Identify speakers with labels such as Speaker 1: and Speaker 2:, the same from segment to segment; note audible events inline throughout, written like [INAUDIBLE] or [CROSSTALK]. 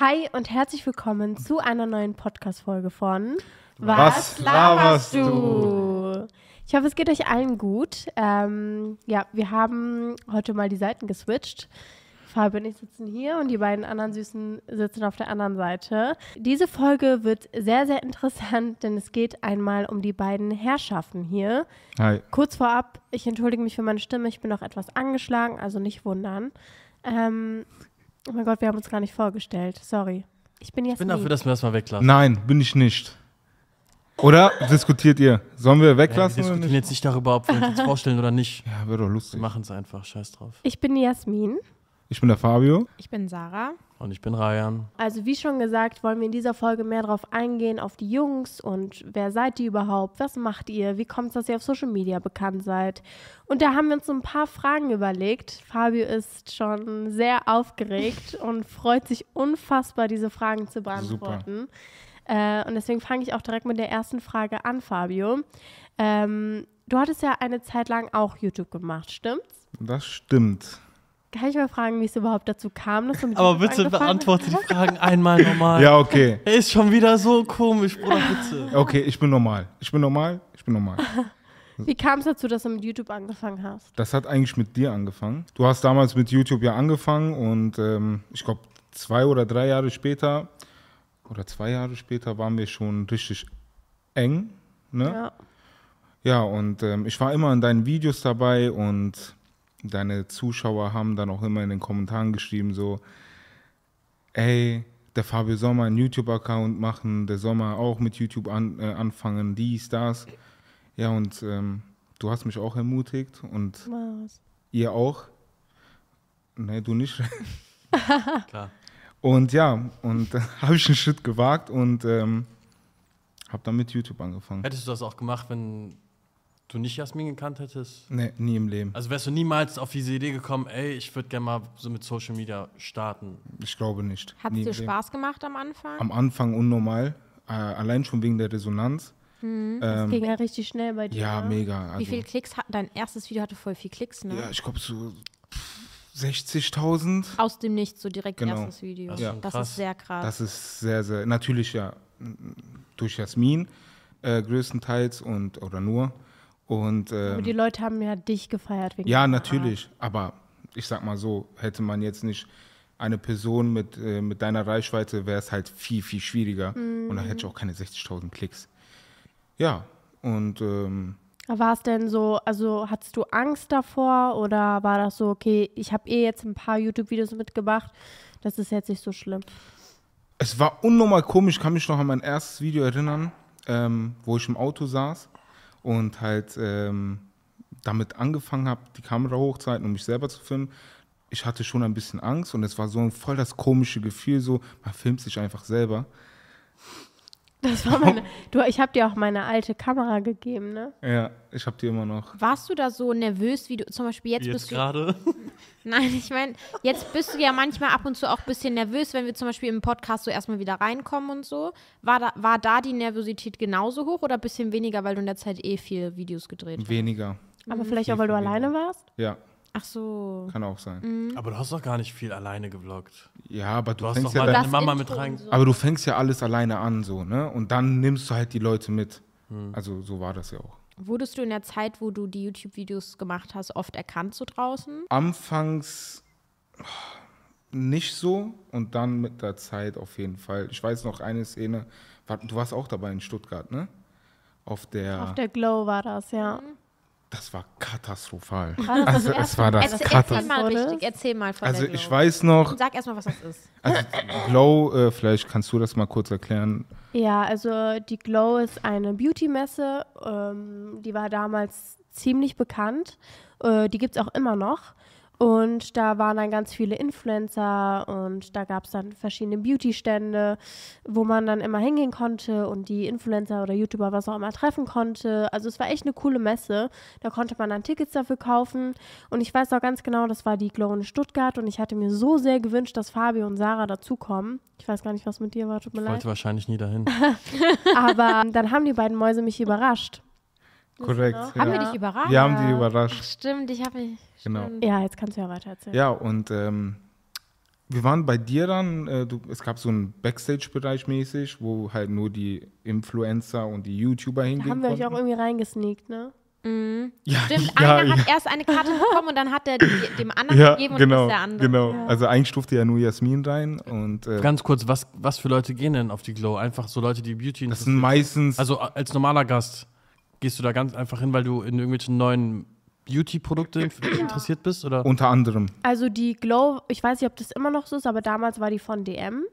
Speaker 1: Hi und herzlich willkommen zu einer neuen Podcast-Folge von
Speaker 2: Was laberst
Speaker 1: du? Ich hoffe, es geht euch allen gut. Ähm, ja, wir haben heute mal die Seiten geswitcht. Fabio und ich sitzen hier und die beiden anderen Süßen sitzen auf der anderen Seite. Diese Folge wird sehr, sehr interessant, denn es geht einmal um die beiden Herrschaften hier.
Speaker 2: Hi.
Speaker 1: Kurz vorab, ich entschuldige mich für meine Stimme, ich bin noch etwas angeschlagen, also nicht wundern. Ähm, oh mein Gott, wir haben uns gar nicht vorgestellt, sorry. Ich bin
Speaker 3: Ich
Speaker 1: jetzt
Speaker 3: bin dafür, dass wir das mal weglassen.
Speaker 2: Nein, bin ich nicht. Oder diskutiert ihr? Sollen wir
Speaker 3: wir
Speaker 2: weglassen oder
Speaker 3: diskutieren
Speaker 2: nicht?
Speaker 3: jetzt nicht darüber, ob wir [LAUGHS] uns das vorstellen oder nicht.
Speaker 2: Ja, wäre doch lustig.
Speaker 3: Wir machen es einfach, scheiß drauf.
Speaker 1: ich bin die Jasmin.
Speaker 2: Ich bin der Fabio.
Speaker 4: Ich bin Sarah.
Speaker 3: Und ich bin Ryan.
Speaker 1: Also wie schon gesagt, wollen wir in dieser Folge mehr darauf eingehen, auf die Jungs und wer seid ihr überhaupt, was macht ihr, wie kommt es, dass ihr auf Social Media bekannt seid. Und da haben wir uns so ein paar Fragen überlegt. Fabio ist schon sehr aufgeregt
Speaker 3: [LAUGHS]
Speaker 1: und freut sich unfassbar, diese Fragen zu beantworten. Äh, und deswegen fange ich auch direkt mit der ersten Frage an, Fabio. Ähm, du hattest ja eine Zeit lang auch YouTube gemacht, stimmt's?
Speaker 2: Das stimmt.
Speaker 1: Kann ich mal fragen, wie es überhaupt dazu kam, dass du mit
Speaker 3: Aber
Speaker 1: YouTube angefangen
Speaker 3: bitte
Speaker 1: hast?
Speaker 3: beantworte die
Speaker 2: [LAUGHS]
Speaker 3: Fragen einmal normal.
Speaker 2: Ja, okay.
Speaker 3: Er ist schon wieder so komisch,
Speaker 2: [LAUGHS]
Speaker 3: Bruder, bitte.
Speaker 2: Okay, ich bin normal. Ich bin normal. Ich bin normal.
Speaker 1: Wie kam es dazu, dass du mit YouTube angefangen hast?
Speaker 2: Das hat eigentlich mit dir angefangen. Du hast damals mit YouTube ja angefangen und ähm, ich glaube, zwei oder drei Jahre später oder zwei Jahre später waren wir schon richtig eng. Ne?
Speaker 1: Ja.
Speaker 2: Ja, und ähm, ich war immer in deinen Videos dabei und deine Zuschauer haben dann auch immer in den Kommentaren geschrieben, so, ey, der Fabio soll mal einen YouTube-Account machen, der soll mal auch mit YouTube an, äh, anfangen, dies, das. Ja, und ähm, du hast mich auch ermutigt und
Speaker 1: Was?
Speaker 2: ihr auch. Ne, du nicht. [LAUGHS]
Speaker 3: Klar.
Speaker 2: Und ja, und [LAUGHS] dann habe ich einen Schritt gewagt und ähm, habe dann mit YouTube angefangen.
Speaker 3: Hättest du das auch gemacht, wenn du nicht Jasmin gekannt hättest?
Speaker 2: Ne, nie im Leben.
Speaker 3: Also wärst du niemals auf diese Idee gekommen, ey, ich würde gerne mal so mit Social Media starten.
Speaker 2: Ich glaube nicht.
Speaker 4: Hat
Speaker 2: Nie
Speaker 4: es dir
Speaker 2: im Leben.
Speaker 4: Spaß gemacht am Anfang?
Speaker 2: am Anfang unnormal, äh, allein schon wegen der Resonanz.
Speaker 1: Das ging ja richtig schnell bei dir.
Speaker 2: Ähm, Ja,
Speaker 1: ne?
Speaker 2: mega. Also,
Speaker 4: Wie viele Klicks hat dein erstes Video hatte voll viel Klicks, ne?
Speaker 2: Ja, ich glaube so pff, 60.000.
Speaker 4: Aus dem Nichts, so direkt
Speaker 2: Genau.
Speaker 4: erstes Video.
Speaker 3: Das ist Ja. schon
Speaker 4: Das
Speaker 3: krass.
Speaker 4: ist sehr krass.
Speaker 2: Das ist sehr, sehr, natürlich ja durch Jasmin äh, größtenteils und oder nur. Und
Speaker 1: Aber die
Speaker 2: ähm,
Speaker 1: Leute haben ja dich gefeiert. Wegen
Speaker 2: ja,
Speaker 1: deiner
Speaker 2: natürlich, aber ich sag mal so, hätte man jetzt nicht eine Person mit, äh, mit deiner Reichweite, wäre es halt viel, viel schwieriger. Und dann hätte ich auch keine 60.000 Klicks. Ja, und ähm,
Speaker 1: Art. War es denn so, also hattest du Angst davor oder war das so, okay, ich habe eh jetzt ein paar YouTube-Videos mitgemacht, das ist jetzt nicht so schlimm.
Speaker 2: Es war unnormal komisch, ich kann mich noch an mein erstes Video erinnern, ähm, wo ich im Auto saß und halt ähm, damit angefangen habe, die Kamera hochzuhalten, um mich selber zu filmen. Ich hatte schon ein bisschen Angst und es war so ein voll das komische Gefühl, so man filmt sich einfach selber.
Speaker 1: Das war
Speaker 2: [LAUGHS]
Speaker 1: meine, du, ich habe dir auch meine alte Kamera gegeben, ne?
Speaker 2: Ja, ich habe die immer noch.
Speaker 4: Warst du da so nervös, wie du zum Beispiel jetzt,
Speaker 3: Jetzt
Speaker 4: bist du.
Speaker 3: gerade.
Speaker 4: Nein, ich meine, jetzt bist du ja manchmal ab und zu auch ein bisschen nervös, wenn wir zum Beispiel im Podcast so erstmal wieder reinkommen und so. War da, war da die Nervosität genauso hoch oder ein bisschen weniger, weil du in der Zeit eh viel Videos gedreht hast?
Speaker 2: Weniger.
Speaker 1: Aber vielleicht auch, weil du
Speaker 2: Mhm. Definitiv.
Speaker 1: alleine warst.
Speaker 2: Ja,
Speaker 4: Ach so.
Speaker 2: kann auch sein.
Speaker 3: Aber du hast doch gar nicht viel alleine gevloggt.
Speaker 2: Ja, aber du,
Speaker 3: Du hast doch
Speaker 2: fängst ja
Speaker 3: mal
Speaker 2: dann,
Speaker 3: deine
Speaker 4: Das
Speaker 3: Mama
Speaker 4: Intro
Speaker 3: mit rein.
Speaker 4: und so.
Speaker 2: aber du fängst ja alles alleine an, so, ne? Und dann nimmst du halt die Leute mit.
Speaker 3: Mhm.
Speaker 2: Also so war das ja auch.
Speaker 4: Wurdest du in der Zeit, wo du die YouTube-Videos gemacht hast, oft erkannt so draußen?
Speaker 2: Anfangs oh, nicht so und dann mit der Zeit auf jeden Fall. Ich weiß noch eine Szene, war- du warst auch dabei in Stuttgart, ne? Auf der,
Speaker 1: Auf der Glow war das, ja.
Speaker 2: das war katastrophal. also es war das
Speaker 4: Erzähl, erzähl
Speaker 2: katastrophal.
Speaker 4: mal
Speaker 1: Oder?
Speaker 4: richtig, erzähl mal von
Speaker 2: Also
Speaker 4: der
Speaker 2: ich
Speaker 4: Glow.
Speaker 2: weiß noch,
Speaker 4: Sag erstmal, was das ist.
Speaker 2: also Glow, äh, vielleicht kannst du das mal kurz erklären.
Speaker 1: Ja, also die Glow ist eine Beauty-Messe, ähm, die war damals ziemlich bekannt, äh, die gibt es auch immer noch. Und da waren dann ganz viele Influencer und da gab es dann verschiedene Beauty-Stände, wo man dann immer hingehen konnte und die Influencer oder YouTuber was auch immer treffen konnte. Also es war echt eine coole Messe. Da konnte man dann Tickets dafür kaufen. Und ich weiß auch ganz genau, das war die Glow in Stuttgart und ich hatte mir so sehr gewünscht, dass Fabio und Sarah dazukommen. Ich weiß gar nicht, was mit dir war, tut mir
Speaker 3: Ich
Speaker 1: leid.
Speaker 3: wollte wahrscheinlich nie dahin.
Speaker 1: Aber ähm, dann haben die beiden Mäuse mich überrascht.
Speaker 2: Korrekt.
Speaker 1: noch?
Speaker 4: Haben wir
Speaker 2: Ja.
Speaker 4: dich überrascht?
Speaker 2: Wir haben die überrascht.
Speaker 4: Stimmt, ich habe mich.
Speaker 2: Genau.
Speaker 4: Stimmt.
Speaker 1: Ja, jetzt kannst du ja weiter erzählen.
Speaker 2: Ja, und ähm, wir waren bei dir dann, äh, du, es gab so einen Backstage-Bereich mäßig, wo halt nur die Influencer und die YouTuber
Speaker 1: Da
Speaker 2: hingehen
Speaker 1: haben wir euch auch
Speaker 2: konnten.
Speaker 1: irgendwie reingesneakt, ne?
Speaker 2: ja,
Speaker 4: [LAUGHS] Stimmt,
Speaker 2: [LAUGHS] ja,
Speaker 4: einer
Speaker 2: ja.
Speaker 4: hat erst eine Karte bekommen und dann hat er die, dem
Speaker 2: [LAUGHS]
Speaker 4: anderen
Speaker 2: ja,
Speaker 4: gegeben und
Speaker 2: genau,
Speaker 4: ist der andere.
Speaker 2: genau. Also eigentlich durfte ja nur Jasmin rein und äh,
Speaker 3: Ganz kurz, was, was für Leute gehen denn auf die Glow? Einfach so Leute, die Beauty
Speaker 2: das sind meistens
Speaker 3: Also a- als normaler Gast gehst du da ganz einfach hin, weil du in irgendwelchen neuen Beauty-Produkte inf- interessiert bist? Oder?
Speaker 2: unter anderem.
Speaker 1: Also die Glow, ich weiß nicht, ob das immer noch so ist, aber damals war die von DM.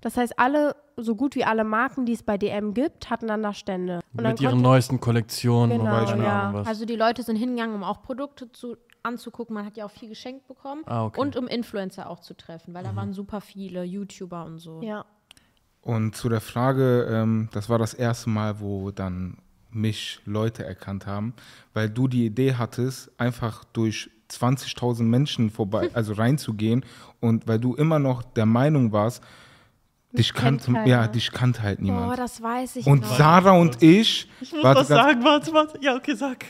Speaker 1: Das heißt, alle, so gut wie alle Marken, die es bei DM gibt, hatten dann da Stände. Und dann
Speaker 3: mit ihren
Speaker 1: konnte-
Speaker 3: neuesten Kollektionen
Speaker 1: Genau,
Speaker 3: oder keine
Speaker 1: ja.
Speaker 3: Ahnung was.
Speaker 4: Also die Leute sind hingegangen, um auch Produkte zu, anzugucken. Man hat ja auch viel geschenkt bekommen.
Speaker 3: Ah, okay.
Speaker 4: Und um Influencer auch zu treffen,
Speaker 2: Mhm.
Speaker 4: weil da waren super viele YouTuber und so.
Speaker 1: Ja.
Speaker 2: Und zu der Frage, ähm, das war das erste Mal, wo dann mich Leute erkannt haben, weil du die Idee hattest, einfach durch 20.000 Menschen vorbei, also reinzugehen und weil du immer noch der Meinung warst, dich
Speaker 1: kennt
Speaker 2: kannte,
Speaker 1: keiner.
Speaker 2: ja, dich kannte halt niemand.
Speaker 4: Oh, das weiß ich
Speaker 2: und
Speaker 4: noch.
Speaker 2: Sarah und ich, warte ganz-
Speaker 3: warte, warte. Ja, okay, sag.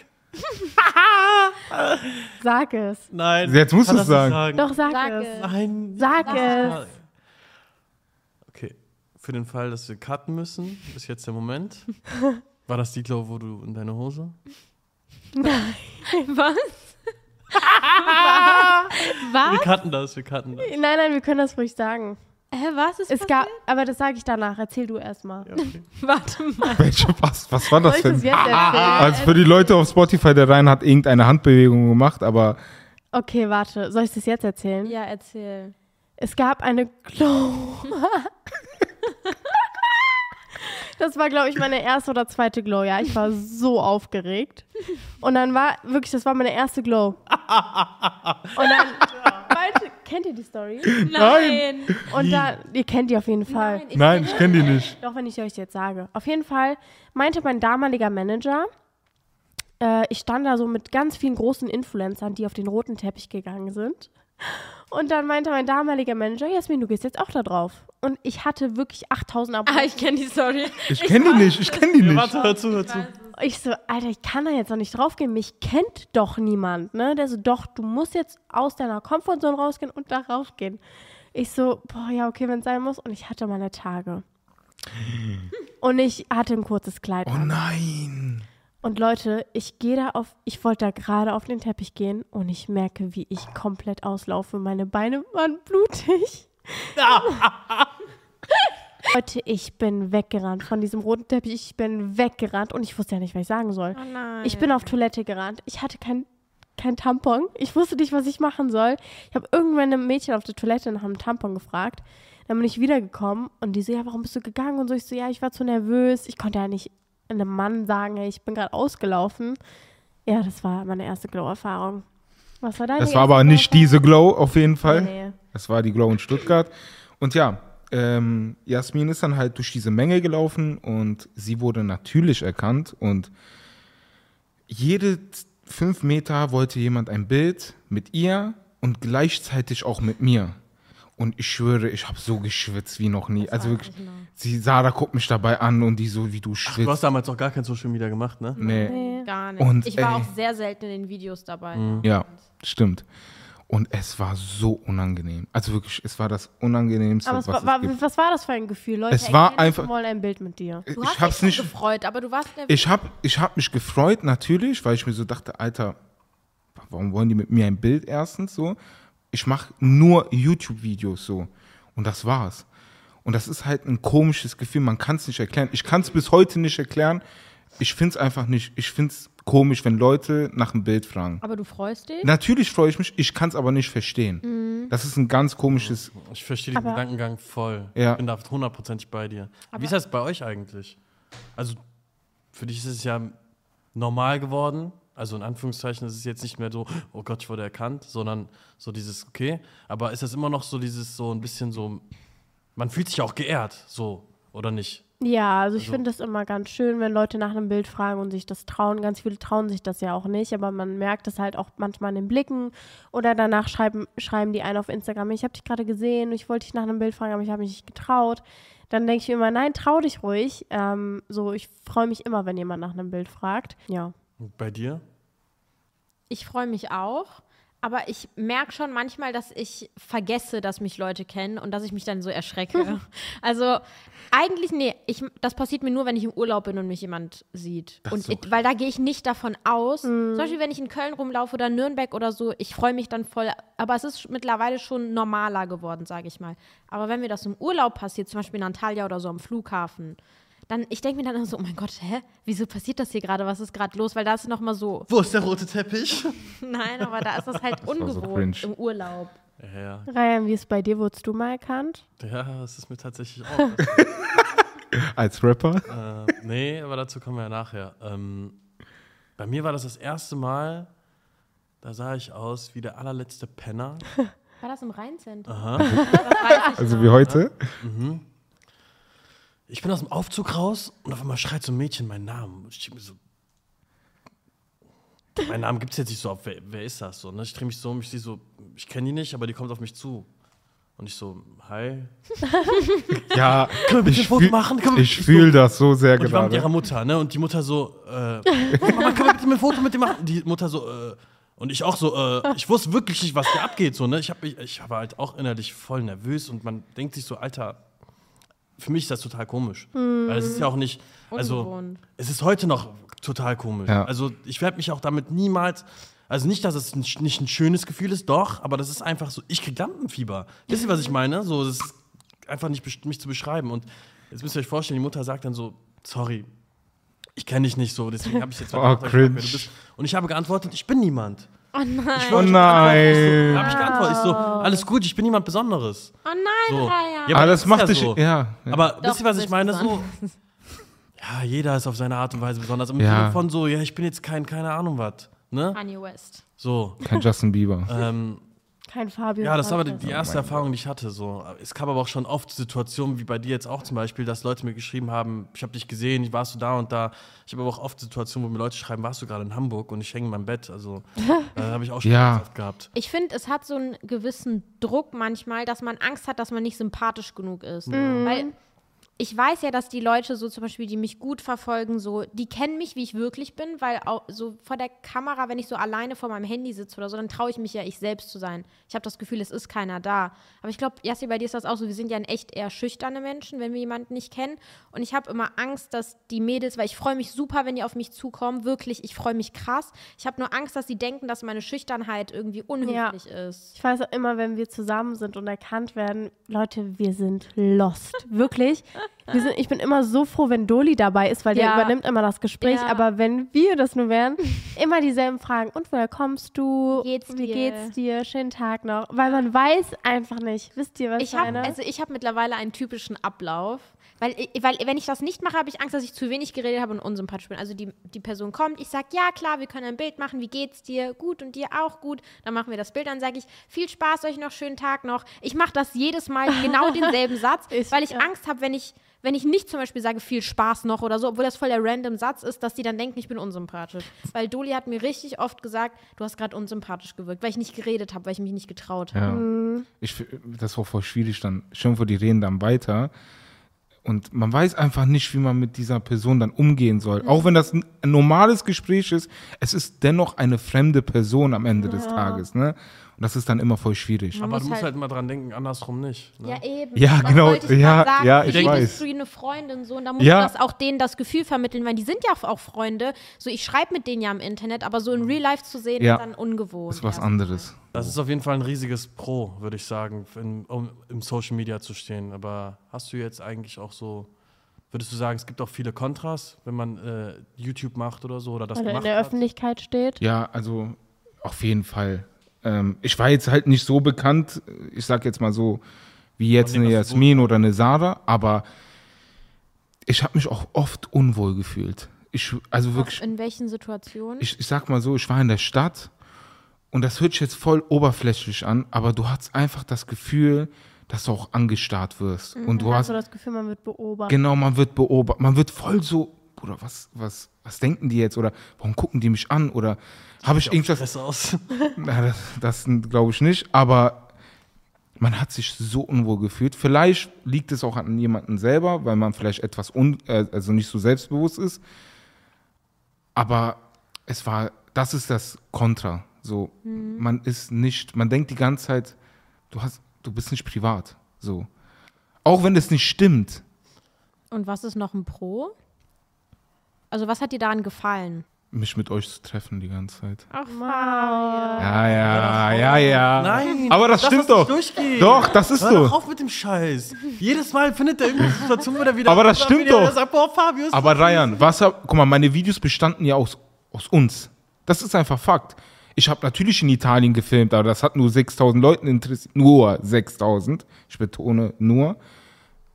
Speaker 1: Sag es.
Speaker 3: Nein.
Speaker 2: Jetzt musst
Speaker 3: kann
Speaker 2: du's
Speaker 3: das nicht
Speaker 2: sagen.
Speaker 1: Doch, sag,
Speaker 4: Sag
Speaker 1: es.
Speaker 4: es.
Speaker 3: Nein.
Speaker 1: Sag es.
Speaker 3: Okay. Für den Fall, dass wir cutten müssen, ist jetzt
Speaker 1: [LAUGHS]
Speaker 3: der Moment. War das die Glow, wo du in deine Hose?
Speaker 4: [LAUGHS] Was?
Speaker 3: Wir
Speaker 4: was?
Speaker 3: cutten das, wir cutten das.
Speaker 1: Nein, nein, wir können das ruhig sagen.
Speaker 4: Hä, was ist
Speaker 1: Es gab, aber das sage ich danach. Erzähl du erstmal.
Speaker 3: Ja, okay.
Speaker 4: [LAUGHS] Warte mal.
Speaker 2: welche, [LAUGHS] was, was war das
Speaker 1: Soll ich das
Speaker 2: denn?
Speaker 1: jetzt erzählen?
Speaker 2: Also für die Leute auf Spotify, der Ryan hat irgendeine Handbewegung gemacht, aber
Speaker 1: Okay, warte. Soll ich das jetzt erzählen?
Speaker 4: Ja, erzähl.
Speaker 1: Es gab eine Glow. [LAUGHS] Das war, glaube ich, meine erste oder zweite Glow, ja. Ich war so aufgeregt. Und dann war wirklich, das war meine erste Glow. Und dann, [LAUGHS] Warte, kennt ihr die Story?
Speaker 2: Nein.
Speaker 1: Und dann, ihr kennt die auf jeden Fall.
Speaker 4: Nein, ich
Speaker 2: nein, ich kenne die nicht.
Speaker 1: Doch, wenn ich euch jetzt sage. Auf jeden Fall meinte mein damaliger Manager, äh, ich stand da so mit ganz vielen großen Influencern, die auf den roten Teppich gegangen sind. Und dann meinte mein damaliger Manager, Jasmin, du gehst jetzt auch da drauf. Und ich hatte wirklich 8000
Speaker 4: Ah,
Speaker 1: Abonnenten.
Speaker 4: [LAUGHS] ich kenne die Story.
Speaker 2: Ich kenne die nicht, ich kenne die nicht.
Speaker 3: Warte, hör zu, hör zu.
Speaker 1: Ich so, Alter, ich kann da jetzt noch nicht drauf gehen. Mich kennt doch niemand, ne? Der so, doch, du musst jetzt aus deiner Komfortzone rausgehen und da raufgehen. Ich so, boah, ja, okay, wenn es sein muss. Und ich hatte meine Tage. Und ich hatte ein kurzes Kleid.
Speaker 2: Oh
Speaker 1: an.
Speaker 2: nein.
Speaker 1: Und Leute, ich gehe da auf, ich wollte da gerade auf den Teppich gehen und ich merke, wie ich komplett auslaufe. Meine Beine waren blutig. Leute, ich bin weggerannt von diesem roten Teppich. Ich bin weggerannt und ich wusste ja nicht, was ich sagen soll.
Speaker 4: Oh nein.
Speaker 1: Ich bin auf Toilette gerannt. Ich hatte kein, kein Tampon. Ich wusste nicht, was ich machen soll. Ich habe irgendwann ein Mädchen auf der Toilette nach einem Tampon gefragt. Dann bin ich wiedergekommen und die so, ja, warum bist du gegangen? Und so, ich so, ja, ich war zu nervös. Ich konnte ja nicht einem Mann sagen, ey, ich bin gerade ausgelaufen. Ja, das war meine erste Glow-Erfahrung. Was war deine
Speaker 2: Das war
Speaker 1: erste
Speaker 2: aber nicht
Speaker 1: Glow-Erfahrung?
Speaker 2: diese Glow auf jeden Fall.
Speaker 1: Nee.
Speaker 2: Das war die Glow in Stuttgart. Und ja, ähm, Jasmin ist dann halt durch diese Menge gelaufen und sie wurde natürlich erkannt. Und jede z- fünf Meter wollte jemand ein Bild mit ihr und gleichzeitig auch mit mir. Und ich schwöre, ich habe so geschwitzt wie noch nie. also wirklich, sie, Sarah guckt mich dabei an und die so, wie du
Speaker 3: Du
Speaker 2: schwitzt.
Speaker 3: hast damals auch gar kein Social Media gemacht, ne?
Speaker 2: nee.
Speaker 4: gar nicht.
Speaker 2: Und,
Speaker 4: ich war
Speaker 2: ey. Mhm.
Speaker 4: auch sehr selten in den Videos dabei.
Speaker 2: Ja, stimmt. Und es war so unangenehm. Also wirklich, es war das Unangenehmste,
Speaker 1: Aber es
Speaker 2: was
Speaker 1: war, war,
Speaker 2: es gibt.
Speaker 1: was war das für ein Gefühl? Leute,
Speaker 2: Es war
Speaker 1: erkennen,
Speaker 2: einfach-
Speaker 1: wir wollen ein Bild mit dir.
Speaker 4: Du hast
Speaker 2: ich hab's
Speaker 4: dich
Speaker 2: nicht.
Speaker 4: schon gefreut, aber du warst nervös.
Speaker 2: Ich hab, ich hab mich gefreut, natürlich, weil ich mir so dachte, Alter, warum wollen die mit mir ein Bild erstens so? Ich mache nur YouTube-Videos so. Und das war's. Und das ist halt ein komisches Gefühl, man kann es nicht erklären. Ich kann es bis heute nicht erklären. Ich find's einfach nicht. Ich find's komisch, wenn Leute nach einem Bild fragen.
Speaker 4: aber du freust dich?
Speaker 2: Natürlich freue ich mich, ich kann es aber nicht verstehen. Das ist ein ganz komisches
Speaker 3: Ich verstehe den Gedankengang voll.
Speaker 2: Ja.
Speaker 3: Ich bin da hundertprozentig bei dir. Wie ist das bei euch eigentlich? Also, für dich ist es ja normal geworden. Also, in Anführungszeichen, es ist jetzt nicht mehr so, oh Gott, ich wurde erkannt, sondern so dieses, okay. Aber ist das immer noch so dieses, so ein bisschen so, man fühlt sich auch geehrt, so, oder nicht?
Speaker 1: Ja, also ich
Speaker 3: Also-
Speaker 1: finde das immer ganz schön, wenn Leute nach einem Bild fragen und sich das trauen. Ganz viele trauen sich das ja auch nicht, aber man merkt es halt auch manchmal in den Blicken. Oder danach schreiben, schreiben die einen auf Instagram, ich habe dich gerade gesehen, ich wollte dich nach einem Bild fragen, aber ich habe mich nicht getraut. Dann denke ich mir immer, nein, trau dich ruhig. Ähm, so, ich freue mich immer, wenn jemand nach einem Bild fragt. Ja.
Speaker 3: Und bei dir?
Speaker 4: Ich freue mich auch. Aber ich merke schon manchmal, dass ich vergesse, dass mich Leute kennen und dass ich mich dann so erschrecke. also eigentlich, nee, ich, das passiert mir nur, wenn ich im Urlaub bin und mich jemand sieht.
Speaker 2: Das
Speaker 4: und
Speaker 2: ist okay.
Speaker 4: ich, weil da gehe ich nicht davon aus. Zum Beispiel, wenn ich in Köln rumlaufe oder Nürnberg oder so, ich freue mich dann voll. Aber es ist mittlerweile schon normaler geworden, sage ich mal. Aber wenn mir das im Urlaub passiert, zum Beispiel in Antalya oder so am Flughafen, dann, ich denke mir dann immer so, oh mein Gott, hä? Wieso passiert das hier gerade? Was ist gerade los? Weil da ist nochmal so,
Speaker 3: Wo ist der rote Teppich?
Speaker 4: nein, aber da ist
Speaker 2: [LAUGHS]
Speaker 4: das halt
Speaker 2: war so
Speaker 4: ungewohnt
Speaker 2: cringe.
Speaker 4: im Urlaub.
Speaker 3: Ja,
Speaker 1: Ryan, wie ist bei dir? Wurdest du mal erkannt?
Speaker 3: ja, das ist mir tatsächlich auch.
Speaker 2: Als Rapper?
Speaker 3: äh, nee, aber dazu kommen wir ja nachher. Ähm, bei mir war das das erste Mal, da sah ich aus wie der allerletzte Penner.
Speaker 4: War das im Rheinzentrum?
Speaker 3: Aha. [LAUGHS]
Speaker 2: Also wie heute?
Speaker 3: Ich bin aus dem Aufzug raus und auf einmal schreit so ein Mädchen meinen Namen. Und Ich denk mir so, meinen Namen gibt's jetzt nicht so, auf, wer, wer ist das? So, ne? Ich drehe mich so um, ich sehe so, ich kenne die nicht, aber die kommt auf mich zu. Und ich so, hi.
Speaker 2: Ja,
Speaker 3: Können wir bitte ein
Speaker 2: ich
Speaker 3: Foto
Speaker 2: fühl-
Speaker 3: machen? Können wir-
Speaker 2: ich
Speaker 3: ich
Speaker 2: fühle das so sehr
Speaker 3: Und die war mit ihrer
Speaker 2: gerade.
Speaker 3: Mutter, ne? Und die Mutter so, äh, Mama, können wir bitte ein Foto mit dem machen? Die Mutter so, äh, und ich auch so, äh, ich wusste wirklich nicht, was da abgeht, so, ne? Ich, hab, mich- ich war halt auch innerlich voll nervös und man denkt sich so, Alter, für mich ist das total komisch. Weil es ist ja auch nicht, also,
Speaker 4: Ungewohnt.
Speaker 3: es ist heute noch total komisch.
Speaker 2: Ja.
Speaker 3: Also, ich werde mich auch damit niemals. Also nicht, dass es ein, sch- nicht ein schönes Gefühl ist, doch, aber das ist einfach so, ich krieg Lampenfieber. Wisst ihr, was ich meine? So, das ist einfach nicht besch- mich zu beschreiben. Und jetzt müsst ihr euch vorstellen, die Mutter sagt dann so, sorry, ich kenne dich nicht so, deswegen habe ich
Speaker 2: [LAUGHS]
Speaker 3: jetzt
Speaker 2: Oh,
Speaker 3: mal gefragt,
Speaker 2: cringe.
Speaker 3: wer du bist. Und ich habe geantwortet, ich bin niemand.
Speaker 4: Oh nein.
Speaker 2: Oh
Speaker 3: Da
Speaker 2: nein.
Speaker 3: habe ich geantwortet, ich so, alles gut, ich bin niemand Besonderes.
Speaker 4: Oh nein,
Speaker 3: So.
Speaker 4: Raya.
Speaker 3: Ja,
Speaker 2: Aber
Speaker 3: aber
Speaker 2: das
Speaker 3: ist
Speaker 2: macht
Speaker 3: ja
Speaker 2: dich.
Speaker 3: so.
Speaker 2: Ja. ja.
Speaker 3: Aber
Speaker 4: Doch,
Speaker 3: wisst ihr, was
Speaker 4: du
Speaker 3: ich
Speaker 4: bist
Speaker 3: meine? So, [LAUGHS] ja, jeder ist auf seine Art und Weise besonders. Im
Speaker 2: Ja.
Speaker 3: Sinne von so, ja, ich bin jetzt kein, keine Ahnung was. Ne?
Speaker 4: Kanye West.
Speaker 3: So.
Speaker 2: Kein Justin Bieber.
Speaker 3: Ähm,
Speaker 1: Kein Fabio.
Speaker 3: ja, das war aber die,
Speaker 1: Franzis.
Speaker 3: die erste Erfahrung, die ich hatte. So. Es gab aber auch schon oft Situationen, wie bei dir jetzt auch zum Beispiel, dass Leute mir geschrieben haben, ich habe dich gesehen, warst du da und da. Ich habe aber auch oft Situationen, wo mir Leute schreiben, warst du gerade in Hamburg und ich hänge in meinem Bett.
Speaker 4: [LAUGHS]
Speaker 3: Also äh, habe ich auch schon
Speaker 2: Ja.
Speaker 3: ganz oft gehabt.
Speaker 4: Ich finde, es hat so einen gewissen Druck manchmal, dass man Angst hat, dass man nicht sympathisch genug ist.
Speaker 2: Mhm.
Speaker 4: Weil ich weiß ja, dass die Leute so zum Beispiel, die mich gut verfolgen, so, die kennen mich, wie ich wirklich bin, weil auch so vor der Kamera, wenn ich so alleine vor meinem Handy sitze oder so, dann traue ich mich ja, ich selbst zu sein. Ich habe das Gefühl, es ist keiner da. Aber ich glaube, Jassi, bei dir ist das auch so. Wir sind ja in echt eher schüchterne Menschen, wenn wir jemanden nicht kennen. Und ich habe immer Angst, dass die Mädels, weil ich freue mich super, wenn die auf mich zukommen. Wirklich, ich freue mich krass. Ich habe nur Angst, dass sie denken, dass meine Schüchternheit irgendwie unhöflich ist.
Speaker 1: Ich weiß auch immer, wenn wir zusammen sind und erkannt werden, Leute, wir sind lost. [LAUGHS] Wirklich. Wir sind, ich bin immer so froh, wenn Doli dabei ist, weil der
Speaker 4: Ja.
Speaker 1: übernimmt immer das Gespräch.
Speaker 4: Ja.
Speaker 1: Aber wenn wir das nur
Speaker 4: [LAUGHS]
Speaker 1: wären, immer dieselben Fragen. Und woher kommst du?
Speaker 4: Geht's
Speaker 1: Wie
Speaker 4: dir?
Speaker 1: geht's dir? Schönen Tag noch. Weil man weiß einfach nicht. Wisst ihr, was
Speaker 4: Ich habe
Speaker 1: meine?
Speaker 4: also ich habe mittlerweile einen typischen Ablauf, weil, ich- weil wenn ich das nicht mache, habe ich Angst, dass ich zu wenig geredet habe und unsympathisch bin. Also die, die Person kommt, ich sage, ja klar, wir können ein Bild machen, wie geht's dir? Gut und dir auch gut. Dann machen wir das Bild, dann sage ich, viel Spaß euch noch, schönen Tag noch. Ich mache das jedes
Speaker 1: [LAUGHS]
Speaker 4: Mal genau denselben Satz,
Speaker 1: Ich-
Speaker 4: weil ich
Speaker 1: ja.
Speaker 4: Angst habe, wenn ich wenn ich nicht zum Beispiel sage, viel Spaß noch oder so, obwohl das voll der random Satz ist, dass die dann denken, ich bin unsympathisch. Weil Doli hat mir richtig oft gesagt, du hast gerade unsympathisch gewirkt, weil ich nicht geredet habe, weil ich mich nicht getraut habe.
Speaker 2: Ja. Ich, f- das war voll schwierig dann. Schön, vor die reden dann weiter. Und man weiß einfach nicht, wie man mit dieser Person dann umgehen soll. Auch wenn das ein ein normales Gespräch ist, es ist dennoch eine fremde Person am Ende des Tages. Ne? Und das ist dann immer voll schwierig.
Speaker 3: Aber
Speaker 4: muss
Speaker 3: du musst
Speaker 4: halt-
Speaker 3: halt immer dran denken, andersrum nicht. Ne?
Speaker 4: Ja, eben.
Speaker 2: Ja,
Speaker 4: das
Speaker 2: genau.
Speaker 4: wollte ich
Speaker 2: Ja,
Speaker 4: grad sagen.
Speaker 2: ja,
Speaker 4: Wie
Speaker 2: ich
Speaker 4: redest
Speaker 2: weiß.
Speaker 4: Du eine Freundin so und da musst
Speaker 2: Ja.
Speaker 4: du das auch denen das Gefühl vermitteln, weil die sind ja auch Freunde. So, ich schreibe mit denen ja im Internet, aber so in Real Life zu sehen,
Speaker 2: Ja.
Speaker 4: ist dann ungewohnt.
Speaker 2: Das ist was
Speaker 4: erstmal.
Speaker 2: anderes.
Speaker 3: Das ist auf jeden Fall ein riesiges Pro, würde ich sagen, in, um im Social Media zu stehen. Aber hast du jetzt eigentlich auch so, würdest du sagen, es gibt auch viele Kontras, wenn man äh, YouTube macht oder so oder das
Speaker 1: Oder in
Speaker 3: gemacht
Speaker 1: der
Speaker 3: hat?
Speaker 1: Öffentlichkeit steht.
Speaker 2: Ja, also auf jeden Fall. Ähm, ich war jetzt halt nicht so bekannt, ich sag jetzt mal so, wie jetzt
Speaker 3: Von dem,
Speaker 2: eine
Speaker 3: was du
Speaker 2: Jasmin oder eine Sarah, aber ich habe mich auch oft unwohl gefühlt. Ich, also wirklich,
Speaker 4: In welchen Situationen?
Speaker 2: ich, ich sag mal so, ich war in der Stadt und das hört sich jetzt voll oberflächlich an, aber du hast einfach das Gefühl, dass du auch angestarrt wirst. Und du hast
Speaker 1: Also das Gefühl, man wird beobachtet.
Speaker 2: Genau, man wird beobachtet. Man wird voll so, Bruder, was, was, was denken die jetzt? Oder warum gucken die mich an? Oder habe ich irgendwas.
Speaker 3: Stress aus. [LAUGHS]
Speaker 2: Na, das das glaube ich nicht, aber man hat sich so unwohl gefühlt. Vielleicht liegt es auch an jemandem selber, weil man vielleicht etwas un, äh, also nicht so selbstbewusst ist. Aber es war, das ist das Kontra. So, man ist nicht, man denkt die ganze Zeit, du hast, du bist nicht privat. So. Auch wenn das nicht stimmt.
Speaker 4: Und was ist noch ein Pro? Also, was hat dir daran gefallen?
Speaker 2: mich mit euch zu treffen die ganze Zeit.
Speaker 4: Ach,
Speaker 2: Ja, ja, ja, ja.
Speaker 3: Nein,
Speaker 2: aber das
Speaker 3: lass
Speaker 2: stimmt
Speaker 3: nicht
Speaker 2: doch.
Speaker 3: Durchgehen.
Speaker 2: Doch, das ist
Speaker 3: Hör
Speaker 2: so.
Speaker 3: doch auf mit dem Scheiß. Jedes Mal findet er irgendeine Situation, wo er wieder.
Speaker 2: Aber das
Speaker 3: wo er
Speaker 2: stimmt
Speaker 3: wieder
Speaker 2: doch.
Speaker 3: Sagt, boah, Fabius.
Speaker 2: Aber Ryan, was hab, guck mal, meine Videos bestanden ja aus, aus uns. Das ist einfach Fakt. Ich habe natürlich in Italien gefilmt, aber das hat nur 6000 Leuten interessiert. Nur 6000. Ich betone nur.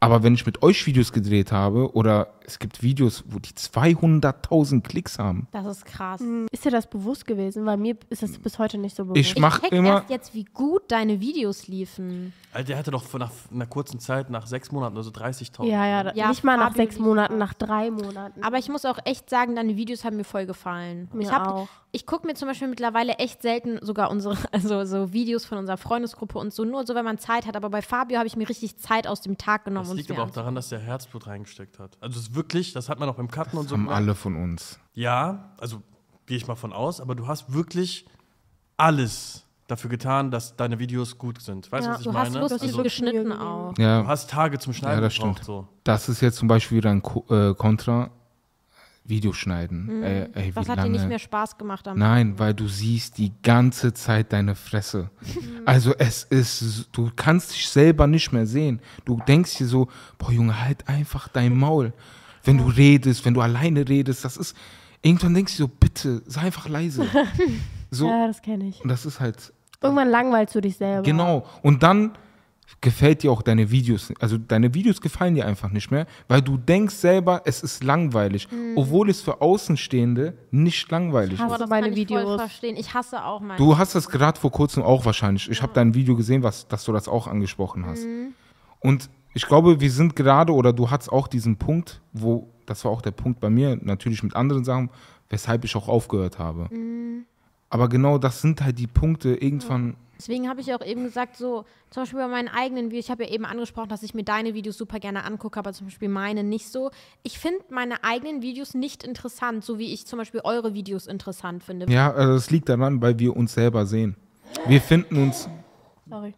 Speaker 2: Aber wenn ich mit euch Videos gedreht habe, oder es gibt Videos, wo die 200.000 Klicks haben.
Speaker 4: das ist krass.
Speaker 1: Ist dir das bewusst gewesen? Weil mir ist das bis heute nicht so bewusst.
Speaker 2: Ich mach
Speaker 4: check
Speaker 2: immer.
Speaker 4: erst jetzt, wie gut deine Videos liefen.
Speaker 3: Alter, er hatte doch nach einer kurzen Zeit, nach sechs Monaten, also 30.000.
Speaker 1: ja, ja, da-
Speaker 4: Ja,
Speaker 1: nicht mal nach
Speaker 4: Fabio
Speaker 1: sechs
Speaker 4: lief
Speaker 1: Monaten, nach drei Monaten.
Speaker 4: Aber ich muss auch echt sagen, deine Videos haben mir voll gefallen.
Speaker 1: Mir
Speaker 4: ich hab-
Speaker 1: auch.
Speaker 4: Ich gucke mir zum Beispiel mittlerweile echt selten sogar unsere, [LAUGHS] also so Videos von unserer Freundesgruppe und so, nur so, wenn man Zeit hat. Aber bei Fabio habe ich mir richtig Zeit aus dem Tag genommen.
Speaker 3: Das
Speaker 4: und
Speaker 3: liegt
Speaker 4: mir
Speaker 3: aber auch
Speaker 4: anzu-
Speaker 3: daran, dass der Herzblut reingesteckt hat. Also es ist wirklich, das hat man auch beim Cutten und so.
Speaker 2: Haben
Speaker 3: gemerkt.
Speaker 2: alle von uns.
Speaker 3: Ja, also gehe ich mal von aus, aber du hast wirklich alles dafür getan, dass deine Videos gut sind. Weißt du,
Speaker 1: Ja,
Speaker 3: was ich
Speaker 4: Du hast
Speaker 3: meine?
Speaker 4: lustig
Speaker 1: Also-
Speaker 4: geschnitten
Speaker 1: Mühe
Speaker 4: auch.
Speaker 2: Ja.
Speaker 3: du hast Tage zum Schneiden
Speaker 2: Ja, das
Speaker 3: gebraucht.
Speaker 2: stimmt.
Speaker 3: So.
Speaker 2: Das ist jetzt zum Beispiel wieder ein Ko äh, Kontra. Video schneiden. Ey, ey, wie
Speaker 4: Mhm. Was hat
Speaker 2: lange?
Speaker 4: dir nicht mehr Spaß gemacht am
Speaker 2: Nein, weil du siehst die ganze Zeit deine Fresse. Also es ist, du kannst dich selber nicht mehr sehen. Du denkst dir so, boah Junge, halt einfach dein Maul. Wenn du redest, wenn du alleine redest, das ist, irgendwann denkst du so, bitte, sei einfach leise. So,
Speaker 1: ja, das kenne ich.
Speaker 2: und das ist halt,
Speaker 1: Irgendwann langweilst du dich selber.
Speaker 2: genau. Und dann gefällt dir auch deine Videos, also deine Videos gefallen dir einfach nicht mehr, weil du denkst selber, es ist langweilig, obwohl es für Außenstehende nicht langweilig
Speaker 1: Hast
Speaker 4: Boah,
Speaker 1: du
Speaker 4: das
Speaker 1: meine
Speaker 4: kann ich voll
Speaker 1: Videos?
Speaker 4: verstehen. Ich hasse auch meine.
Speaker 2: Du hast das gerade vor kurzem auch wahrscheinlich. Ich habe dein Video gesehen, was, dass du das auch angesprochen hast. Und ich glaube, wir sind gerade, oder du hattest auch diesen Punkt, wo, das war auch der Punkt bei mir, natürlich mit anderen Sachen, weshalb ich auch aufgehört habe. Aber genau das sind halt die Punkte, irgendwann,
Speaker 4: Deswegen habe ich auch eben gesagt, so zum Beispiel bei meinen eigenen Videos, ich habe ja eben angesprochen, dass ich mir deine Videos super gerne angucke, aber zum Beispiel meine nicht so. Ich finde meine eigenen Videos nicht interessant, so wie ich zum Beispiel eure Videos interessant finde.
Speaker 2: ja, also das liegt daran, weil wir uns selber sehen. Wir finden uns,
Speaker 1: Sorry.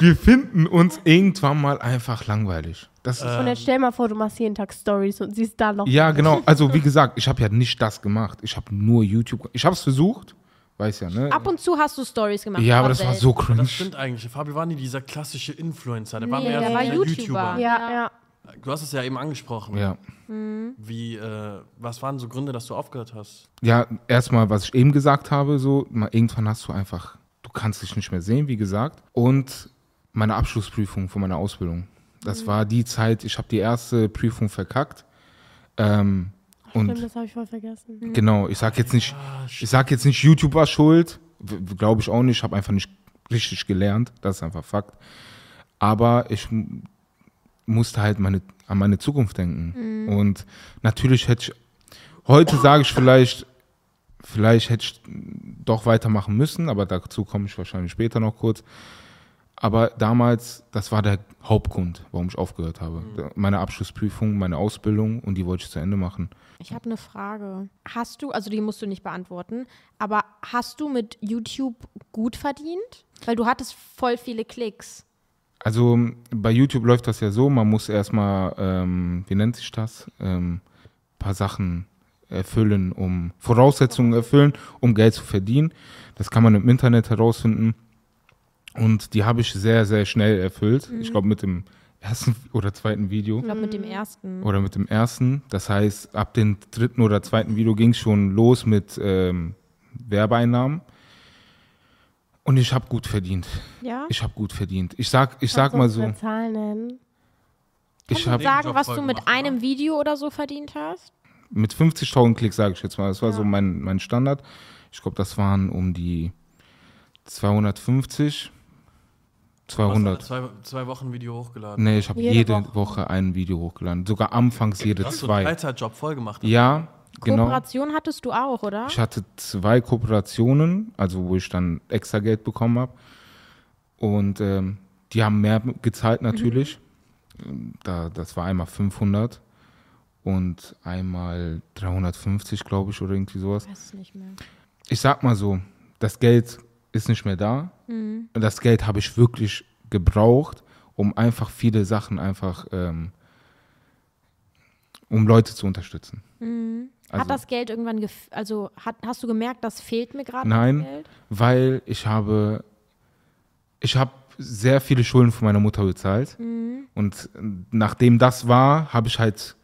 Speaker 2: wir finden uns irgendwann mal einfach langweilig. Das ist
Speaker 1: Und jetzt stell mal vor, du machst jeden Tag Stories und siehst da noch.
Speaker 2: Ähm. Ja, genau. Also wie gesagt, ich habe ja nicht das gemacht. Ich habe nur YouTube. Ich habe es versucht, weiß ja, ne?
Speaker 4: Ab und zu hast du Stories gemacht.
Speaker 2: ja, aber das war
Speaker 4: selten.
Speaker 2: so cringe.
Speaker 3: Das stimmt eigentlich. Fabio war nie dieser klassische Influencer. Der war
Speaker 4: Nee,
Speaker 3: mehr
Speaker 4: der
Speaker 3: so
Speaker 4: war
Speaker 3: der
Speaker 4: YouTuber.
Speaker 3: YouTuber.
Speaker 1: ja. ja.
Speaker 3: Du hast es ja eben angesprochen.
Speaker 2: Ja.
Speaker 3: Wie, äh, was waren so Gründe, dass du aufgehört hast?
Speaker 2: Ja, erstmal, was ich eben gesagt habe, so, mal, irgendwann hast du einfach, du kannst dich nicht mehr sehen, wie gesagt. Und meine Abschlussprüfung von meiner Ausbildung. Das
Speaker 3: Mhm.
Speaker 2: war die Zeit, ich habe die erste Prüfung verkackt. Ähm, und
Speaker 1: Stimmt, das habe ich voll vergessen.
Speaker 2: Genau, ich sag jetzt nicht, ich sag jetzt nicht, YouTube war schuld, glaube ich auch nicht, habe einfach nicht richtig gelernt, das ist einfach Fakt. Aber ich m- musste halt meine, an meine Zukunft denken. Und natürlich hätte ich, heute sage ich vielleicht, vielleicht hätte ich doch weitermachen müssen, aber dazu komme ich wahrscheinlich später noch kurz. Aber damals, das war der Hauptgrund, warum ich aufgehört habe. Meine Abschlussprüfung, meine Ausbildung und die wollte ich zu Ende machen.
Speaker 4: Ich habe eine Frage. Hast du, also die musst du nicht beantworten, aber hast du mit YouTube gut verdient? Weil du hattest voll viele Klicks.
Speaker 2: Also m, bei YouTube läuft das ja so, man muss erstmal, ähm, wie nennt sich das, ähm, paar Sachen erfüllen, um Voraussetzungen erfüllen, um Geld zu verdienen. Das kann man im Internet herausfinden. Und die habe ich sehr, sehr schnell erfüllt. Ich glaube mit dem ersten [LAUGHS] oder zweiten Video
Speaker 4: Ich glaube, mit dem
Speaker 3: Mm.
Speaker 4: ersten.
Speaker 2: oder mit dem ersten. Das heißt, ab dem dritten oder zweiten Video ging es schon los mit ähm, Werbeeinnahmen. Und ich habe gut verdient.
Speaker 4: Ja?
Speaker 2: Ich habe gut verdient. Ich sag, ich sag
Speaker 1: Kannst du
Speaker 2: mal
Speaker 1: uns
Speaker 2: so.
Speaker 1: eine Zahl nennen.
Speaker 2: Ich
Speaker 4: Kannst
Speaker 2: habe
Speaker 4: du sagen,
Speaker 3: Nebenjob
Speaker 4: was
Speaker 3: voll
Speaker 4: du mit
Speaker 3: gemacht, oder?
Speaker 4: einem Video oder so verdient hast?
Speaker 2: mit 50.000 Klicks, sage ich jetzt mal. Das war so mein, mein Standard. Ich glaube, das waren um die 250,
Speaker 3: Du
Speaker 2: 200.
Speaker 3: hast alle Zwei, zwei Wochen Video hochgeladen.
Speaker 2: Nee, ich habe
Speaker 1: Jede
Speaker 2: jede,
Speaker 1: Woche.
Speaker 2: Woche. ein Video hochgeladen. Sogar anfangs jede
Speaker 3: Du hast so einen
Speaker 2: zwei.
Speaker 3: Teilzeitjob voll gemacht.
Speaker 2: Ja, genau.
Speaker 4: Kooperation hattest du auch, oder?
Speaker 2: Ich hatte zwei Kooperationen, also wo ich dann extra Geld bekommen habe. Und ähm, die haben mehr gezahlt natürlich. Ähm, Da, das war einmal 500 und einmal 350, glaube ich, oder irgendwie sowas.
Speaker 4: Weiß es nicht mehr.
Speaker 2: Ich sag mal so, das Geld ist nicht mehr da.
Speaker 4: Mhm.
Speaker 2: Und Das Geld habe ich wirklich gebraucht, um einfach viele Sachen einfach, ähm, um Leute zu unterstützen. Also,
Speaker 4: hat das Geld irgendwann, gef also hat, hast du gemerkt, das fehlt mir gerade?
Speaker 2: Nein,
Speaker 4: Das Geld?
Speaker 2: weil ich habe, ich habe sehr viele Schulden von meiner Mutter bezahlt.
Speaker 4: Mhm.
Speaker 2: Und äh, nachdem das war, habe ich halt,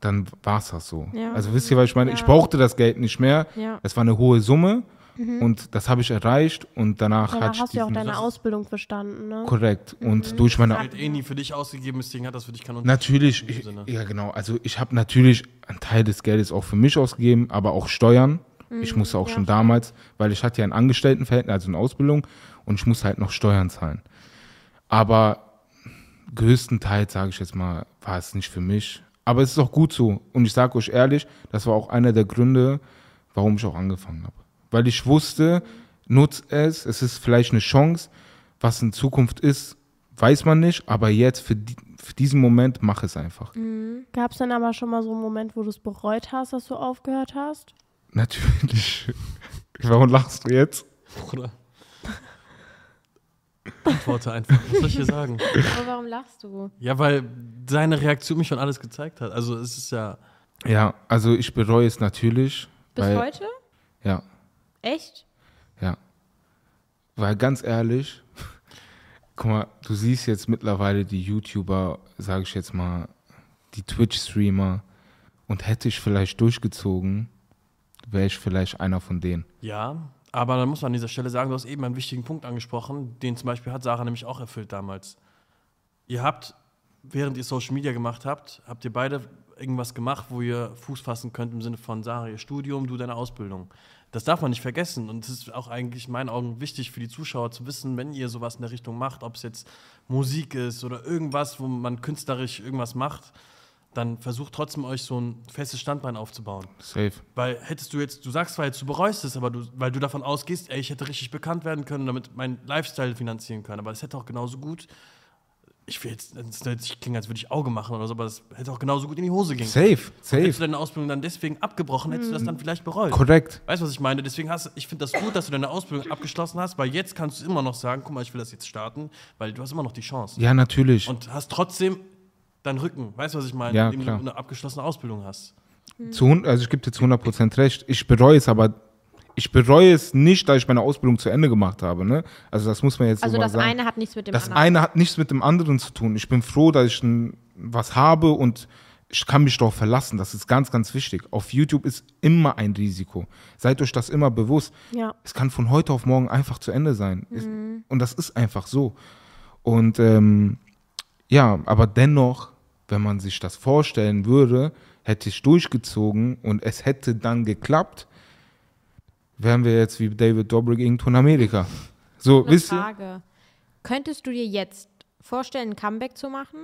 Speaker 2: dann war es das so.
Speaker 4: Ja.
Speaker 2: Also wisst ihr, was ich meine? Ich
Speaker 4: Ja.
Speaker 2: brauchte das Geld nicht mehr.
Speaker 4: Ja.
Speaker 2: [LAUGHS] Es war eine hohe Summe und das habe ich erreicht und danach,
Speaker 1: Danach
Speaker 2: hatte ich
Speaker 1: hast du Mhm. ja auch
Speaker 2: diesen-
Speaker 1: deine
Speaker 3: Das-
Speaker 1: Ausbildung verstanden, ne?
Speaker 2: korrekt. Und durch meine
Speaker 3: Geld eh nie für dich ausgegeben, deswegen hat das für dich keinen Unterschied.
Speaker 2: Natürlich,
Speaker 3: diesem
Speaker 2: ich,
Speaker 3: Sinne.
Speaker 2: ja genau. Also ich habe natürlich einen Teil des Geldes auch für mich ausgegeben, aber auch Steuern. Ich musste auch schon damals, weil ich hatte ja ein Angestelltenverhältnis, also eine Ausbildung, und ich musste halt noch Steuern zahlen. Aber größtenteils, sage ich jetzt mal, war es nicht für mich. Aber es ist auch gut so. Und ich sage euch ehrlich, das war auch einer der Gründe, warum ich auch angefangen habe. Weil ich wusste, nutz es, es ist vielleicht eine Chance. Was in Zukunft ist, weiß man nicht, aber jetzt für, die, für diesen Moment mach es einfach.
Speaker 4: Mhm.
Speaker 1: Gab es dann aber schon mal so einen Moment, wo du es bereut hast, dass du aufgehört hast?
Speaker 2: Natürlich. [LAUGHS] Warum lachst du jetzt?
Speaker 3: Bruder. Antworte einfach. Was soll ich hier
Speaker 4: [LAUGHS]
Speaker 3: sagen?
Speaker 4: Aber warum lachst du?
Speaker 3: Ja, weil seine Reaktion mich schon alles gezeigt hat. Also es ist ja.
Speaker 2: Ja, also ich bereue es natürlich.
Speaker 4: Bis
Speaker 2: weil,
Speaker 4: heute?
Speaker 2: Ja,
Speaker 4: Echt?
Speaker 2: ja. Weil ganz ehrlich, [LAUGHS] guck mal, du siehst jetzt mittlerweile die YouTuber, sage ich jetzt mal, die Twitch-Streamer. Und hätte ich vielleicht durchgezogen, wäre ich vielleicht einer von denen.
Speaker 3: Ja, aber dann muss man an dieser Stelle sagen, du hast eben einen wichtigen Punkt angesprochen, den zum Beispiel hat Sarah nämlich auch erfüllt damals. Ihr habt, während ihr Social Media gemacht habt, habt ihr beide irgendwas gemacht, wo ihr Fuß fassen könnt im Sinne von Sarah ihr Studium, du deine Ausbildung. Das darf man nicht vergessen und es ist auch eigentlich in meinen Augen wichtig für die Zuschauer zu wissen, wenn ihr sowas in der Richtung macht, ob es jetzt Musik ist oder irgendwas, wo man künstlerisch irgendwas macht, dann versucht trotzdem euch so ein festes Standbein aufzubauen.
Speaker 2: Safe.
Speaker 3: Weil hättest du jetzt, du sagst zwar jetzt, du bereust es, aber du, weil du davon ausgehst, ey, ich hätte richtig bekannt werden können, damit mein Lifestyle finanzieren können. Aber es hätte auch genauso gut, ich will jetzt, das ich klinge, als würde ich Auge machen oder so, aber es hätte auch genauso gut in die Hose gehen können.
Speaker 2: Safe,
Speaker 3: Hättest du
Speaker 2: safe.
Speaker 3: deine Ausbildung dann deswegen abgebrochen, hättest du das dann vielleicht bereut.
Speaker 2: Korrekt.
Speaker 3: Weißt du, was ich meine? Deswegen hast ich finde das gut, dass du deine Ausbildung abgeschlossen hast, weil jetzt kannst du immer noch sagen, guck mal, ich will das jetzt starten, weil du hast immer noch die Chance.
Speaker 2: Ja, natürlich.
Speaker 3: Und hast trotzdem deinen Rücken. Weißt du, was ich meine?
Speaker 2: Ja,
Speaker 3: Indem
Speaker 2: klar.
Speaker 3: du eine abgeschlossene Ausbildung hast.
Speaker 2: Zu, hun- also ich gebe dir zu 100% recht. Ich bereue es, aber ich bereue es nicht, da ich meine Ausbildung zu Ende gemacht habe. Ne? Also das muss man jetzt
Speaker 4: Also
Speaker 2: so mal
Speaker 4: das
Speaker 2: sagen.
Speaker 4: eine hat nichts mit dem
Speaker 2: das
Speaker 4: anderen.
Speaker 2: eine hat nichts mit dem anderen zu tun. Ich bin froh, dass ich ein, was habe und ich kann mich darauf verlassen. Das ist ganz, ganz wichtig. Auf YouTube ist immer ein Risiko. Seid euch das immer bewusst.
Speaker 1: Ja.
Speaker 2: Es kann von heute auf morgen einfach zu Ende sein. Es-
Speaker 4: Mhm.
Speaker 2: Und das ist einfach so. Und ähm, ja, aber dennoch, wenn man sich das vorstellen würde, hätte ich durchgezogen und es hätte dann geklappt, wären wir jetzt wie David Dobrik irgendwo in Amerika. So,
Speaker 4: eine
Speaker 2: wisst ihr?
Speaker 4: Frage. Könntest du dir jetzt vorstellen, ein Comeback zu machen?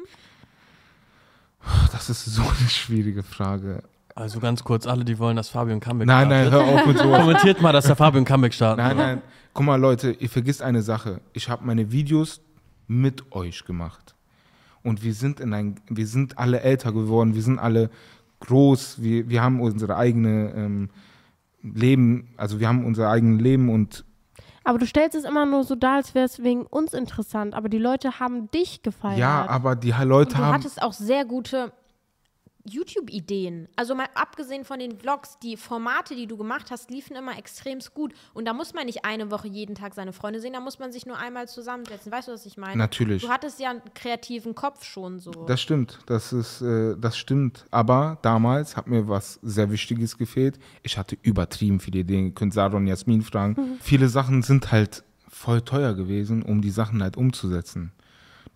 Speaker 2: Das ist so eine schwierige Frage.
Speaker 3: Also ganz kurz, alle, die wollen, dass Fabio ein Comeback
Speaker 2: Nein, nein,
Speaker 3: startet.
Speaker 2: hör auf mit sowas.
Speaker 3: Kommentiert mal, dass der Fabio ein Comeback starten
Speaker 2: Nein,
Speaker 3: soll.
Speaker 2: nein. Guck mal, Leute, ihr vergisst eine Sache. Ich habe meine Videos mit euch gemacht. Und wir sind in ein, wir sind alle älter geworden, wir sind alle groß, wir, wir haben unsere eigene ähm, Leben, also wir haben unser eigenes Leben und
Speaker 1: Aber du stellst es immer nur so dar, als wäre es wegen uns interessant. Aber die Leute haben dich gefeiert.
Speaker 2: ja, aber die
Speaker 4: Und
Speaker 2: Leute
Speaker 4: du
Speaker 2: haben.
Speaker 4: hattest auch sehr gute YouTube-Ideen. Also mal abgesehen von den Vlogs, die Formate, die du gemacht hast, liefen immer extrem gut. Und da muss man nicht eine Woche jeden Tag seine Freunde sehen, da muss man sich nur einmal zusammensetzen. Weißt du, was ich meine?
Speaker 2: Natürlich.
Speaker 4: Du hattest ja einen kreativen Kopf schon so.
Speaker 2: Das stimmt, das ist, äh, das stimmt. Aber damals hat mir was sehr Wichtiges gefehlt. Ich hatte übertrieben viele Ideen. Ihr könnt Sarah und Jasmin fragen.
Speaker 4: Mhm.
Speaker 2: Viele Sachen sind halt voll teuer gewesen, um die Sachen halt umzusetzen.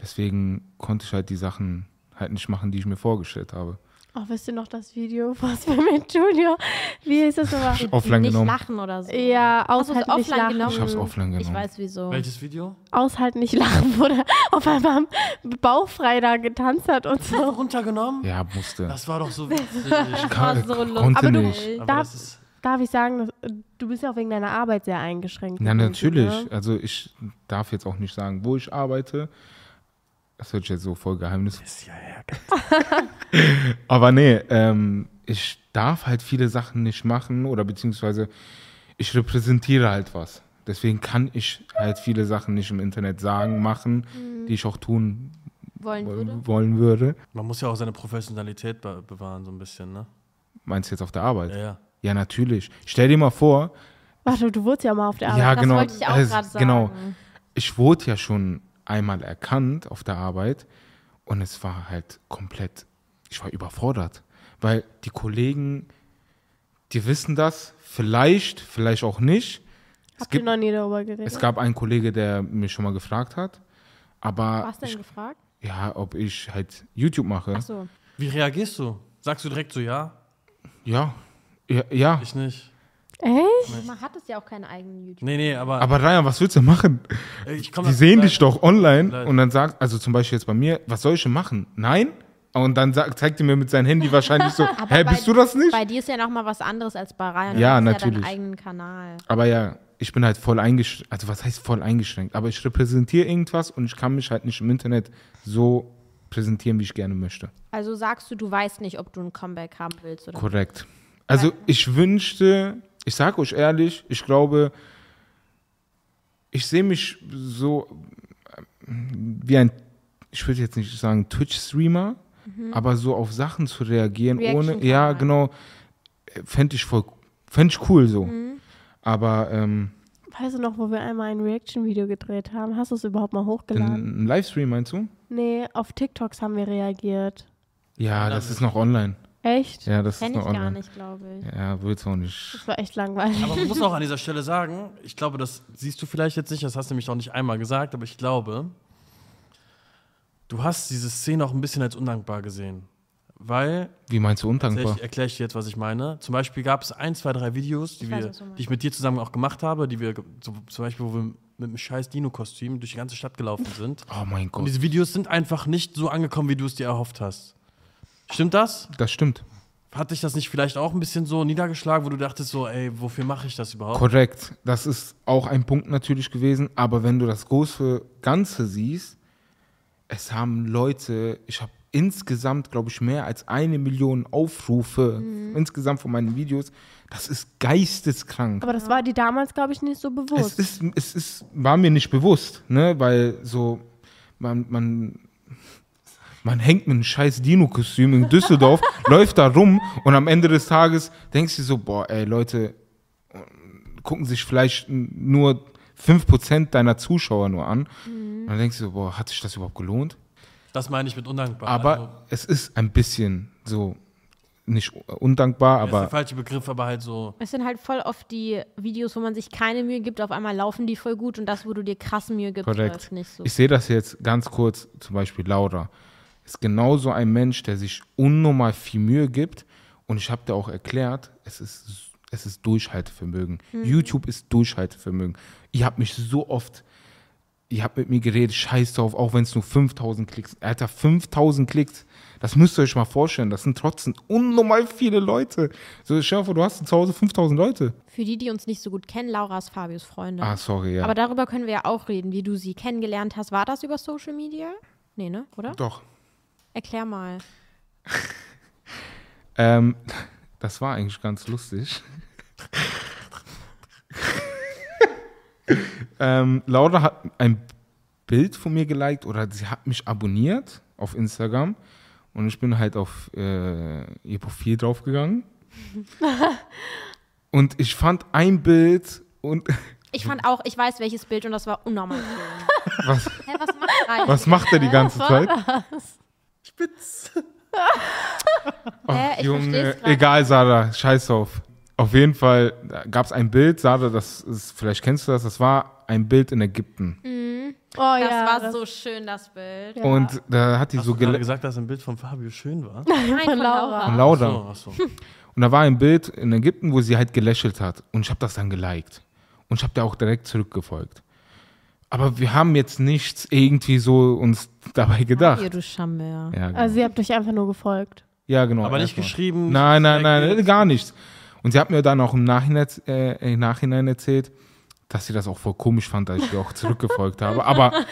Speaker 2: Deswegen konnte ich halt die Sachen halt nicht machen, die ich mir vorgestellt habe.
Speaker 1: Auch wisst ihr noch das Video, [LAUGHS] was wir mit Junior, wie hieß das nochmal?
Speaker 2: Offline
Speaker 4: Äh, nicht
Speaker 2: genommen.
Speaker 4: lachen oder so.
Speaker 1: Ja,
Speaker 4: Hast du es
Speaker 1: aushalten nicht
Speaker 4: offline
Speaker 1: lachen.
Speaker 4: genommen?
Speaker 2: Ich hab's offline
Speaker 4: Ich
Speaker 2: genommen.
Speaker 4: weiß wieso.
Speaker 3: Welches Video?
Speaker 1: Aushalten nicht lachen, wo der [LAUGHS] auf einmal am Bauchfrei da getanzt hat und so.
Speaker 3: Runtergenommen?
Speaker 2: Ja, musste.
Speaker 3: Das war doch [LAUGHS] so witzig.
Speaker 4: war
Speaker 2: Ka-
Speaker 4: so
Speaker 2: konnte
Speaker 4: lustig.
Speaker 1: Aber du-
Speaker 2: nicht.
Speaker 3: Aber
Speaker 1: Darf-
Speaker 3: das ist,
Speaker 1: Darf ich sagen, dass, äh, du bist ja auch wegen deiner Arbeit sehr eingeschränkt.
Speaker 2: Ja,
Speaker 1: gewesen,
Speaker 2: natürlich.
Speaker 1: ne?
Speaker 2: Also ich darf jetzt auch nicht sagen, wo ich arbeite. Das wird jetzt so voll geheimnisvoll.
Speaker 3: Ist ja Ärger.
Speaker 2: Aber nee, ähm, ich darf halt viele Sachen nicht machen oder beziehungsweise ich repräsentiere halt was. Deswegen kann ich halt viele Sachen nicht im Internet sagen, machen, die ich auch tun
Speaker 4: wollen würde.
Speaker 2: woll- wollen würde.
Speaker 3: Man muss ja auch seine Professionalität be bewahren, so ein bisschen, ne?
Speaker 2: Meinst du jetzt auf der Arbeit?
Speaker 3: Ja,
Speaker 2: Ja,
Speaker 3: ja.
Speaker 2: natürlich. Stell dir mal vor,
Speaker 1: Warte, du wurdest ja mal auf der Arbeit.
Speaker 2: ja
Speaker 4: das
Speaker 2: genau,
Speaker 4: wollte ich auch
Speaker 2: also,
Speaker 4: gerade sagen.
Speaker 2: genau. Ich wurde ja schon einmal erkannt auf der Arbeit und es war halt komplett, ich war überfordert, weil die Kollegen, die wissen das, vielleicht, vielleicht auch nicht.
Speaker 1: Habt ihr
Speaker 2: gibt-
Speaker 1: noch nie darüber
Speaker 2: Es
Speaker 1: geredet?
Speaker 2: gab einen Kollege, der mich schon mal gefragt hat, aber
Speaker 4: Was denn
Speaker 2: ich, Hm?
Speaker 4: gefragt?
Speaker 2: ja, ob ich halt YouTube mache.
Speaker 4: Achso.
Speaker 3: Wie reagierst du? Sagst du direkt so ja?
Speaker 2: Ja, ja, ja.
Speaker 3: Ich nicht.
Speaker 1: Echt?
Speaker 4: Man hat es ja auch keinen eigenen YouTube.
Speaker 3: Nee, nee, aber,
Speaker 2: aber Ryan, was willst du machen?
Speaker 3: äh, ich komm
Speaker 2: Die
Speaker 3: da-
Speaker 2: sehen
Speaker 3: Nein.
Speaker 2: dich doch online
Speaker 3: Leid.
Speaker 2: und dann sagt, also zum Beispiel jetzt bei mir, was soll ich denn machen? Nein? Und dann sagt, zeigt er mir mit seinem Handy wahrscheinlich
Speaker 4: [LAUGHS]
Speaker 2: so, hä,
Speaker 4: bei-
Speaker 2: bist du das nicht?
Speaker 4: Bei dir ist ja noch mal was anderes als bei
Speaker 2: Ja,
Speaker 4: Ryan. du hast ja deinen
Speaker 2: natürlich.
Speaker 4: eigenen Kanal.
Speaker 2: Aber ja, ich bin halt voll eingeschränkt, also was heißt voll eingeschränkt? Aber ich repräsentiere irgendwas und ich kann mich halt nicht im Internet so präsentieren, wie ich gerne möchte.
Speaker 4: Also sagst du, du weißt nicht, ob du ein Comeback haben willst oder
Speaker 2: Korrekt. Also ich wünschte, ich sage euch ehrlich, ich glaube, ich sehe mich so ähm, wie ein, ich würde jetzt nicht sagen Twitch-Streamer,
Speaker 4: Mhm.
Speaker 2: aber so auf Sachen zu reagieren, ohne,
Speaker 4: Reaction-Kanal.
Speaker 2: ja genau, fände ich voll, fände ich cool so.
Speaker 4: Mhm.
Speaker 2: Aber ähm,
Speaker 1: Weißt du noch, wo wir einmal ein Reaction-Video gedreht haben? Hast du es überhaupt mal hochgeladen?
Speaker 2: ein ein Livestream meinst du?
Speaker 1: Nee, auf TikToks haben wir reagiert.
Speaker 2: Ja, das ist noch online.
Speaker 1: Echt?
Speaker 2: Ja, das ist
Speaker 4: Kenne
Speaker 2: noch
Speaker 4: ich gar
Speaker 2: online.
Speaker 4: nicht, glaube ich.
Speaker 2: Ja, willst du auch nicht.
Speaker 1: Das war echt langweilig.
Speaker 3: Aber man muss auch an dieser Stelle sagen, ich glaube, das siehst du vielleicht jetzt nicht, das hast du nämlich noch nicht einmal gesagt, aber ich glaube, du hast diese Szene auch ein bisschen als undankbar gesehen. Weil,
Speaker 2: Wie meinst du undankbar?
Speaker 3: erkläre ich, erklär ich dir jetzt, was ich meine. Zum Beispiel gab es ein, zwei, drei Videos, die,
Speaker 4: Ich weiß,
Speaker 3: wir,
Speaker 4: was du meinst.
Speaker 3: die ich mit dir zusammen auch gemacht habe, die wir ge- so, zum Beispiel, wo wir mit einem scheiß Dino-Kostüm durch die ganze Stadt
Speaker 4: [LAUGHS]
Speaker 3: gelaufen sind.
Speaker 2: Oh mein
Speaker 3: Und
Speaker 2: Gott,
Speaker 3: diese Videos sind einfach nicht so angekommen, wie du es dir erhofft hast. Stimmt das?
Speaker 2: das stimmt.
Speaker 3: Hat dich das nicht vielleicht auch ein bisschen so niedergeschlagen, wo du dachtest so, ey, wofür mache ich das überhaupt?
Speaker 2: Korrekt. Das ist auch ein Punkt natürlich gewesen. Aber wenn du das große Ganze siehst, es haben Leute, ich habe insgesamt, glaube ich, mehr als eine Million Aufrufe insgesamt von meinen Videos. Das ist geisteskrank.
Speaker 1: Aber das war die damals, glaube ich, nicht so
Speaker 2: Es
Speaker 1: bewusst.
Speaker 2: ist, es ist, war mir nicht bewusst, ne? Weil so, man, man, man hängt mit einem scheiß Dino-Kostüm in Düsseldorf, läuft da rum und am Ende des Tages denkst du so, boah, ey, Leute, gucken sich vielleicht nur 5% deiner Zuschauer nur an. Und dann denkst du so, boah, hat sich das überhaupt gelohnt?
Speaker 3: Das meine ich mit undankbar.
Speaker 2: Aber
Speaker 3: Also,
Speaker 2: es ist ein bisschen so, nicht undankbar,
Speaker 3: Das ist
Speaker 2: aber
Speaker 3: der falsche Begriff, aber halt so.
Speaker 4: Es sind halt voll oft die Videos, wo man sich keine Mühe gibt, auf einmal laufen die voll gut und das, wo du dir krass Mühe gibst,
Speaker 2: Korrekt.
Speaker 4: läuft nicht so.
Speaker 2: Ich sehe das jetzt ganz kurz, zum Beispiel Laura. Ist genauso ein Mensch, der sich unnormal viel Mühe gibt. Und ich habe dir auch erklärt, es ist, es ist Durchhaltevermögen.
Speaker 4: Hm.
Speaker 2: YouTube ist Durchhaltevermögen. Ihr habt mich so oft, ihr habt mit mir geredet, scheiß drauf, auch wenn es nur 5000 Klicks sind. Alter, 5000 Klicks. Das müsst ihr euch mal vorstellen. Das sind trotzdem unnormal viele Leute. So, stell dir vor, du hast zu Hause 5000 Leute.
Speaker 4: Für die, die uns nicht so gut kennen, Laura ist Fabius Freundin.
Speaker 2: Ah, sorry, ja.
Speaker 4: Aber darüber können wir ja auch reden, wie du sie kennengelernt hast. War das über Social Media? Nee, ne? Oder?
Speaker 2: Doch.
Speaker 4: Erklär mal.
Speaker 2: Ähm, [LAUGHS] das war eigentlich ganz lustig. [LAUGHS] ähm, Laura hat ein Bild von mir geliked oder sie hat mich abonniert auf Instagram und ich bin halt auf äh, ihr Profil draufgegangen. und ich fand ein Bild und
Speaker 4: Ich fand auch, ich weiß welches Bild und das war unnormal
Speaker 2: [LAUGHS]
Speaker 4: schön.
Speaker 2: was,
Speaker 4: Hä, was macht Ralf?
Speaker 2: was macht er die ganze Zeit?
Speaker 4: Hä? Ich versteh's grad
Speaker 2: egal, Sarah, scheiß auf. Auf jeden Fall gab es ein Bild, Sarah, das ist, vielleicht kennst du das, das war ein Bild in Ägypten.
Speaker 1: oh ja.
Speaker 4: Das war so schön, das Bild.
Speaker 1: Ja.
Speaker 2: Und da hat die
Speaker 3: Hast
Speaker 2: so
Speaker 3: du gerade
Speaker 2: gele
Speaker 3: gesagt, dass ein Bild von Fabio schön
Speaker 2: [LAUGHS]
Speaker 3: war?
Speaker 4: Nein, von Laura.
Speaker 2: von Lauda.
Speaker 3: So, ach so.
Speaker 2: Und da war ein Bild in Ägypten, wo sie halt gelächelt hat. Und ich habe das dann geliked. Und ich habe da auch direkt zurückgefolgt. Aber wir haben jetzt nichts irgendwie so uns dabei
Speaker 4: Hier,
Speaker 2: gedacht.
Speaker 4: du Schammer.
Speaker 2: Ja, genau.
Speaker 1: Also ihr habt euch einfach nur gefolgt.
Speaker 2: ja, genau
Speaker 3: Aber nicht
Speaker 2: erstmal.
Speaker 3: geschrieben.
Speaker 2: Nein,
Speaker 3: nicht
Speaker 2: nein, nein,
Speaker 3: reagiert.
Speaker 2: gar nichts. Und sie hat mir dann auch im Nachhinein, äh, im Nachhinein [LAUGHS] erzählt, dass sie das auch voll komisch fand, dass ich ihr auch zurückgefolgt habe. Aber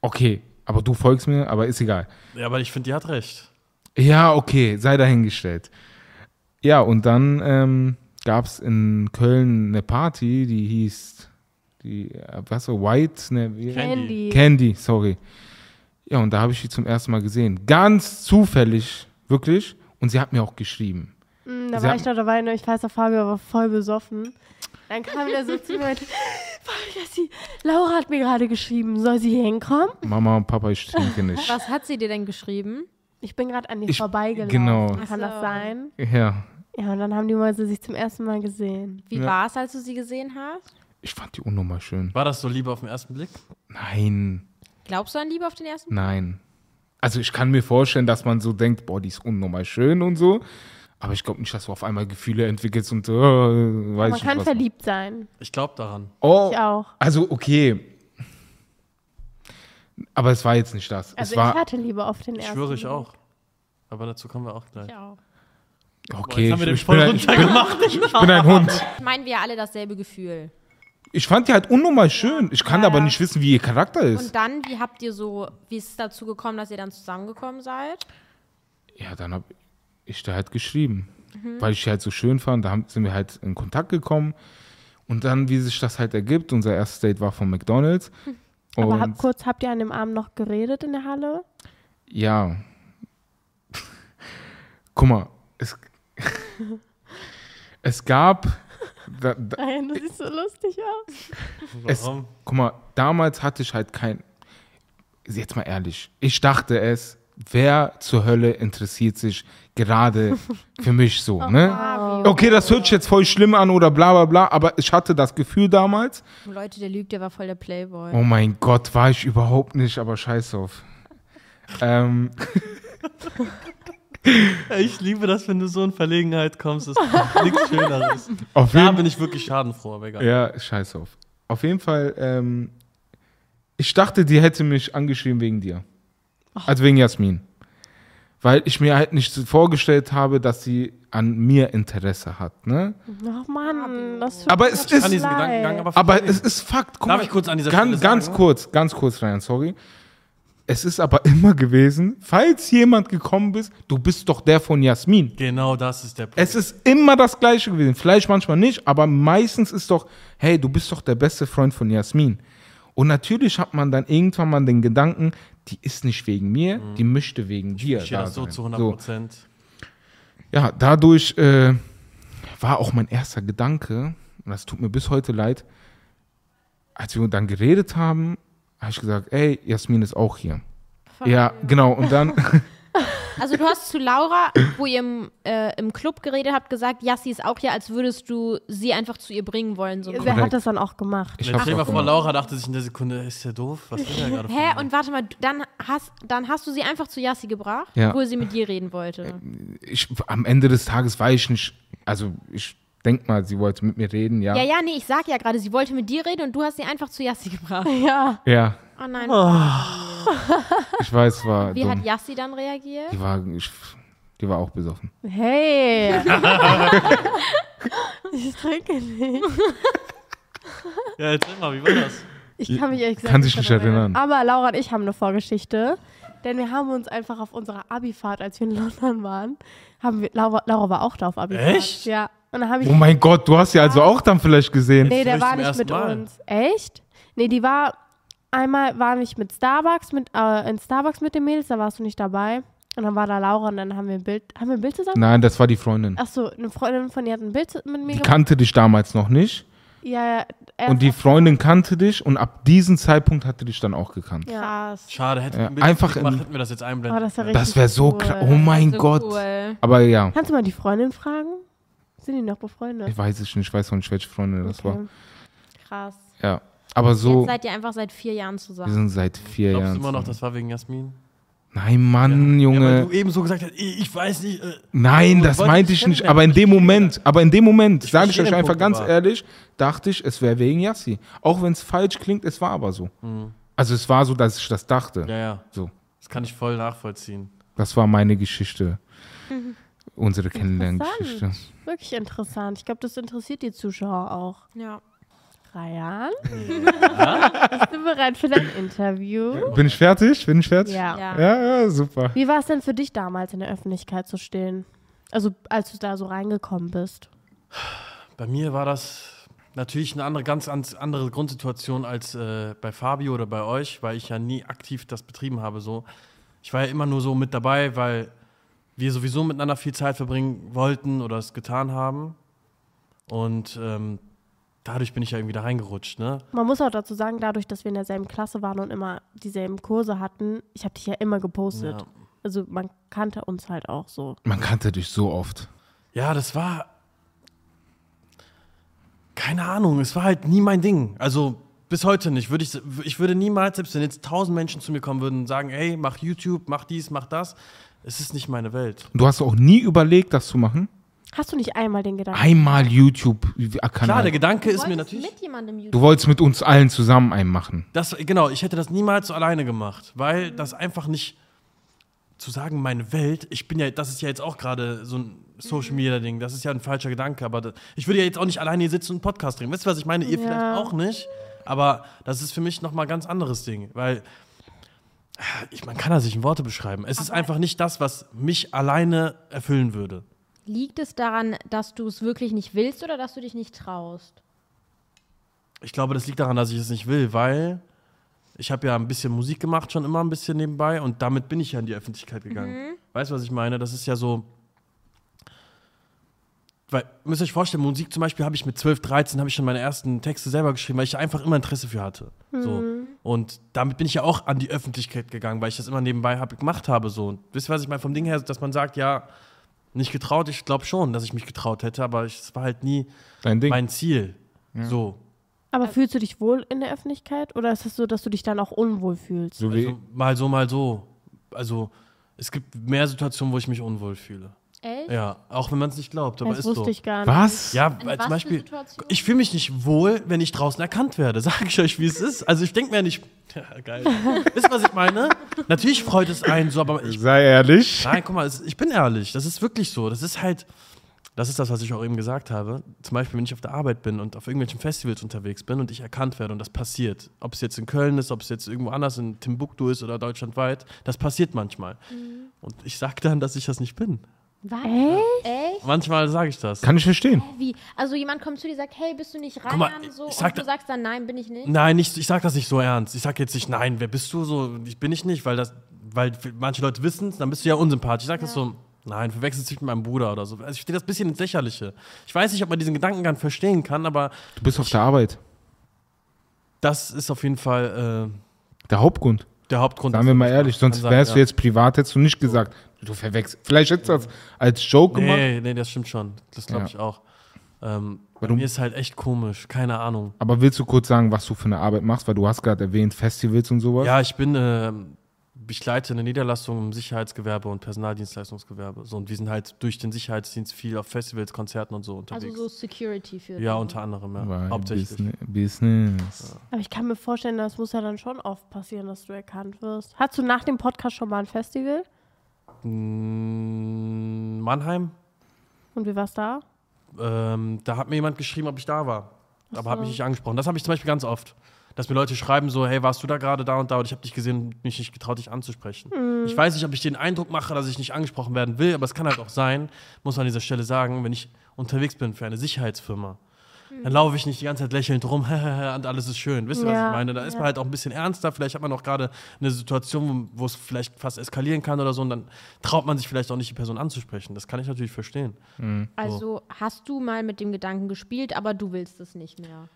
Speaker 2: okay, Aber du folgst mir, aber ist egal.
Speaker 3: Ja, aber ich finde, die hat recht.
Speaker 2: Ja, okay, sei dahingestellt. Ja, und dann ähm, gab es in Köln eine Party, die hieß, die, äh, was, so White, ne, wie?
Speaker 1: Candy.
Speaker 2: Candy, sorry. Ja, und da habe ich sie zum ersten Mal gesehen. Ganz zufällig, wirklich. Und sie hat mir auch geschrieben.
Speaker 1: Mm, Da
Speaker 2: Sie
Speaker 1: war
Speaker 2: hat-
Speaker 1: ich noch dabei und ich weiß noch, Fabio war voll besoffen. Dann kam der so zu mir
Speaker 2: [LAUGHS]
Speaker 1: und Fabio, sie, Laura hat mir gerade geschrieben, soll sie hier hinkommen?
Speaker 2: Mama und Papa, ich trinke nicht.
Speaker 4: Was hat sie dir denn geschrieben?
Speaker 1: Ich bin gerade an ihr
Speaker 2: Ich-
Speaker 1: vorbeigelaufen.
Speaker 2: genau.
Speaker 1: Kann
Speaker 4: Ach
Speaker 1: das
Speaker 4: so.
Speaker 1: sein?
Speaker 2: Ja,
Speaker 1: Ja, und dann haben die Mäuse sich zum ersten Mal gesehen.
Speaker 4: Wie
Speaker 2: Ja.
Speaker 4: war es, als du sie gesehen hast?
Speaker 2: ich fand die unnormal schön.
Speaker 3: War das so Liebe auf den ersten Blick?
Speaker 2: Nein,
Speaker 4: Glaubst du an Liebe auf den ersten
Speaker 2: nein. Also ich kann mir vorstellen, dass man so denkt, boah, die ist unnormal schön und so. Aber ich glaube nicht, dass du auf einmal Gefühle entwickelst und äh, weiß
Speaker 1: Man
Speaker 2: ich
Speaker 1: kann
Speaker 2: was.
Speaker 1: verliebt sein.
Speaker 3: Ich glaube daran.
Speaker 2: Oh,
Speaker 1: Ich auch.
Speaker 2: also okay. Aber es war jetzt nicht das.
Speaker 1: Also
Speaker 2: es war,
Speaker 1: ich hatte lieber auf den
Speaker 3: Ich
Speaker 1: ersten.
Speaker 3: schwöre ich auch. Aber dazu kommen wir auch gleich.
Speaker 4: Blick? Ja.
Speaker 3: Boah,
Speaker 2: okay,
Speaker 3: jetzt haben wir den
Speaker 2: ich, ich,
Speaker 3: voll
Speaker 2: bin ein, ich
Speaker 3: runtergemacht.
Speaker 2: bin ein Hund.
Speaker 4: Meinen wir alle dasselbe Gefühl.
Speaker 2: Ich fand die halt unnormal schön. Ich kann
Speaker 4: Ja.
Speaker 2: aber nicht wissen, wie ihr Charakter ist.
Speaker 4: Und dann, wie habt ihr so, wie ist es dazu gekommen, dass ihr dann zusammengekommen seid?
Speaker 2: Ja, dann hab ich da halt geschrieben, weil ich die halt so schön fand. Da haben, sind wir halt in Kontakt gekommen. Und dann, wie sich das halt ergibt, unser erstes Date war von McDonalds.
Speaker 1: Aber
Speaker 2: Und
Speaker 1: hab, kurz habt ihr an dem Abend noch geredet in der
Speaker 2: [LAUGHS]
Speaker 1: Halle?
Speaker 2: ja. [LAUGHS] Guck mal, es, [LAUGHS] es gab. Da, da,
Speaker 1: Nein, das sieht so lustig aus.
Speaker 3: [LAUGHS]
Speaker 2: Es-
Speaker 3: Warum?
Speaker 2: Guck mal, damals hatte ich halt kein. Jetzt mal ehrlich, ich dachte es, wer zur Hölle interessiert sich gerade für mich so, ne?
Speaker 4: Fabio.
Speaker 2: Okay, das hört sich jetzt voll schlimm an oder bla bla bla, aber ich hatte das Gefühl damals,
Speaker 4: Leute, der lügt, der war voll der Playboy.
Speaker 2: oh mein Gott, war ich überhaupt nicht, aber scheiß auf. Ähm,
Speaker 3: Ich liebe das, wenn du so in Verlegenheit kommst. Es
Speaker 1: [LAUGHS]
Speaker 3: nichts Schöneres.
Speaker 2: auf
Speaker 3: Da
Speaker 2: jeden
Speaker 3: bin ich wirklich schadenfroh, aber egal.
Speaker 2: Ja, scheiß auf. Auf jeden Fall, ähm, ich dachte, die hätte mich angeschrieben wegen dir. Also wegen Jasmin. Weil ich mir halt nicht so vorgestellt habe, dass sie an mir Interesse hat. Ne?
Speaker 1: Ach Mann, das tut
Speaker 2: Aber
Speaker 1: mir
Speaker 2: es
Speaker 1: total
Speaker 2: ist-
Speaker 3: Kann diesen
Speaker 1: leid.
Speaker 3: Gedankengang aber
Speaker 2: Aber
Speaker 3: verstehen.
Speaker 2: es ist Fakt. Guck
Speaker 3: Darf
Speaker 2: mal,
Speaker 3: ich kurz an dieser
Speaker 2: ganz,
Speaker 3: Stelle
Speaker 2: Ganz
Speaker 3: sagen?
Speaker 2: kurz, ganz kurz, Ryan, sorry. Es ist aber [LAUGHS] immer gewesen, falls jemand gekommen ist, du bist doch der von Jasmin.
Speaker 3: Genau das ist der Punkt.
Speaker 2: Es ist immer das Gleiche gewesen. Vielleicht manchmal nicht, aber meistens ist doch, hey, du bist doch der beste Freund von Jasmin. Und natürlich hat man dann irgendwann mal den Gedanken, die ist nicht wegen mir, die möchte wegen dir.
Speaker 3: Mhm. ich stehe
Speaker 2: da
Speaker 3: das so
Speaker 2: sein.
Speaker 3: zu 100 Prozent.
Speaker 2: Ja, dadurch äh, war auch mein erster Gedanke, und das tut mir bis heute leid, als wir dann geredet haben, habe ich gesagt, ey, Jasmin ist auch hier. Ja, genau. Und dann, [LAUGHS]
Speaker 4: Also du hast zu Laura, wo ihr im, äh, im Club geredet habt, gesagt, ja, sie ist auch hier, als würdest du sie einfach zu ihr bringen wollen. So ein-
Speaker 1: Wer
Speaker 2: Korrekt.
Speaker 1: hat das dann auch gemacht?
Speaker 2: ich
Speaker 3: Jetzt stell dir mal
Speaker 2: habe
Speaker 3: vor, Laura dachte sich in der Sekunde, ist der doof? Was will der
Speaker 1: [LAUGHS]
Speaker 3: gerade von
Speaker 4: Hä?
Speaker 3: mir?
Speaker 4: Und warte mal, du- dann hast, dann hast du sie einfach zu Yassi gebracht,
Speaker 2: Ja.
Speaker 4: obwohl sie mit dir reden wollte.
Speaker 2: ich, am Ende des Tages war ich nicht, also ich denke mal, sie wollte mit mir reden, ja.
Speaker 4: Ja, ja, nee, ich sag ja gerade, sie wollte mit dir reden und du hast sie einfach zu Yassi gebracht.
Speaker 1: Ja,
Speaker 2: Ja,
Speaker 4: Oh nein.
Speaker 2: ich weiß,
Speaker 4: [LAUGHS]
Speaker 2: war
Speaker 4: Wie hat
Speaker 2: dumm.
Speaker 4: Yassi dann reagiert?
Speaker 2: Die war, ich, die war auch besoffen.
Speaker 1: [LAUGHS] hey. ich trinke nicht.
Speaker 3: [LAUGHS] Ja, erzähl mal, wie war das?
Speaker 1: Ich kann mich ehrlich gesagt
Speaker 2: Kann sich nicht
Speaker 1: daran
Speaker 2: erinnern.
Speaker 1: Aber Laura und ich haben eine Vorgeschichte, denn wir haben uns einfach auf unserer Abi-Fahrt, als wir in London waren, haben wir Laura, Laura war auch da auf Abi-Fahrt.
Speaker 3: Echt?
Speaker 1: Ja. Und dann habe ich
Speaker 2: Oh mein Gott, du hast sie also auch dann vielleicht gesehen.
Speaker 1: Nee, der
Speaker 3: Vielleicht
Speaker 1: war
Speaker 3: zum
Speaker 1: nicht
Speaker 3: ersten
Speaker 1: mit
Speaker 3: Mal.
Speaker 1: uns. Echt? Nee, die war einmal war ich mit Starbucks mit äh, in Starbucks mit den Mädels, da warst du nicht dabei. Und dann war da Laura und dann haben wir ein Bild, haben wir ein Bild zusammen?
Speaker 2: Nein, das war die Freundin.
Speaker 1: Ach so, eine Freundin von ihr hat ein Bild zu- mit mir
Speaker 2: Hm. Die
Speaker 1: gemacht.
Speaker 2: kannte dich damals noch nicht.
Speaker 1: Ja, ja, erst
Speaker 2: Und die
Speaker 1: ab-
Speaker 2: Freundin kannte dich und ab diesem Zeitpunkt hatte dich dann auch gekannt.
Speaker 1: ja.
Speaker 4: Krass.
Speaker 3: Schade, hätten,
Speaker 2: Ja,
Speaker 3: wir ein bisschen
Speaker 2: einfach
Speaker 3: gemacht,
Speaker 2: in-
Speaker 3: hätten wir das jetzt
Speaker 1: Oh,
Speaker 3: einblenden.
Speaker 1: das war richtig
Speaker 2: Das wäre so
Speaker 1: cool.
Speaker 2: krass. Oh mein
Speaker 4: So
Speaker 2: Gott.
Speaker 4: Also Cool.
Speaker 2: Aber ja,
Speaker 1: Kannst du mal die Freundin fragen? Sind die noch befreundet?
Speaker 2: ich weiß es nicht, ich weiß auch nicht, welche Freundin das war.
Speaker 1: Okay.
Speaker 4: Krass.
Speaker 2: Ja, aber so,
Speaker 4: Jetzt seid ihr einfach seit vier Jahren
Speaker 2: wir
Speaker 4: zusammen.
Speaker 2: sind seit vier
Speaker 3: Glaubst
Speaker 2: Jahren.
Speaker 3: du immer noch,
Speaker 2: zusammen.
Speaker 3: das war wegen Jasmin?
Speaker 2: Nein, Mann,
Speaker 3: Ja,
Speaker 2: Junge.
Speaker 3: weil du eben so gesagt hast, ich ich weiß nicht. Äh,
Speaker 2: Nein,
Speaker 3: Du
Speaker 2: das
Speaker 3: wolltest
Speaker 2: meinte
Speaker 3: dich
Speaker 2: ich nicht.
Speaker 3: kennenlernen.
Speaker 2: Aber in dem Moment, aber in dem Moment,
Speaker 3: Ich
Speaker 2: sage ich
Speaker 3: verstehe
Speaker 2: euch
Speaker 3: den
Speaker 2: einfach
Speaker 3: Punkt
Speaker 2: ganz
Speaker 3: aber.
Speaker 2: ehrlich, dachte ich, es wäre wegen Yassi. Auch wenn es falsch klingt, es war aber so. Also es war so, dass ich das dachte.
Speaker 3: Mhm. ja, ja.
Speaker 2: So,
Speaker 3: Das kann ich voll nachvollziehen.
Speaker 2: das war meine Geschichte.
Speaker 1: Mhm.
Speaker 2: Unsere Kennenlerngeschichte.
Speaker 1: Wirklich interessant. Ich glaube, das interessiert die Zuschauer auch.
Speaker 4: Ja.
Speaker 1: Rayan, bist du bereit für dein Interview?
Speaker 2: Bin ich fertig? Bin ich fertig?
Speaker 1: Ja.
Speaker 4: Ja.
Speaker 2: Ja, ja, super.
Speaker 1: Wie war es denn für dich damals in der Öffentlichkeit zu stehen? Also als du da so reingekommen bist.
Speaker 3: Bei mir war das natürlich eine andere, ganz ans- andere Grundsituation als äh, bei Fabio oder bei euch, weil ich ja nie aktiv das betrieben habe. So. Ich war ja immer nur so mit dabei, weil wir sowieso miteinander viel Zeit verbringen wollten oder es getan haben. Und ähm, dadurch bin ich ja irgendwie da reingerutscht. Ne?
Speaker 1: Man muss auch dazu sagen, dadurch, dass wir in derselben Klasse waren und immer dieselben Kurse hatten, ich habe dich ja immer gepostet.
Speaker 3: Ja.
Speaker 1: Also man kannte uns halt auch so.
Speaker 2: Man kannte dich so oft.
Speaker 3: Ja, das war. Keine Ahnung, es war halt nie mein Ding. Also bis heute nicht. Würde ich, ich würde niemals, selbst wenn jetzt tausend Menschen zu mir kommen würden und sagen, ey, mach YouTube, mach dies, mach das. Es ist nicht meine Welt.
Speaker 2: Du hast auch nie überlegt, das zu machen?
Speaker 1: Hast du nicht einmal den Gedanken?
Speaker 2: Einmal
Speaker 3: Klar, der
Speaker 2: YouTube-Kanal.
Speaker 3: Gedanke ist
Speaker 4: Wolltest
Speaker 3: mir natürlich.
Speaker 4: mit jemandem
Speaker 2: Du
Speaker 4: YouTube.
Speaker 2: wolltest mit uns allen zusammen einen machen.
Speaker 3: Das, genau, ich hätte das niemals so alleine gemacht, weil das einfach nicht zu sagen, meine Welt, ich bin ja, das ist ja jetzt auch gerade so ein Social Media Ding, das ist ja ein falscher Gedanke, aber da, ich würde ja jetzt auch nicht alleine hier sitzen und einen Podcast drehen. Wisst ihr, was ich meine? Ihr
Speaker 1: Ja.
Speaker 3: vielleicht auch nicht, aber das ist für mich nochmal ein ganz anderes Ding, weil äh, ich, man kann das nicht in Worte beschreiben. Es ist einfach nicht das, was mich alleine erfüllen würde.
Speaker 4: Liegt es daran, dass du es wirklich nicht willst oder dass du dich nicht traust?
Speaker 3: Ich glaube, das liegt daran, dass ich es nicht will, weil ich habe ja ein bisschen Musik gemacht, schon immer ein bisschen nebenbei und damit bin ich ja in die Öffentlichkeit gegangen. Weißt du, was ich meine? Das ist ja so. Weil, müsst ihr euch vorstellen, Musik zum Beispiel habe ich mit 12, 13 habe ich schon meine ersten Texte selber geschrieben, weil ich einfach immer Interesse für hatte. So. Und damit bin ich ja auch an die Öffentlichkeit gegangen, weil ich das immer nebenbei hab, gemacht habe. So. Und wisst ihr, was ich meine? Vom Ding her, dass man sagt, ja, nicht getraut, ich glaube schon, dass ich mich getraut hätte, aber ich- es war halt nie
Speaker 2: Dein Ding.
Speaker 3: mein Ziel. So.
Speaker 2: Ah.
Speaker 1: Aber fühlst du dich wohl in der Öffentlichkeit oder ist es so, dass du dich dann auch unwohl fühlst?
Speaker 2: so wie,
Speaker 3: Also, mal so, mal so. Also es gibt mehr Situationen, wo ich mich unwohl fühle.
Speaker 4: Echt?
Speaker 3: Ja, auch wenn man es nicht glaubt, aber
Speaker 1: das
Speaker 3: ist
Speaker 1: wusste
Speaker 3: so.
Speaker 1: ich gar nicht.
Speaker 2: was?
Speaker 3: Ja,
Speaker 4: In
Speaker 3: weil
Speaker 4: was
Speaker 3: zum
Speaker 4: für
Speaker 3: Beispiel,
Speaker 4: Situationen?
Speaker 3: ich fühle mich nicht wohl, wenn ich draußen erkannt werde. [LAUGHS] Sag ich euch, wie es ist. Also ich denke mir ja nicht, [LAUGHS] ja,
Speaker 1: [LAUGHS]
Speaker 3: geil. Wisst ihr, was ich meine? Natürlich freut es einen so, aber ich
Speaker 2: Sei ehrlich.
Speaker 3: [LAUGHS] Nein, guck mal, es, ich bin ehrlich. Das ist wirklich so. Das ist halt. Das ist das, was ich auch eben gesagt habe. Zum Beispiel, wenn ich auf der Arbeit bin und auf irgendwelchen Festivals unterwegs bin und ich erkannt werde und das passiert. Ob es jetzt in Köln ist, ob es jetzt irgendwo anders in Timbuktu ist oder deutschlandweit, das passiert manchmal. Und ich sage dann, dass ich das nicht bin.
Speaker 4: Was?
Speaker 1: Echt?
Speaker 4: Echt?
Speaker 3: Manchmal sage ich das.
Speaker 2: Kann ich verstehen.
Speaker 4: Wie? Also jemand kommt zu dir und sagt, hey, bist du nicht
Speaker 3: Guck mal,
Speaker 4: Ryan? So,
Speaker 3: ich sag
Speaker 4: und du
Speaker 3: da-
Speaker 4: sagst dann, nein, bin ich nicht.
Speaker 3: Nein, nicht, ich sage das nicht so ernst. Ich sage jetzt nicht, nein, wer bist du so? Ich bin ich nicht, weil das, weil manche Leute wissen es, dann bist du ja unsympathisch. Ich sage das so, nein, verwechselst dich mit meinem Bruder oder so. Also ich stehe das ein bisschen ins Lächerliche. Ich weiß nicht, ob man diesen Gedankengang verstehen kann, aber
Speaker 2: Du bist auf der Arbeit.
Speaker 3: das ist auf jeden Fall
Speaker 2: Der Hauptgrund.
Speaker 3: äh, der Hauptgrund.
Speaker 2: Seien wir mal ehrlich, sonst
Speaker 3: Kann sein,
Speaker 2: wärst du
Speaker 3: ja.
Speaker 2: jetzt privat, hättest du nicht gesagt, du verwechselst. Vielleicht hättest du das als Joke gemacht,
Speaker 3: Nee, nee, das stimmt schon. Das glaube
Speaker 2: Ja.
Speaker 3: ich auch. Ähm, bei
Speaker 2: Warum?
Speaker 3: mir ist halt echt komisch, keine Ahnung.
Speaker 2: aber willst du kurz sagen, was du für eine Arbeit machst? Weil du hast gerade erwähnt, Festivals und sowas.
Speaker 3: Ja, ich bin, ähm, ich leite eine Niederlassung im Sicherheitsgewerbe und Personaldienstleistungsgewerbe. So, und wir sind halt durch den Sicherheitsdienst viel auf Festivals, Konzerten und so unterwegs.
Speaker 4: Also so Security für
Speaker 3: Ja, unter anderem, ja.
Speaker 2: Weil
Speaker 3: Hauptsächlich.
Speaker 2: Business. Business.
Speaker 1: Aber ich kann mir vorstellen, das muss ja dann schon oft passieren, dass du erkannt wirst. Hattest du nach dem Podcast schon mal ein Festival?
Speaker 3: Mm, Mannheim,
Speaker 1: Und wie war's da?
Speaker 3: ähm, da hat mir jemand geschrieben, ob ich da war. Aber hat
Speaker 1: so.
Speaker 3: mich nicht angesprochen. Das habe ich zum Beispiel ganz oft. Dass mir Leute schreiben so, hey, warst du da gerade da und da und ich habe dich gesehen und mich nicht getraut, dich anzusprechen.
Speaker 1: Hm.
Speaker 3: Ich weiß nicht, ob ich den Eindruck mache, dass ich nicht angesprochen werden will, aber es kann halt auch sein, muss man an dieser Stelle sagen, wenn ich unterwegs bin für eine Sicherheitsfirma,
Speaker 1: Hm.
Speaker 3: dann laufe ich nicht die ganze Zeit lächelnd rum [LAUGHS] und alles ist schön. Wisst ihr, was
Speaker 1: Ja,
Speaker 3: ich meine? Da ist
Speaker 1: ja.
Speaker 3: man halt auch ein bisschen ernster. Vielleicht hat man auch gerade eine Situation, wo es vielleicht fast eskalieren kann oder so und dann traut man sich vielleicht auch nicht, die Person anzusprechen. Das kann ich natürlich verstehen.
Speaker 4: Also hast du mal mit dem Gedanken gespielt, aber du willst es nicht mehr.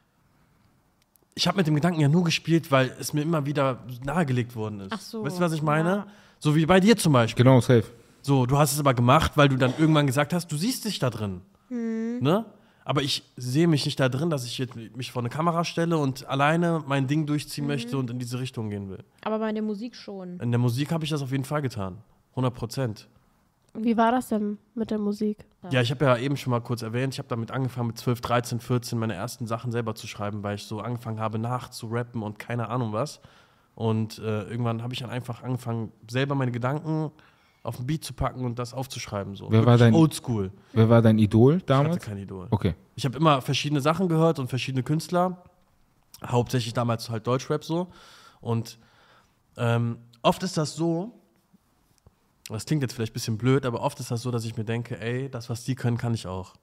Speaker 3: ich habe mit dem Gedanken ja nur gespielt, weil es mir immer wieder nahegelegt worden ist.
Speaker 4: Ach so,
Speaker 3: Weißt du, was ich meine?
Speaker 4: ja.
Speaker 3: So wie bei dir zum Beispiel.
Speaker 2: Genau, safe.
Speaker 3: So, du hast es aber gemacht, weil du dann irgendwann gesagt hast, du siehst dich da drin.
Speaker 4: Hm.
Speaker 3: Ne? Aber ich sehe mich nicht da drin, dass ich jetzt mich vor eine Kamera stelle und alleine mein Ding durchziehen
Speaker 4: Hm.
Speaker 3: möchte und in diese Richtung gehen will.
Speaker 4: Aber bei der Musik schon.
Speaker 3: In der Musik habe ich das auf jeden Fall getan. 100 Prozent.
Speaker 1: Wie war das denn mit der Musik?
Speaker 3: Ja, ich habe ja eben schon mal kurz erwähnt, ich habe damit angefangen mit 12, 13, 14 meine ersten Sachen selber zu schreiben, weil ich so angefangen habe nachzurappen und keine Ahnung was. Und äh, irgendwann habe ich dann einfach angefangen, selber meine Gedanken auf den Beat zu packen und das aufzuschreiben. So.
Speaker 2: Wer war dein-
Speaker 3: Oldschool.
Speaker 2: Wer war dein Idol
Speaker 3: Ich hatte
Speaker 2: damals?
Speaker 3: kein Idol.
Speaker 2: Okay.
Speaker 3: Ich habe immer verschiedene Sachen gehört und verschiedene Künstler. hauptsächlich damals halt Deutschrap so. Und ähm, oft ist das so, das klingt jetzt vielleicht ein bisschen blöd, aber oft ist das so, dass ich mir denke, ey, das, was die können, kann ich auch.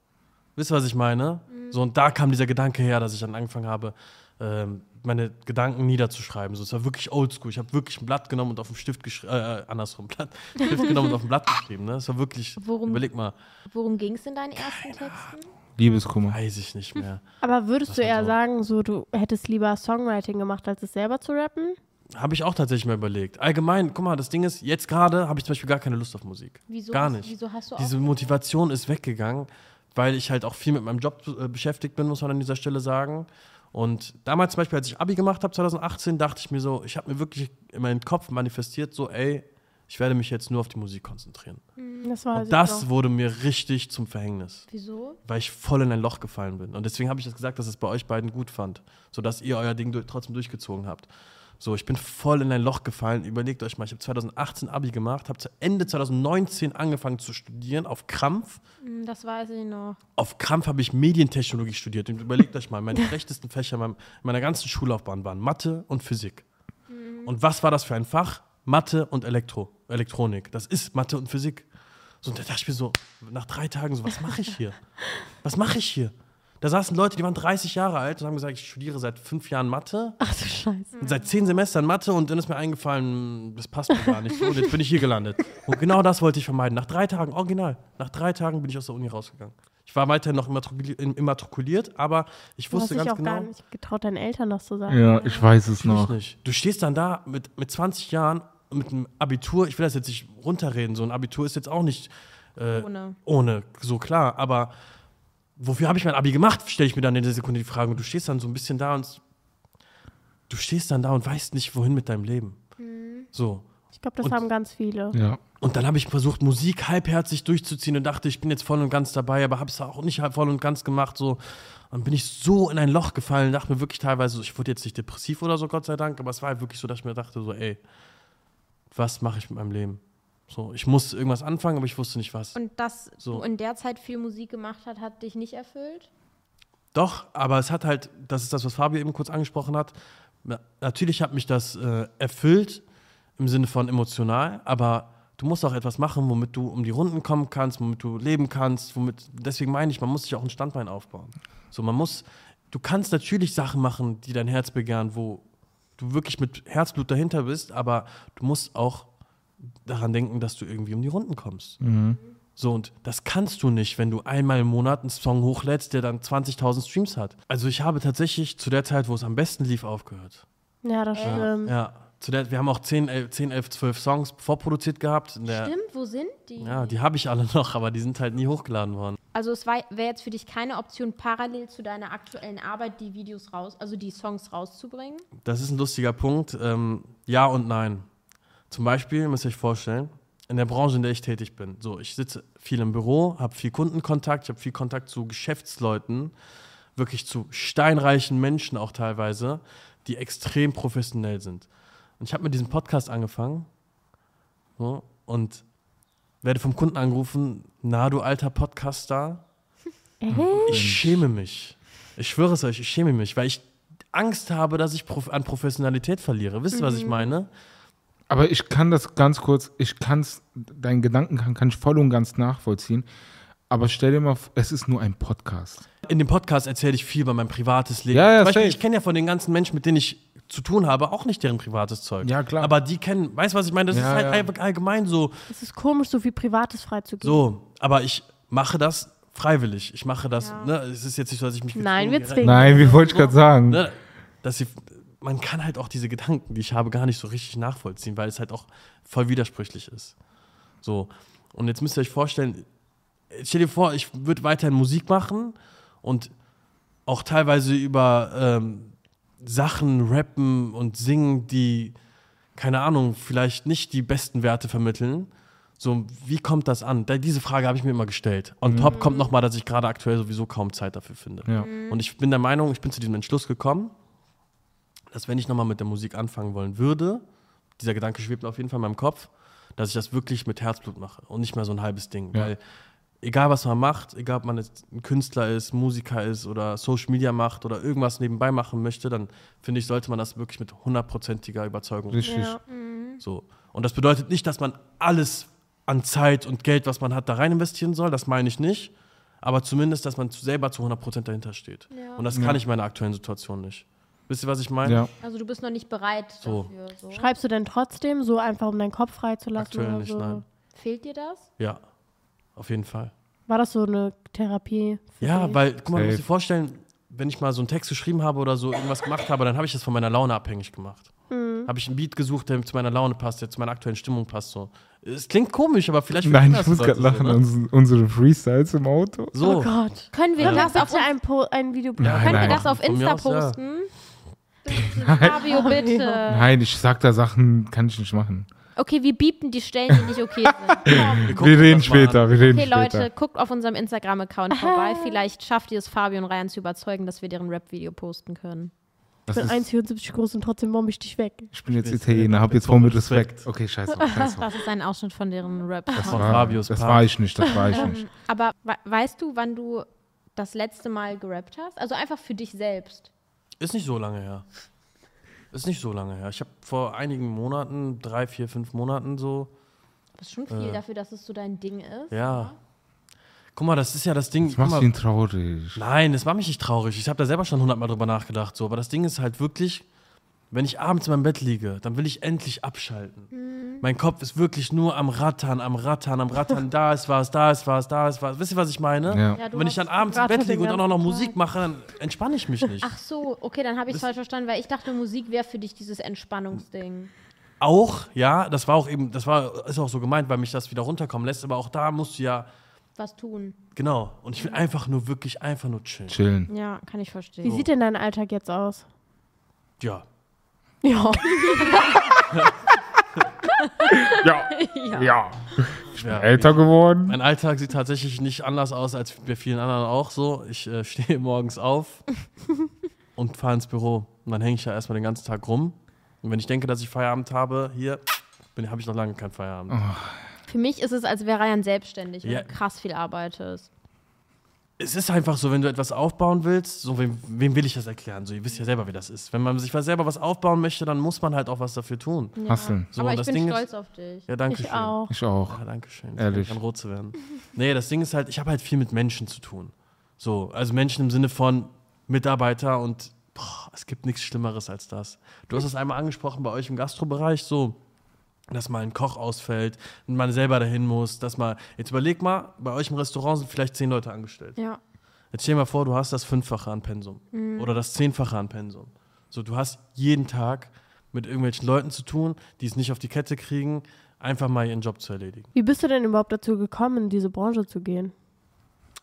Speaker 3: Wisst ihr, was ich meine? So, und da kam dieser Gedanke her, dass ich dann angefangen habe, ähm, meine Gedanken niederzuschreiben. So, es war wirklich oldschool. Ich habe wirklich ein Blatt genommen und auf dem Stift geschrieben, äh, andersrum, [LAUGHS] Blatt, Stift genommen und auf dem Blatt geschrieben. Ne? Es war wirklich,
Speaker 4: Worum-
Speaker 3: überleg mal,
Speaker 4: Worum ging es in deinen ersten Texten?
Speaker 2: Liebeskummer.
Speaker 3: weiß ich nicht mehr.
Speaker 1: Aber würdest
Speaker 3: Das
Speaker 1: du
Speaker 3: war
Speaker 1: eher
Speaker 3: so.
Speaker 1: sagen, so du hättest lieber Songwriting gemacht, als es selber zu rappen?
Speaker 3: Habe ich auch tatsächlich mal überlegt. Allgemein, guck mal, das Ding ist, jetzt gerade habe ich zum Beispiel gar keine Lust auf Musik.
Speaker 4: Wieso
Speaker 3: Gar
Speaker 4: hast-
Speaker 3: nicht.
Speaker 4: wieso hast du
Speaker 3: Diese Motivation ist weggegangen, weil ich halt auch viel mit meinem Job äh, beschäftigt bin, muss man an dieser Stelle sagen. Und damals zum Beispiel, als ich Abi gemacht habe, 2018, dachte ich mir so, ich habe mir wirklich in meinen Kopf manifestiert, so, ey, ich werde mich jetzt nur auf die Musik konzentrieren.
Speaker 1: Das war
Speaker 3: Und das wurde mir richtig zum Verhängnis
Speaker 4: Wieso?
Speaker 3: weil ich voll in ein Loch gefallen bin. Und deswegen habe ich das gesagt, dass es bei euch beiden gut fand, sodass ihr euer Ding du trotzdem durchgezogen habt. So, ich bin voll in ein Loch gefallen. Überlegt euch mal, ich habe 2018 Abi gemacht, habe zu Ende 2019 angefangen zu studieren auf Krampf.
Speaker 4: Hm, Das weiß ich noch.
Speaker 3: Auf Krampf habe ich Medientechnologie studiert. Und überlegt euch mal, meine schlechtesten Fächer in meinem- in meiner ganzen Schullaufbahn waren Mathe und Physik. Und was war das für ein Fach? Mathe und Elektro, Elektronik. Das ist Mathe und Physik. So, und da dachte ich mir so, nach drei Tagen so, was mache ich hier? Was mache ich hier? Da saßen Leute, die waren 30 Jahre alt und haben gesagt, ich studiere seit fünf Jahren Mathe,
Speaker 1: Ach du Scheiße.
Speaker 3: und seit zehn Semestern Mathe und dann ist mir eingefallen, das passt mir gar nicht. So, Und jetzt bin ich hier gelandet. Und genau das wollte ich vermeiden. Nach drei Tagen, original, nach drei Tagen bin ich aus der Uni rausgegangen. Ich war weiterhin noch immatrikuli- im- immatrikuliert, aber ich
Speaker 1: Du hast
Speaker 3: wusste
Speaker 1: dich
Speaker 3: ganz
Speaker 1: auch
Speaker 3: genau.
Speaker 1: gar nicht getraut, deinen Eltern das zu sagen.
Speaker 2: Ja, ich weiß es
Speaker 3: Natürlich
Speaker 2: noch.
Speaker 3: Nicht. Du stehst dann da mit, mit 20 Jahren, mit einem Abitur, ich will das jetzt nicht runterreden, so ein Abitur ist jetzt auch nicht äh,
Speaker 4: Ohne.
Speaker 3: ohne, so klar, aber wofür habe ich mein Abi gemacht, stelle ich mir dann in der Sekunde die Frage. Und du stehst dann so ein bisschen da und du stehst dann da und weißt nicht, wohin mit deinem Leben. So.
Speaker 1: Ich glaube, das
Speaker 3: Und-
Speaker 1: haben ganz viele.
Speaker 2: Ja.
Speaker 3: Und dann habe ich versucht, Musik halbherzig durchzuziehen und dachte, ich bin jetzt voll und ganz dabei, aber habe es auch nicht halb voll und ganz gemacht. So. Und bin ich so in ein Loch gefallen und dachte mir wirklich teilweise, so, ich wurde jetzt nicht depressiv oder so, Gott sei Dank, aber es war halt wirklich so, dass ich mir dachte, so, ey, was mache ich mit meinem Leben? So, ich muss irgendwas anfangen, aber ich wusste nicht was.
Speaker 4: Und dass
Speaker 3: So.
Speaker 4: du in der Zeit viel Musik gemacht hat, hat dich nicht erfüllt?
Speaker 3: Doch, aber es hat halt, das ist das, was Fabio eben kurz angesprochen hat. Na- Natürlich hat mich das äh, erfüllt im Sinne von emotional, aber du musst auch etwas machen, womit du um die Runden kommen kannst, womit du leben kannst, womit. Deswegen meine ich, man muss sich auch ein Standbein aufbauen. So, man muss, du kannst natürlich Sachen machen, die dein Herz begehren, wo du wirklich mit Herzblut dahinter bist, aber du musst auch daran denken, dass du irgendwie um die Runden kommst. So, und das kannst du nicht, wenn du einmal im Monat einen Song hochlädst, der dann 20.000 Streams hat. Also ich habe tatsächlich zu der Zeit, wo es am besten lief, aufgehört.
Speaker 1: Ja, das stimmt.
Speaker 3: Ja, zu der, wir haben auch 10, 11, 10, 11 12 Songs vorproduziert gehabt. In der,
Speaker 4: Stimmt, wo sind die?
Speaker 3: Ja, die habe ich alle [LAUGHS] noch, aber die sind halt nie hochgeladen worden.
Speaker 4: Also es wäre jetzt für dich keine Option, parallel zu deiner aktuellen Arbeit die Videos raus, also die Songs rauszubringen.
Speaker 3: Das ist ein lustiger Punkt. Ähm, ja und nein. Zum Beispiel müsst ihr euch vorstellen, in der Branche, in der ich tätig bin, so ich sitze viel im Büro, habe viel Kundenkontakt, ich habe viel Kontakt zu Geschäftsleuten, wirklich zu steinreichen Menschen auch teilweise, die extrem professionell sind. Und ich habe mit diesem Podcast angefangen so, und werde vom Kunden angerufen, na du alter Podcaster, ich schäme mich. Ich schwöre es euch, ich schäme mich, weil ich Angst habe, dass ich prof an Professionalität verliere. Wisst ihr, was ich
Speaker 1: Mhm.
Speaker 3: meine?
Speaker 2: Aber ich kann das ganz kurz, ich kann's, deinen Gedanken kann, kann ich voll und ganz nachvollziehen. Aber stell dir mal, vor, es ist nur ein Podcast.
Speaker 3: In dem Podcast erzähle ich viel über mein privates Leben.
Speaker 2: Ja, ja,
Speaker 3: Zum Beispiel,
Speaker 2: safe.
Speaker 3: ich kenne ja von den ganzen Menschen, mit denen ich zu tun habe, auch nicht deren privates Zeug.
Speaker 2: Ja, klar.
Speaker 3: Aber die kennen, weißt du, was ich meine? Das
Speaker 2: Ja,
Speaker 3: ist halt
Speaker 2: ja.
Speaker 3: einfach allgemein so.
Speaker 1: Es ist komisch, so viel Privates freizugeben.
Speaker 3: So, aber ich mache das freiwillig. Ich mache das, ne? Es ist jetzt nicht so, dass ich mich
Speaker 1: Nein, wir
Speaker 3: gezwungen
Speaker 1: zwingen.
Speaker 2: Nein, wie wollte ich gerade sagen?
Speaker 3: ne, dass sie, man kann halt auch diese Gedanken, die ich habe, gar nicht so richtig nachvollziehen, weil es halt auch voll widersprüchlich ist. So. Und jetzt müsst ihr euch vorstellen, stell dir vor, ich würde weiterhin Musik machen und auch teilweise über ähm, Sachen rappen und singen, die, keine Ahnung, vielleicht nicht die besten Werte vermitteln. So, wie kommt das an? Da, diese Frage habe ich mir immer gestellt. On top kommt nochmal, dass ich gerade aktuell sowieso kaum Zeit dafür finde.
Speaker 2: Ja.
Speaker 3: Und ich bin der Meinung, ich bin zu diesem Entschluss gekommen, dass wenn ich nochmal mit der Musik anfangen wollen würde, dieser Gedanke schwebt auf jeden Fall in meinem Kopf, dass ich das wirklich mit Herzblut mache und nicht mehr so ein halbes Ding.
Speaker 2: Ja.
Speaker 3: Weil egal was man macht, egal ob man jetzt ein Künstler ist, Musiker ist oder Social Media macht oder irgendwas nebenbei machen möchte, dann finde ich, sollte man das wirklich mit hundertprozentiger Überzeugung Mhm.
Speaker 2: Richtig.
Speaker 3: so. Und das bedeutet nicht, dass man alles an Zeit und Geld, was man hat, da rein investieren soll, das meine ich nicht. Aber zumindest, dass man zu- selber zu 100% dahinter steht.
Speaker 4: Ja.
Speaker 3: Und das kann ich in meiner aktuellen Situation nicht. Wisst ihr, was ich meine?
Speaker 2: Ja.
Speaker 4: Also du bist noch nicht bereit
Speaker 3: So.
Speaker 4: dafür. So.
Speaker 1: Schreibst du denn trotzdem so einfach, um deinen Kopf freizulassen?
Speaker 3: Aktuell
Speaker 1: oder
Speaker 3: nicht,
Speaker 1: so?
Speaker 3: nein.
Speaker 4: Fehlt dir das?
Speaker 3: Ja, auf jeden Fall.
Speaker 1: War das so eine Therapie? für
Speaker 3: Ja,
Speaker 1: dich?
Speaker 3: weil, guck mal, du musst dir
Speaker 2: Safe.
Speaker 3: vorstellen, wenn ich mal so einen Text geschrieben habe oder so irgendwas gemacht habe, dann habe ich das von meiner Laune abhängig gemacht.
Speaker 4: Mhm.
Speaker 3: Habe ich einen Beat gesucht, der zu meiner Laune passt, der zu meiner aktuellen Stimmung passt. So. Es klingt komisch, aber vielleicht.
Speaker 2: Nein,
Speaker 3: verstehen
Speaker 2: ich
Speaker 3: das
Speaker 2: muss
Speaker 3: Leute
Speaker 2: gerade lachen,
Speaker 3: So, ne?
Speaker 2: uns- unsere Freestyles im Auto.
Speaker 3: so.
Speaker 1: Oh Gott.
Speaker 4: Können wir
Speaker 1: Können wir
Speaker 3: Also
Speaker 4: das auf
Speaker 1: bitte ein, po ein Video
Speaker 2: Nein,
Speaker 4: Können
Speaker 2: nein.
Speaker 4: wir das auf
Speaker 3: Von mir
Speaker 4: Insta
Speaker 3: aus, ja.
Speaker 4: posten? [LAUGHS] Fabio, bitte.
Speaker 2: Nein, ich sag da Sachen, kann ich nicht machen.
Speaker 4: Okay, wir biepen die Stellen, die nicht okay sind.
Speaker 3: [LAUGHS] Wir gucken
Speaker 2: Wir reden
Speaker 3: uns das mal an.
Speaker 2: später, wir reden
Speaker 4: Okay,
Speaker 2: später.
Speaker 4: Leute, guckt auf unserem Instagram-Account vorbei. Vielleicht schafft ihr es, Fabio und Ryan zu überzeugen, dass wir deren Rap-Video posten können.
Speaker 2: Das
Speaker 1: Ich bin
Speaker 2: ist,
Speaker 1: 1,74 groß und trotzdem bombe ich dich weg.
Speaker 2: ich bin jetzt
Speaker 3: Ich bin jetzt
Speaker 2: Italiener, hab jetzt
Speaker 3: voll
Speaker 2: voll
Speaker 3: mit
Speaker 2: mit Respekt. Okay, scheiß auf, scheiß
Speaker 3: Also.
Speaker 2: auf.
Speaker 4: Das ist ein Ausschnitt von deren Rap.
Speaker 3: [LAUGHS] Von
Speaker 2: War-
Speaker 3: Fabius
Speaker 2: das
Speaker 3: Park.
Speaker 2: war ich nicht, das war ich
Speaker 3: [LAUGHS]
Speaker 2: nicht.
Speaker 4: Mhm. Aber we weißt du, wann du das letzte Mal gerappt hast? Also einfach für dich selbst.
Speaker 3: Ist nicht so lange her. Ist nicht so lange her. Ich habe vor einigen Monaten, drei, vier, fünf Monaten so,
Speaker 4: Das ist schon viel
Speaker 3: Äh.
Speaker 4: dafür, dass es so dein Ding ist.
Speaker 3: ja. Guck mal, das ist ja das Ding.
Speaker 2: Das
Speaker 3: guck
Speaker 2: machst
Speaker 3: mal,
Speaker 2: du ihn traurig.
Speaker 3: Nein, das macht mich nicht traurig. Ich habe da selber schon hundertmal drüber nachgedacht. So. Aber das Ding ist halt wirklich, wenn ich abends in meinem Bett liege, dann will ich endlich abschalten. Mein Kopf ist wirklich nur am Rattern, am Rattern, am Rattern. da ist was, da ist was, da ist was. Wisst ihr, was ich meine?
Speaker 2: Ja.
Speaker 4: Ja, du
Speaker 3: wenn ich
Speaker 4: hast-
Speaker 3: dann abends im
Speaker 1: Rattern
Speaker 3: Bett liege und
Speaker 1: den
Speaker 3: dann auch noch
Speaker 1: ganzen
Speaker 3: Musik mache, dann entspanne ich mich nicht.
Speaker 4: Ach so, okay, dann habe ich es falsch verstanden, weil ich dachte, Musik wäre für dich dieses Entspannungsding.
Speaker 3: Auch, ja, das war auch eben, das war, ist auch so gemeint, weil mich das wieder runterkommen lässt. Aber auch da musst du ja,
Speaker 4: Was tun.
Speaker 3: genau. Und ich will einfach nur wirklich, einfach nur chillen.
Speaker 2: Chillen.
Speaker 4: Ja, kann ich verstehen.
Speaker 1: Wie
Speaker 3: Oh.
Speaker 1: sieht denn dein Alltag jetzt aus?
Speaker 3: Ja.
Speaker 1: [LAUGHS] Ja.
Speaker 2: Ja,
Speaker 4: [LAUGHS] Ja.
Speaker 2: ja.
Speaker 3: ja.
Speaker 2: Älter geworden.
Speaker 3: Mein Alltag sieht tatsächlich nicht anders aus als bei vielen anderen auch so. Ich äh, [LAUGHS] stehe morgens auf und fahre ins Büro. Und dann hänge ich ja erstmal den ganzen Tag rum. Und wenn ich denke, dass ich Feierabend habe, hier habe ich noch lange keinen Feierabend.
Speaker 4: Für mich ist es, als wäre Ryan selbstständig
Speaker 3: Ja.
Speaker 4: und krass viel arbeitet.
Speaker 3: Es ist einfach so, wenn du etwas aufbauen willst, so wem, wem will ich das erklären? So, ihr wisst ja selber, wie das ist. Wenn man sich was selber was aufbauen möchte, dann muss man halt auch was dafür tun.
Speaker 4: Ja.
Speaker 2: Hasseln.
Speaker 3: So,
Speaker 4: Aber
Speaker 3: und
Speaker 4: ich
Speaker 3: das
Speaker 4: bin
Speaker 3: Ding ist-
Speaker 4: stolz auf dich.
Speaker 3: Ja, danke
Speaker 1: ich
Speaker 3: schön.
Speaker 1: auch.
Speaker 2: Ich auch.
Speaker 3: Ja, danke schön.
Speaker 2: Ehrlich.
Speaker 3: Kann rot zu werden. Nee, das Ding ist halt, ich habe halt viel mit Menschen zu tun. So, also Menschen im Sinne von Mitarbeiter und boah, es gibt nichts Schlimmeres als das. Du hast es einmal angesprochen bei euch im Gastrobereich, so, dass mal ein Koch ausfällt und man selber dahin muss, dass mal, jetzt überleg mal, bei euch im Restaurant sind vielleicht zehn Leute angestellt.
Speaker 4: Ja.
Speaker 3: Jetzt stell dir mal vor, du hast das Fünffache an Pensum oder das Zehnfache an Pensum. So, du hast jeden Tag mit irgendwelchen Leuten zu tun, die es nicht auf die Kette kriegen, einfach mal ihren Job zu erledigen.
Speaker 1: Wie bist du denn überhaupt dazu gekommen, in diese Branche zu [LAUGHS] gehen?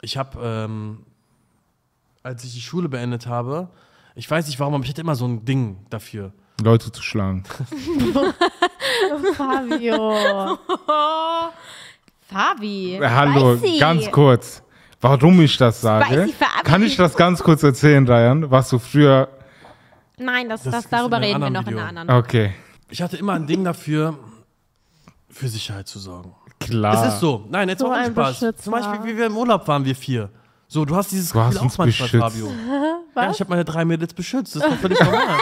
Speaker 3: ich habe, ähm, als ich die Schule beendet habe, ich weiß nicht warum, aber ich hatte immer so ein Ding dafür.
Speaker 2: Leute zu schlagen.
Speaker 1: Oh, Fabio.
Speaker 4: [LAUGHS] Fabi.
Speaker 2: Hallo,
Speaker 4: weiß sie.
Speaker 2: ganz kurz. Warum ich das sage,
Speaker 4: Weiß sie, verabschieden.
Speaker 2: kann ich das ganz kurz erzählen, Ryan, was du früher...
Speaker 4: Nein, das,
Speaker 3: Das
Speaker 4: das,
Speaker 3: ist
Speaker 4: darüber
Speaker 3: in einem
Speaker 4: reden wir
Speaker 3: anderen
Speaker 4: noch in
Speaker 3: Video.
Speaker 4: einer anderen.
Speaker 2: Okay,
Speaker 3: Ich hatte immer ein Ding dafür, für Sicherheit zu sorgen.
Speaker 2: klar.
Speaker 3: Es ist so. Nein, jetzt
Speaker 1: So
Speaker 3: auch
Speaker 1: ein
Speaker 3: ein Spaß.
Speaker 1: Beschützer.
Speaker 3: Zum Beispiel, wie wir im Urlaub waren, wir vier. So, du hast dieses
Speaker 2: Du hast
Speaker 3: Gefühl
Speaker 2: uns
Speaker 3: auch manchmal,
Speaker 2: beschützt.
Speaker 3: Fabio. Ja, ich habe meine drei Mädels beschützt. Das ist doch
Speaker 2: [LAUGHS]
Speaker 3: völlig normal.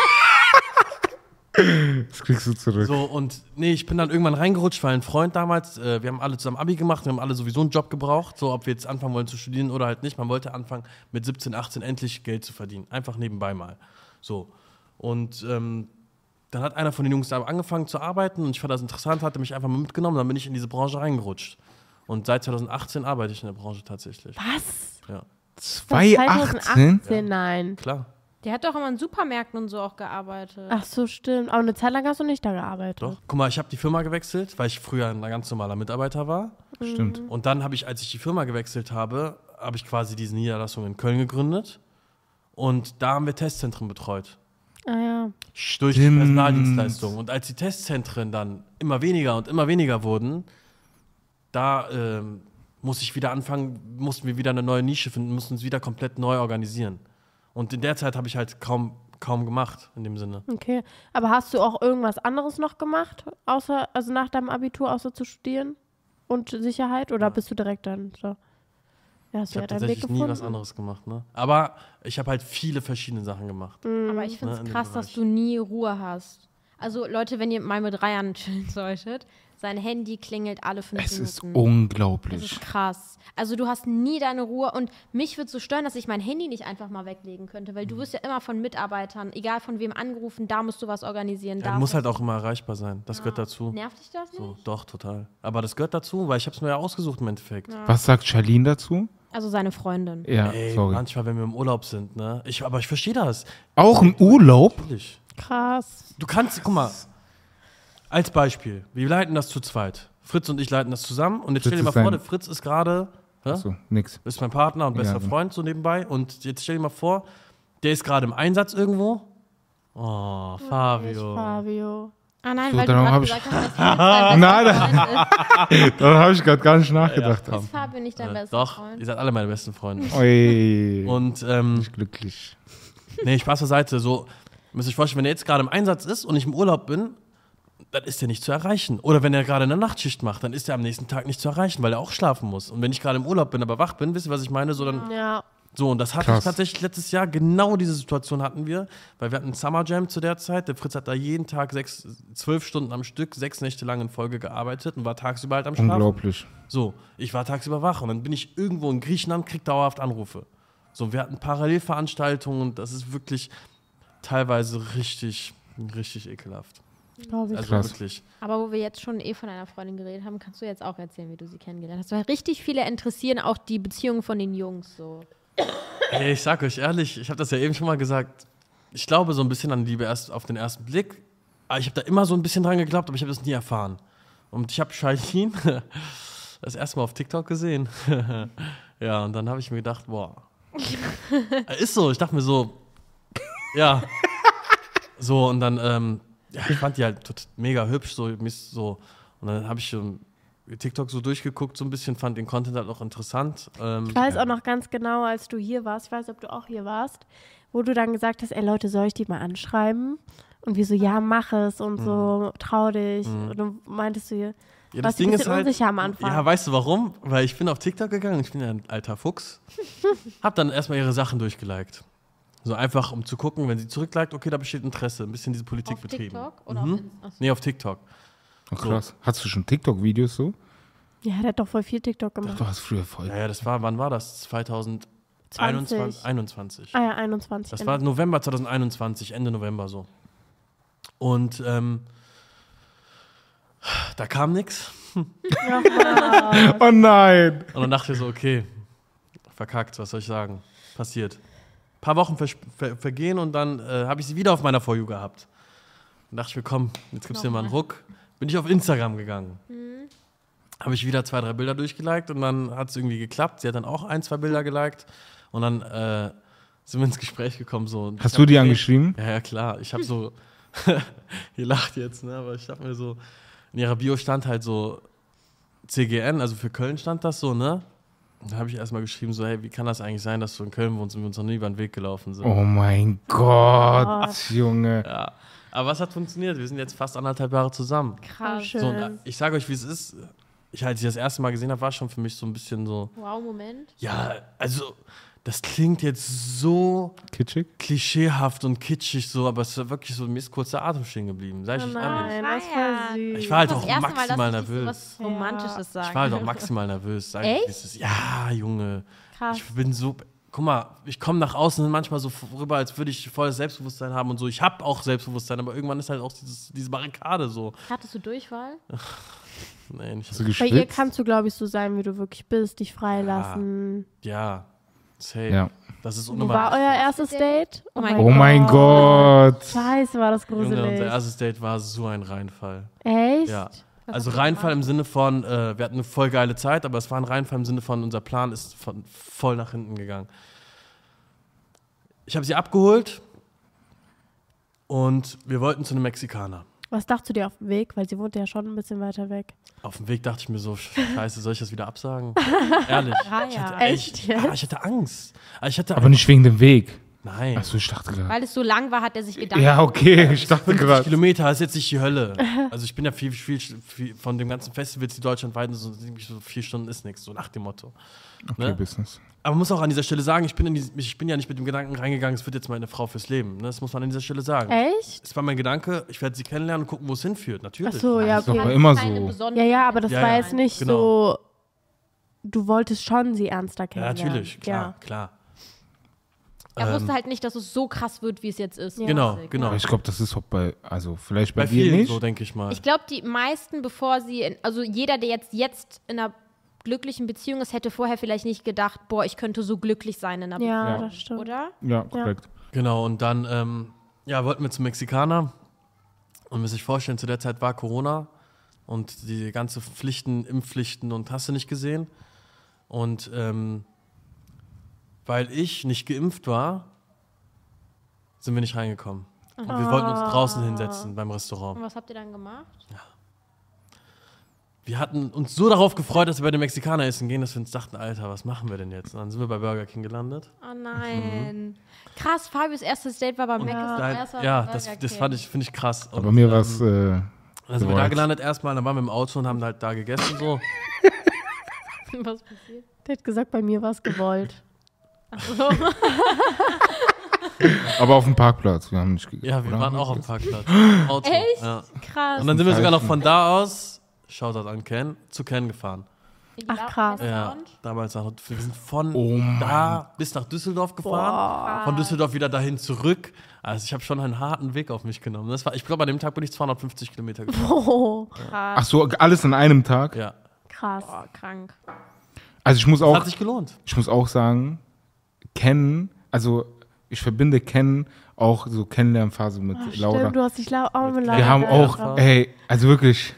Speaker 2: Das kriegst du zurück.
Speaker 3: So, und nee, ich bin dann irgendwann reingerutscht, weil ein Freund damals, äh, wir haben alle zusammen Abi gemacht, wir haben alle sowieso einen Job gebraucht, so ob wir jetzt anfangen wollen zu studieren oder halt nicht. Man wollte anfangen, mit 17, 18 endlich Geld zu verdienen. Einfach nebenbei mal. So. Und ähm, dann hat einer von den Jungs da angefangen zu arbeiten und ich fand das interessant, hatte mich einfach mal mitgenommen, dann bin ich in diese Branche reingerutscht. Und seit 2018 arbeite ich in der Branche tatsächlich.
Speaker 1: Was?
Speaker 3: Ja,
Speaker 1: Seit
Speaker 2: 2018?
Speaker 1: Nein.
Speaker 3: klar.
Speaker 4: Der hat doch immer in Supermärkten und so auch gearbeitet.
Speaker 1: Ach so, stimmt. Aber eine Zeit lang hast du nicht da gearbeitet.
Speaker 3: Doch. Guck mal, ich habe die Firma gewechselt, weil ich früher ein ganz normaler Mitarbeiter war.
Speaker 2: Stimmt.
Speaker 3: Und dann habe ich, als ich die Firma gewechselt habe, habe ich quasi diese Niederlassung in Köln gegründet. Und da haben wir Testzentren betreut.
Speaker 1: Ah ja.
Speaker 3: Durch die
Speaker 2: Stimmt.
Speaker 3: Personaldienstleistung. Und als die Testzentren dann immer weniger und immer weniger wurden, da ähm, muss ich wieder anfangen, mussten wir wieder eine neue Nische finden, mussten uns wieder komplett neu organisieren. Und in der Zeit habe ich halt kaum, kaum gemacht, in dem Sinne.
Speaker 1: Okay. Aber hast du auch irgendwas anderes noch gemacht, außer, also nach deinem Abitur, außer zu studieren? Und Sicherheit? Oder bist du direkt dann so? Ja, hast
Speaker 3: Ich
Speaker 1: du
Speaker 3: habe
Speaker 1: ja deinen Weg
Speaker 3: tatsächlich nie was
Speaker 1: gefunden.
Speaker 3: anderes gemacht, ne? Aber ich habe halt viele verschiedene Sachen gemacht.
Speaker 4: Aber ich finde
Speaker 3: Ne,
Speaker 4: es
Speaker 3: in dem
Speaker 4: krass,
Speaker 3: Bereich.
Speaker 4: dass du nie Ruhe hast. Also Leute, wenn ihr mal mit Dreiern [LAUGHS] chillen solltet, sein Handy klingelt alle fünf
Speaker 2: Es ist
Speaker 4: Minuten. das
Speaker 2: unglaublich.
Speaker 4: ist krass. Also du hast nie deine Ruhe und mich würde so stören, dass ich mein Handy nicht einfach mal weglegen könnte, weil
Speaker 3: Mhm.
Speaker 4: du wirst ja immer von Mitarbeitern, egal von wem angerufen, da musst du was organisieren.
Speaker 3: Ja,
Speaker 4: da
Speaker 3: du musst halt auch immer erreichbar sein. Das gehört dazu.
Speaker 4: Nervt dich das nicht?
Speaker 3: So, doch, total. Aber das gehört dazu, weil ich habe es mir ja ausgesucht im Endeffekt.
Speaker 2: Was sagt Charlene dazu?
Speaker 4: Also seine Freundin.
Speaker 2: Ja,
Speaker 3: Ey,
Speaker 2: sorry.
Speaker 3: manchmal, wenn wir im Urlaub sind, ne? Ich, aber ich verstehe das.
Speaker 2: Auch im Urlaub?
Speaker 3: Natürlich.
Speaker 1: Krass.
Speaker 3: Du kannst, guck mal, als Beispiel, wir leiten das zu zweit. Fritz und ich leiten das zusammen. Und jetzt
Speaker 2: Fritz
Speaker 3: stell dir mal
Speaker 2: ist dein-
Speaker 3: vor, der Fritz ist gerade, hä?
Speaker 2: So, nix.
Speaker 3: ist mein Partner und bester
Speaker 2: Ja, ne.
Speaker 3: Freund so nebenbei. Und jetzt stell dir mal vor, der ist gerade im Einsatz irgendwo. Oh,
Speaker 1: Ich,
Speaker 3: Fabio.
Speaker 1: Fabio.
Speaker 4: Ah nein,
Speaker 2: So,
Speaker 4: weil du
Speaker 2: darum
Speaker 4: gerade
Speaker 2: hab ich-
Speaker 3: [LAUGHS]
Speaker 4: gesagt hast, dass sie nicht dein
Speaker 2: Nein, nein.
Speaker 4: bester Freund ist.
Speaker 2: Da habe ich gerade gar nicht nachgedacht.
Speaker 4: Ist Fabio nicht dein
Speaker 3: Äh,
Speaker 4: bester
Speaker 3: Doch,
Speaker 4: Freund?
Speaker 3: ihr seid alle meine besten Freunde.
Speaker 2: [LAUGHS] Ui,
Speaker 3: Und ähm,
Speaker 2: glücklich.
Speaker 3: Nee, Spaß zur Seite. So, müsst ihr euch vorstellen, wenn er jetzt gerade im Einsatz ist und ich im Urlaub bin, dann ist er nicht zu erreichen. Oder wenn er gerade eine Nachtschicht macht, dann ist er am nächsten Tag nicht zu erreichen, weil er auch schlafen muss. Und wenn ich gerade im Urlaub bin, aber wach bin, wisst ihr, was ich meine? So, dann,
Speaker 1: Ja.
Speaker 3: so und das hatte
Speaker 2: Krass.
Speaker 3: ich tatsächlich letztes Jahr. Genau diese Situation hatten wir, weil wir hatten einen Summer Jam zu der Zeit. Der Fritz hat da jeden Tag sechs, zwölf Stunden am Stück, sechs Nächte lang in Folge gearbeitet und war tagsüber halt am Schlafen.
Speaker 2: Unglaublich.
Speaker 3: So, ich war tagsüber wach und dann bin ich irgendwo in Griechenland, krieg dauerhaft Anrufe. So, wir hatten Parallelveranstaltungen und das ist wirklich teilweise richtig, richtig ekelhaft.
Speaker 1: Glaube ich.
Speaker 3: Also
Speaker 2: Krass.
Speaker 3: wirklich.
Speaker 4: Aber wo wir jetzt schon eh von einer Freundin geredet haben, kannst du jetzt auch erzählen, wie du sie kennengelernt hast. Weil richtig viele interessieren auch die Beziehungen von den Jungs so.
Speaker 3: Ey, ich sag euch ehrlich, ich habe das ja eben schon mal gesagt. Ich glaube so ein bisschen an Liebe erst auf den ersten Blick. Aber ich habe da immer so ein bisschen dran geglaubt, aber ich habe das nie erfahren. Und ich habe Shailin [LAUGHS] das erste Mal auf TikTok gesehen. [LAUGHS] ja, und dann habe ich mir gedacht, boah. Ist so, ich dachte mir so, ja. So, und dann, ähm, ja, ich fand die halt tot- mega hübsch, so, mir ist so. Und dann habe ich ähm, TikTok so durchgeguckt, so ein bisschen, fand den Content halt auch interessant. Ähm,
Speaker 1: Ich weiß auch noch ganz genau, als du hier warst, ich weiß, ob du auch hier warst, wo du dann gesagt hast, ey Leute, soll ich die mal anschreiben? Und wir so, ja, mach es und so,
Speaker 3: Mhm.
Speaker 1: trau dich. Und dann meintest du hier,
Speaker 3: Ja,
Speaker 1: warst ein bisschen unsicher am Anfang.
Speaker 3: halt- Ja, weißt du warum? Weil ich bin auf TikTok gegangen, ich bin ja ein
Speaker 1: [LAUGHS]
Speaker 3: alter Fuchs. hab dann erstmal ihre Sachen durchgeliked. So einfach, um zu gucken, wenn sie zurückliked, okay, da besteht Interesse. Ein bisschen diese Politik
Speaker 4: auf
Speaker 3: betrieben. Mhm.
Speaker 4: TikTok oder auf Insta.
Speaker 3: Nee, auf TikTok.
Speaker 2: Oh, krass. Hast du schon TikTok-Videos so?
Speaker 1: ja, der hat doch voll viel TikTok gemacht.
Speaker 2: Du hast früher voll.
Speaker 3: Naja, das war, wann war das? 2021.
Speaker 1: 20.
Speaker 3: 21.
Speaker 1: Ah ja, 21.
Speaker 3: Das war November 2021, Ende November so. Und ähm, da kam nichts.
Speaker 2: Oh nein.
Speaker 3: Und dann dachte ich so, okay, verkackt, was soll ich sagen? Passiert. Ein paar Wochen versp- ver vergehen und dann äh, habe ich sie wieder auf meiner For You gehabt. Dann dachte ich mir, komm, jetzt gibt's dir mal einen Ruck. Bin ich auf Instagram gegangen. Habe ich wieder zwei, drei Bilder durchgeliked und dann hat es irgendwie geklappt. Sie hat dann auch ein, zwei Bilder geliked und dann äh, sind wir ins Gespräch gekommen. So. Und ich
Speaker 2: Hast
Speaker 3: hab
Speaker 2: du die
Speaker 3: gesehen-
Speaker 2: angeschrieben?
Speaker 3: ja, ja, klar. Ich habe so, [LAUGHS] ihr lacht jetzt, ne? aber ich habe mir so, in ihrer Bio stand halt so CGN, also für Köln stand das so, ne? Und Da habe ich erstmal geschrieben, so, hey, wie kann das eigentlich sein, dass du in Köln wohnst und wir uns noch nie über den Weg gelaufen sind?
Speaker 2: Oh mein Gott, Junge.
Speaker 3: Ja. Aber was hat funktioniert? Wir sind jetzt fast anderthalb Jahre zusammen.
Speaker 1: Voll
Speaker 4: Krass.
Speaker 1: schön.
Speaker 3: So, und äh, ich sage euch, wie es ist. Ich, als ich das erste Mal gesehen habe, war schon für mich so ein bisschen so,
Speaker 4: Wow, Moment.
Speaker 3: ja, also, das klingt jetzt so
Speaker 2: Kitschig?
Speaker 3: klischeehaft und kitschig so, aber es war wirklich so, mir ist kurzer Atem stehen geblieben, sag ich
Speaker 1: oh
Speaker 3: euch
Speaker 1: nein,
Speaker 3: ehrlich.
Speaker 1: das war süß.
Speaker 3: Ich war halt
Speaker 4: Das
Speaker 3: auch
Speaker 4: erste
Speaker 3: maximal
Speaker 4: dass ich
Speaker 3: nervös.
Speaker 4: So was Romantisches sagen.
Speaker 3: Ich war halt auch maximal nervös. Sag
Speaker 4: Echt?
Speaker 3: Ich, wie es ist. ja, Junge.
Speaker 1: Ah.
Speaker 4: Krass.
Speaker 3: Ich bin so. Guck mal, ich komme nach außen manchmal so rüber, als würde ich volles Selbstbewusstsein haben und so. Ich habe auch Selbstbewusstsein, aber irgendwann ist halt auch dieses, diese Barrikade so.
Speaker 4: Hattest du Durchfall?
Speaker 3: Nee, nicht.
Speaker 2: Hast du
Speaker 1: Bei ihr
Speaker 2: geschwitzt?
Speaker 1: kannst du, glaube ich, so sein, wie du wirklich bist, dich freilassen.
Speaker 3: Ja. Safe.
Speaker 2: Ja.
Speaker 3: Das ist
Speaker 1: Wo war
Speaker 3: unnormal.
Speaker 1: euer erstes Date?
Speaker 4: Oh mein
Speaker 2: Oh mein Gott.
Speaker 1: Scheiße, war das
Speaker 3: Junge, unser
Speaker 1: gruselig.
Speaker 3: erstes Date war so ein Reinfall.
Speaker 1: Echt?
Speaker 3: Ja. Also Reinfall im Sinne von, äh, wir hatten eine voll geile Zeit, aber es war ein Reinfall im Sinne von, unser Plan ist von, voll nach hinten gegangen. Ich habe sie abgeholt und wir wollten zu einem Mexikaner.
Speaker 1: Was dachtest du dir auf dem Weg? Weil sie wohnte ja schon ein bisschen weiter weg.
Speaker 3: Auf dem Weg dachte ich mir so, scheiße, soll ich das wieder
Speaker 1: [LAUGHS]
Speaker 3: absagen? Ehrlich. Ich hatte
Speaker 4: Raya.
Speaker 3: echt,
Speaker 1: Echt jetzt?
Speaker 3: aber ich hatte Angst. Aber Ich hatte
Speaker 2: Aber nicht wegen dem Weg.
Speaker 3: Nein.
Speaker 2: Achso, ich dachte gerade.
Speaker 4: Weil es so lang war, hat er sich Gedanken.
Speaker 2: Ja, okay, ich dachte
Speaker 3: 50
Speaker 2: gerade.
Speaker 3: Kilometer ist jetzt nicht die
Speaker 1: [LAUGHS]
Speaker 3: Hölle. Also ich bin ja viel, viel, viel von dem ganzen Festivals, die deutschlandweit sind, so, so vier Stunden ist nichts, so nach dem Motto.
Speaker 2: Okay,
Speaker 3: ne?
Speaker 2: Business.
Speaker 3: Aber man muss auch an dieser Stelle sagen, ich bin, in die, ich bin ja nicht mit dem Gedanken reingegangen, es wird jetzt meine Frau fürs Leben. Ne? Das muss man an dieser Stelle sagen.
Speaker 1: Echt?
Speaker 3: Es war mein Gedanke, ich werde sie kennenlernen und gucken, wo es hinführt. Natürlich.
Speaker 1: Ach so, ja,
Speaker 2: Das ist doch
Speaker 1: okay.
Speaker 2: aber immer
Speaker 4: keine
Speaker 2: so.
Speaker 4: besondere-
Speaker 1: Ja, ja, aber das
Speaker 3: Ja,
Speaker 1: war
Speaker 3: ja,
Speaker 1: jetzt nicht
Speaker 3: genau.
Speaker 1: so. Du wolltest schon sie ernster
Speaker 3: Ja,
Speaker 1: kennenlernen.
Speaker 3: natürlich, klar, klar.
Speaker 4: Er wusste
Speaker 3: Ähm,
Speaker 4: halt nicht, dass es so krass wird, wie es jetzt ist.
Speaker 1: Ja.
Speaker 3: Genau,
Speaker 4: Mäßig,
Speaker 3: genau.
Speaker 4: ja.
Speaker 2: Aber ich glaube, das ist auch bei, also vielleicht bei,
Speaker 3: Bei
Speaker 2: dir
Speaker 3: vielen
Speaker 2: nicht.
Speaker 3: so, denke ich mal.
Speaker 4: Ich glaube, die meisten, bevor sie, in, also jeder, der jetzt, jetzt in einer glücklichen Beziehung ist, hätte vorher vielleicht nicht gedacht, boah, ich könnte so glücklich sein in einer
Speaker 1: Ja,
Speaker 2: Ja.
Speaker 1: das stimmt.
Speaker 4: Beziehung, oder?
Speaker 2: ja, korrekt.
Speaker 3: Genau, und dann ähm, ja, wollten wir zum Mexikaner. Und muss sich vorstellen, zu der Zeit war Corona und die ganze Pflichten, Impfpflichten und hast du nicht gesehen. Und ähm, weil ich nicht geimpft war, sind wir nicht reingekommen. Und wir wollten uns draußen hinsetzen beim Restaurant.
Speaker 4: Und was habt ihr dann gemacht?
Speaker 3: Wir hatten uns so darauf gefreut, dass wir bei den Mexikaner essen gehen, dass wir uns dachten, Alter, was machen wir denn jetzt? Und dann sind wir bei Burger King gelandet.
Speaker 4: Oh nein. Mhm. Krass, Fabius erstes Date war bei Mac.
Speaker 1: Ja.
Speaker 4: das
Speaker 3: Nein,
Speaker 4: erste war
Speaker 3: ja,
Speaker 4: bei
Speaker 3: das,
Speaker 4: Burger
Speaker 3: das
Speaker 4: King.
Speaker 3: fand ich, finde ich krass.
Speaker 2: Aber
Speaker 3: Und, ähm,
Speaker 2: mir war es, äh,
Speaker 3: Dann sind wir da
Speaker 2: Gewollt.
Speaker 3: gelandet erstmal, dann waren wir im Auto und haben halt da gegessen so.
Speaker 4: [LAUGHS] Was passiert?
Speaker 1: Der hat gesagt, bei mir war es
Speaker 2: [LAUGHS]
Speaker 1: gewollt.
Speaker 2: aber auf dem Parkplatz. Wir haben nicht gegessen.
Speaker 3: Ja, wir
Speaker 2: oder?
Speaker 3: waren auch am Parkplatz. Im Auto.
Speaker 4: Echt?
Speaker 3: Ja.
Speaker 4: Krass.
Speaker 3: Und dann sind wir sogar noch
Speaker 2: Falschen.
Speaker 3: von da aus, Shoutout an Ken, zu Ken gefahren.
Speaker 1: Ach, krass.
Speaker 3: Ja, damals nach, wir sind von
Speaker 2: Oh mein
Speaker 3: da bis nach Düsseldorf gefahren, von Düsseldorf wieder dahin zurück. Also ich habe schon einen harten Weg auf mich genommen. Das war, ich glaube, an dem Tag bin ich 250 Kilometer gefahren.
Speaker 1: Oh,
Speaker 2: Ach so, alles an einem Tag.
Speaker 3: Ja,
Speaker 1: krass.
Speaker 4: Boah, krank.
Speaker 2: Also ich muss
Speaker 3: das
Speaker 2: auch,
Speaker 3: hat sich gelohnt.
Speaker 2: ich muss auch sagen, kennen, also ich verbinde kennen auch so Kennenlernphase mit Laura.
Speaker 1: Stimmt, du hast dich lau auch mit Laura.
Speaker 2: wir haben
Speaker 1: getroffen.
Speaker 2: auch, ey, also wirklich,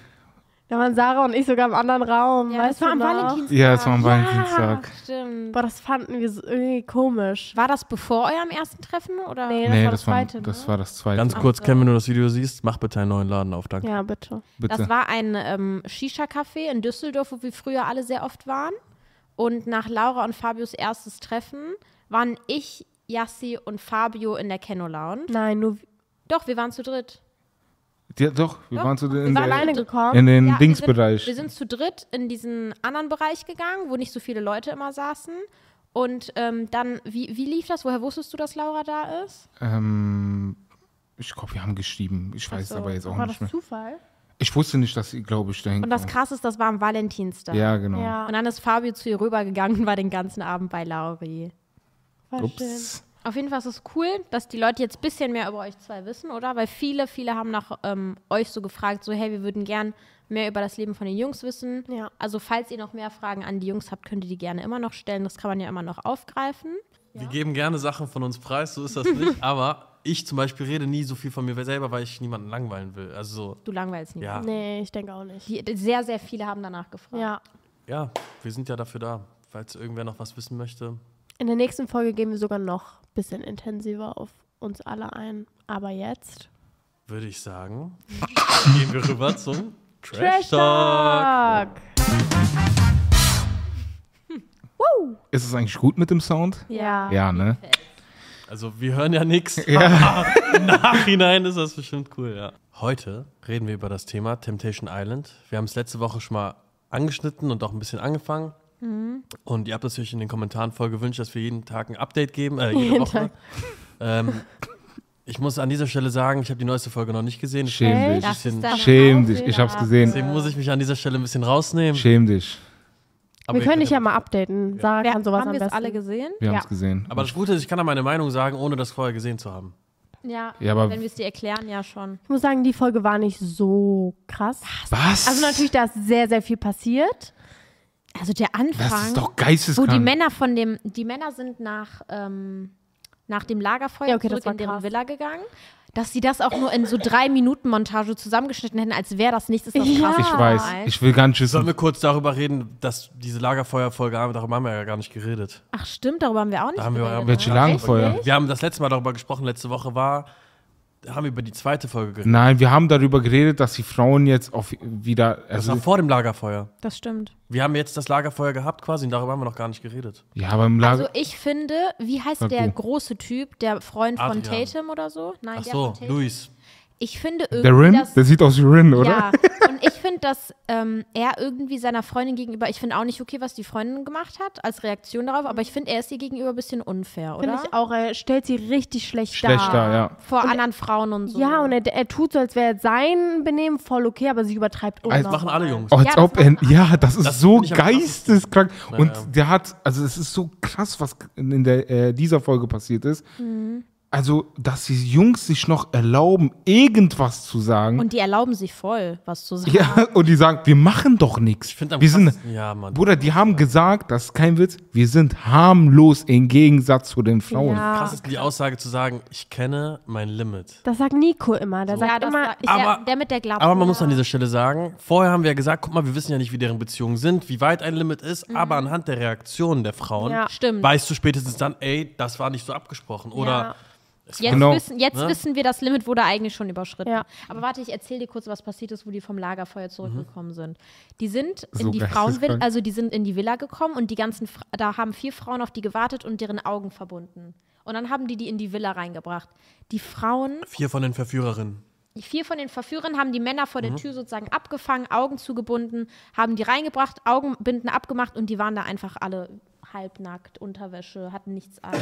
Speaker 1: Da waren Sarah und ich sogar im anderen Raum.
Speaker 4: Ja,
Speaker 1: weißt
Speaker 4: das war
Speaker 1: du
Speaker 4: am
Speaker 1: noch?
Speaker 4: Valentinstag.
Speaker 2: ja, es war am Valentinstag.
Speaker 4: Ah, Stimmt.
Speaker 1: Boah, das fanden wir so irgendwie komisch.
Speaker 4: War das vor eurem ersten Treffen oder?
Speaker 1: Nee, das
Speaker 2: Nee,
Speaker 1: war das,
Speaker 2: das, war,
Speaker 1: zweite.
Speaker 2: das
Speaker 1: ne?
Speaker 2: war das zweite.
Speaker 3: Ganz kurz, Ken, wenn du das Video siehst, mach bitte einen neuen Laden auf, danke.
Speaker 1: Ja, bitte.
Speaker 2: Bitte.
Speaker 4: Das war ein ähm, Shisha-Café in Düsseldorf, wo wir früher alle sehr oft waren. Und nach Laura und Fabios erstes Treffen waren ich, Yassi und Fabio in der Kenno Lounge.
Speaker 1: Nein, nur
Speaker 4: Doch, wir waren zu dritt.
Speaker 2: ja, doch, wir
Speaker 4: Doch,
Speaker 2: waren zu den,
Speaker 4: wir
Speaker 2: in,
Speaker 1: war
Speaker 4: waren
Speaker 2: der,
Speaker 1: alleine gekommen.
Speaker 2: in den
Speaker 4: Ja,
Speaker 2: Dingsbereich.
Speaker 4: Wir sind, wir sind zu dritt in diesen anderen Bereich gegangen, wo nicht so viele Leute immer saßen. Und ähm, dann, wie, wie lief das? Woher wusstest du, dass Laura da ist?
Speaker 2: ähm, ich glaube, wir haben geschrieben. Ich weiß es aber jetzt auch
Speaker 1: war
Speaker 2: nicht
Speaker 1: das
Speaker 2: mehr.
Speaker 1: Zufall?
Speaker 2: Ich wusste nicht, dass sie, glaube ich, dahin
Speaker 4: Und das
Speaker 2: kommen.
Speaker 4: Krasse ist, das war am Valentinstag.
Speaker 2: Ja, genau.
Speaker 1: Ja,
Speaker 4: Und dann ist Fabio zu ihr rübergegangen und war den ganzen Abend bei Lauri.
Speaker 1: war schön.
Speaker 2: Ups.
Speaker 4: Auf jeden Fall ist es cool, dass die Leute jetzt ein bisschen mehr über euch zwei wissen, oder? Weil viele, viele haben nach ähm, euch so gefragt, so hey, wir würden gern mehr über das Leben von den Jungs wissen.
Speaker 1: Ja.
Speaker 4: Also falls ihr noch mehr Fragen an die Jungs habt, könnt ihr die gerne immer noch stellen. Das kann man ja immer noch aufgreifen.
Speaker 3: Wir geben gerne Sachen von uns preis, so ist das [LAUGHS] nicht. aber ich zum Beispiel rede nie so viel von mir selber, weil ich niemanden langweilen will. Also,
Speaker 4: Du langweilst nicht.
Speaker 3: ja,
Speaker 1: Nee, ich denke auch nicht.
Speaker 4: Die, sehr, sehr viele haben danach gefragt.
Speaker 1: Ja.
Speaker 3: ja, wir sind ja dafür da. Falls irgendwer noch was wissen möchte.
Speaker 1: In der nächsten Folge gehen wir sogar noch ein bisschen intensiver auf uns alle ein. Aber jetzt.
Speaker 3: würde ich [LAUGHS] sagen, gehen wir rüber zum Trash Talk.
Speaker 2: Ist es eigentlich gut mit dem Sound?
Speaker 1: Ja.
Speaker 2: Ja, ne?
Speaker 3: Also wir hören
Speaker 1: [LAUGHS]
Speaker 3: ja nichts. Im [LAUGHS] Nachhinein ist das bestimmt cool, ja. Heute reden wir über das Thema Temptation Island. Wir haben es letzte Woche schon mal angeschnitten und auch ein bisschen angefangen.
Speaker 1: Mhm.
Speaker 3: Und ihr habt das natürlich in den Kommentaren voll gewünscht, dass wir jeden Tag ein Update geben, äh,
Speaker 1: [LAUGHS]
Speaker 3: jede
Speaker 1: Jeden
Speaker 3: Woche.
Speaker 1: Tag.
Speaker 3: Ähm, ich muss an dieser Stelle sagen, ich habe die neueste Folge noch nicht gesehen.
Speaker 2: Schäm
Speaker 1: Echt?
Speaker 2: dich.
Speaker 4: Das ist
Speaker 3: bisschen-
Speaker 4: dann
Speaker 2: Schäm
Speaker 4: auch
Speaker 2: dich.
Speaker 4: wieder-
Speaker 2: Ich hab's gesehen.
Speaker 3: Deswegen muss ich mich an dieser Stelle ein bisschen rausnehmen.
Speaker 2: Schäm dich.
Speaker 3: Aber
Speaker 1: Wir
Speaker 3: ihr
Speaker 1: können
Speaker 3: könnt
Speaker 1: dich ja mal updaten. Sarah
Speaker 4: Wer,
Speaker 1: kann sowas
Speaker 4: haben
Speaker 1: am
Speaker 4: wir es
Speaker 1: besten.
Speaker 4: alle gesehen?
Speaker 2: Wir
Speaker 1: Ja.
Speaker 2: haben's gesehen.
Speaker 3: Aber das Gute ist, ich kann da meine Meinung sagen, ohne das vorher gesehen zu haben.
Speaker 4: Ja.
Speaker 2: Ja, aber-
Speaker 4: Wenn wir es dir erklären, ja schon.
Speaker 1: Ich muss sagen, die Folge war nicht so krass.
Speaker 2: Was?
Speaker 1: Also natürlich, da ist sehr, sehr viel passiert.
Speaker 4: Also der Anfang.
Speaker 2: das ist doch
Speaker 4: Wo die
Speaker 2: geisteskrank.
Speaker 4: Männer von dem, die Männer sind nach, ähm, nach dem Lagerfeuer
Speaker 1: Ja, okay, das
Speaker 4: zurück
Speaker 1: war
Speaker 4: in deren
Speaker 1: krass.
Speaker 4: Villa gegangen, dass sie das auch nur in so drei Minuten Montage zusammengeschnitten hätten, als wäre das nichts. Ist das
Speaker 1: Ja.
Speaker 4: krass.
Speaker 2: Ich weiß. Ich will gar nicht wissen.
Speaker 3: Sollen wir kurz darüber reden, dass diese Lagerfeuerfolge, darüber haben wir ja gar nicht geredet.
Speaker 4: Ach stimmt, darüber haben wir auch nicht
Speaker 3: Da haben wir
Speaker 4: geredet.
Speaker 3: ja-
Speaker 2: Welche
Speaker 3: Echt
Speaker 2: Lagerfeuer?
Speaker 3: Wir haben das letzte Mal darüber gesprochen, letzte Woche war, haben wir über die zweite Folge geredet.
Speaker 2: Nein, wir haben darüber geredet, dass die Frauen jetzt auf wieder.
Speaker 3: Das
Speaker 2: Also,
Speaker 3: war vor dem Lagerfeuer.
Speaker 4: Das stimmt.
Speaker 3: Wir haben jetzt das Lagerfeuer gehabt quasi und darüber haben wir noch gar nicht geredet.
Speaker 2: ja, beim Lager.
Speaker 4: Also ich finde, wie heißt
Speaker 2: Sag
Speaker 4: der
Speaker 2: du.
Speaker 4: große Typ, der Freund von
Speaker 3: Adrian.
Speaker 4: Tatum oder so? Nein,
Speaker 3: Ach
Speaker 4: der
Speaker 3: so,
Speaker 4: von Tatum.
Speaker 3: Luis.
Speaker 4: Ich finde
Speaker 2: der
Speaker 4: irgendwie,
Speaker 2: Rin?
Speaker 4: dass
Speaker 2: Der sieht aus wie Rin, oder?
Speaker 4: Ja, und ich finde, dass ähm, er irgendwie seiner Freundin gegenüber, ich finde auch nicht okay, was die Freundin gemacht hat, als Reaktion darauf, aber ich finde, er ist ihr gegenüber ein bisschen unfair, oder?
Speaker 1: Finde ich auch, er stellt sie richtig schlecht,
Speaker 2: Schlechter,
Speaker 1: dar.
Speaker 2: ja.
Speaker 4: Vor anderen Frauen und so.
Speaker 1: Ja, und er, er tut so, als wäre sein Benehmen voll okay, aber sie übertreibt
Speaker 2: Als-
Speaker 1: unnormal.
Speaker 3: Machen alle Jungs.
Speaker 2: Oh, als
Speaker 4: Ja, das
Speaker 2: ob er,
Speaker 4: macht-
Speaker 2: ja, das ist
Speaker 3: Das
Speaker 2: so
Speaker 3: finde ich am krassesten.
Speaker 2: geisteskrank. Und
Speaker 3: ja.
Speaker 2: der hat, also es ist so krass, was in der, äh, dieser Folge passiert ist.
Speaker 4: Mhm.
Speaker 2: Also, dass die Jungs sich noch erlauben, irgendwas zu sagen.
Speaker 4: Und die erlauben sich voll, was zu sagen.
Speaker 2: ja, und die sagen, wir machen doch nichts.
Speaker 3: Ich finde am
Speaker 2: Wir sind,
Speaker 3: krassesten- ja, Mann.
Speaker 2: Bruder, die haben gesagt, das ist kein Witz, wir sind harmlos im Gegensatz zu den Frauen.
Speaker 1: ja.
Speaker 3: Krass ist die Aussage zu sagen, ich kenne mein Limit.
Speaker 1: Das sagt Nico immer. Der sagt
Speaker 4: das
Speaker 1: immer,
Speaker 4: sagt-
Speaker 1: ich,
Speaker 4: der,
Speaker 3: Aber-
Speaker 4: der mit der Glatze.
Speaker 3: Aber man muss an dieser Stelle sagen, vorher haben wir ja gesagt, guck mal, wir wissen ja nicht, wie deren Beziehungen sind, wie weit ein Limit ist, aber anhand der Reaktionen der Frauen
Speaker 1: Ja.
Speaker 4: Mhm. Stimmt.
Speaker 3: weißt du spätestens dann, ey, das war nicht so abgesprochen. Oder
Speaker 4: Jetzt,
Speaker 2: Genau.
Speaker 4: wissen, jetzt wissen wir, das Limit wurde eigentlich schon überschritten.
Speaker 1: Ja.
Speaker 4: Aber warte, ich erzähle dir kurz, was passiert ist, wo die vom Lagerfeuer zurückgekommen sind. Die sind in
Speaker 2: So
Speaker 4: die
Speaker 2: geisteskrank.
Speaker 4: Frauenvilla,
Speaker 2: [LAUGHS]
Speaker 4: also die sind in die Villa gekommen und die ganzen, Fra- da haben vier Frauen auf die gewartet und deren Augen verbunden. Und dann haben die die in die Villa reingebracht. Die Frauen,
Speaker 3: vier von den Verführerinnen.
Speaker 4: die vier von den Verführern haben die Männer vor der Tür sozusagen abgefangen, Augen zugebunden, haben die reingebracht, Augenbinden abgemacht und die waren da einfach alle halbnackt, Unterwäsche, hatten nichts an.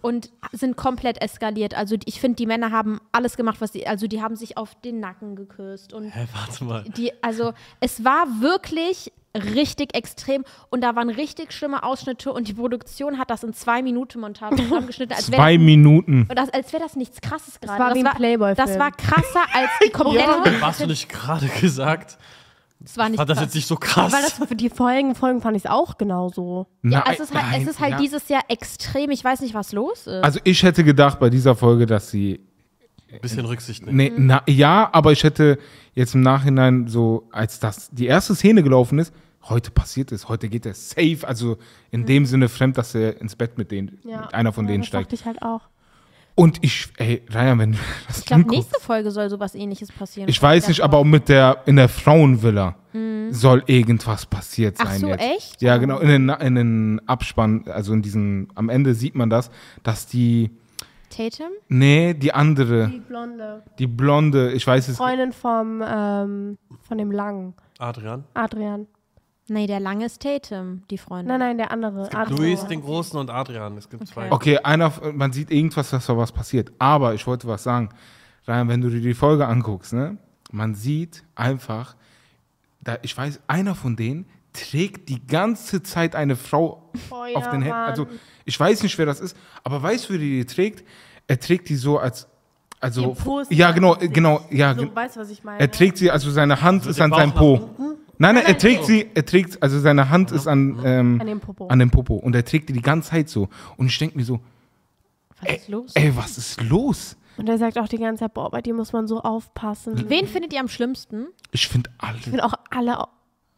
Speaker 4: und sind komplett eskaliert. Also die- ich finde, die Männer haben alles gemacht, was sie, also die haben sich auf den Nacken geküsst und
Speaker 3: Hä, warte mal.
Speaker 4: die, also es war wirklich richtig extrem und da waren richtig schlimme Ausschnitte und die Produktion hat das in zwei Minuten Montage zusammengeschnitten, als wäre
Speaker 2: Zwei Minuten.
Speaker 4: das, als wäre das nichts krasses gerade.
Speaker 1: war wie ein Playboy-Film.
Speaker 4: Das war krasser als [LAUGHS] die komplette.
Speaker 3: Hast du nicht gerade gesagt?
Speaker 4: Das war nicht
Speaker 3: War das
Speaker 4: krass.
Speaker 3: jetzt nicht so krass?
Speaker 1: weil das, für die vorigen Folgen fand ich es auch genauso.
Speaker 2: Nein,
Speaker 4: ja, es ist halt,
Speaker 2: nein,
Speaker 4: es ist halt
Speaker 2: ja.
Speaker 4: dieses Jahr extrem. Ich weiß nicht, was los ist.
Speaker 2: Also ich hätte gedacht bei dieser Folge, dass sie
Speaker 3: bisschen Rücksicht nehmen.
Speaker 1: Mhm.
Speaker 2: Nee, na, ja, aber ich hätte jetzt im Nachhinein so, als das die erste Szene gelaufen ist, heute passiert es, heute geht er safe, also in dem Sinne fremd, dass er ins Bett mit denen, mit einer von
Speaker 1: Mhm. Ja,
Speaker 2: denen
Speaker 1: das
Speaker 2: steigt.
Speaker 1: dachte ich halt auch.
Speaker 2: Und ich, ey, Ryan, wenn du [LAUGHS] das
Speaker 4: ich glaube,
Speaker 2: anguckst-
Speaker 4: nächste Folge soll sowas ähnliches passieren.
Speaker 2: ich weiß nicht, aber auch mit der, in der Frauenvilla soll irgendwas passiert
Speaker 4: Ach
Speaker 2: sein
Speaker 4: so,
Speaker 2: jetzt.
Speaker 4: echt?
Speaker 2: Ja, genau, in den, in den Abspann, also in diesem, am Ende sieht man das, dass die,
Speaker 4: Tatum?
Speaker 2: nee, die andere,
Speaker 1: Die blonde
Speaker 2: die blonde, ich weiß es
Speaker 1: Freundin vom, ähm, von dem Langen,
Speaker 3: Adrian.
Speaker 1: Adrian.
Speaker 4: Nee, der lange ist Tatum, die Freundin.
Speaker 1: Nein, nein, der andere. Adrian.
Speaker 3: Luis, den Großen und Adrian. Es gibt zwei.
Speaker 2: Okay, einer, man sieht irgendwas, dass da was passiert. Aber ich wollte was sagen. Ryan, wenn du dir die Folge anguckst, ne, man sieht einfach, da, ich weiß, einer von denen trägt die ganze Zeit eine Frau
Speaker 1: Oh,
Speaker 2: auf
Speaker 1: ja,
Speaker 2: den Händen.
Speaker 1: Mann.
Speaker 2: Also ich weiß nicht, wer das ist, aber weißt du, wer die trägt? Er trägt die so als, also,
Speaker 1: Den Post-
Speaker 2: ja genau, äh, genau, ja,
Speaker 1: so,
Speaker 2: gen-
Speaker 1: weißt du, was ich meine?
Speaker 2: er trägt sie, also seine Hand ist
Speaker 3: der
Speaker 2: an seinem
Speaker 3: Bauch nach
Speaker 2: Po. Nein, nein, oh. er trägt sie, er trägt, also seine Hand ist an, ähm,
Speaker 1: an dem Popo.
Speaker 2: an dem Popo und er trägt die die ganze Zeit so. Und ich denke mir so,
Speaker 4: Was ist los?
Speaker 2: Ey, was ist los?
Speaker 1: Und er sagt auch die ganze Zeit, boah, bei dir muss man so
Speaker 2: Mhm.
Speaker 1: aufpassen.
Speaker 4: Wen findet ihr am schlimmsten?
Speaker 2: Ich finde
Speaker 1: Ich
Speaker 2: alle.
Speaker 1: finde auch alle, au-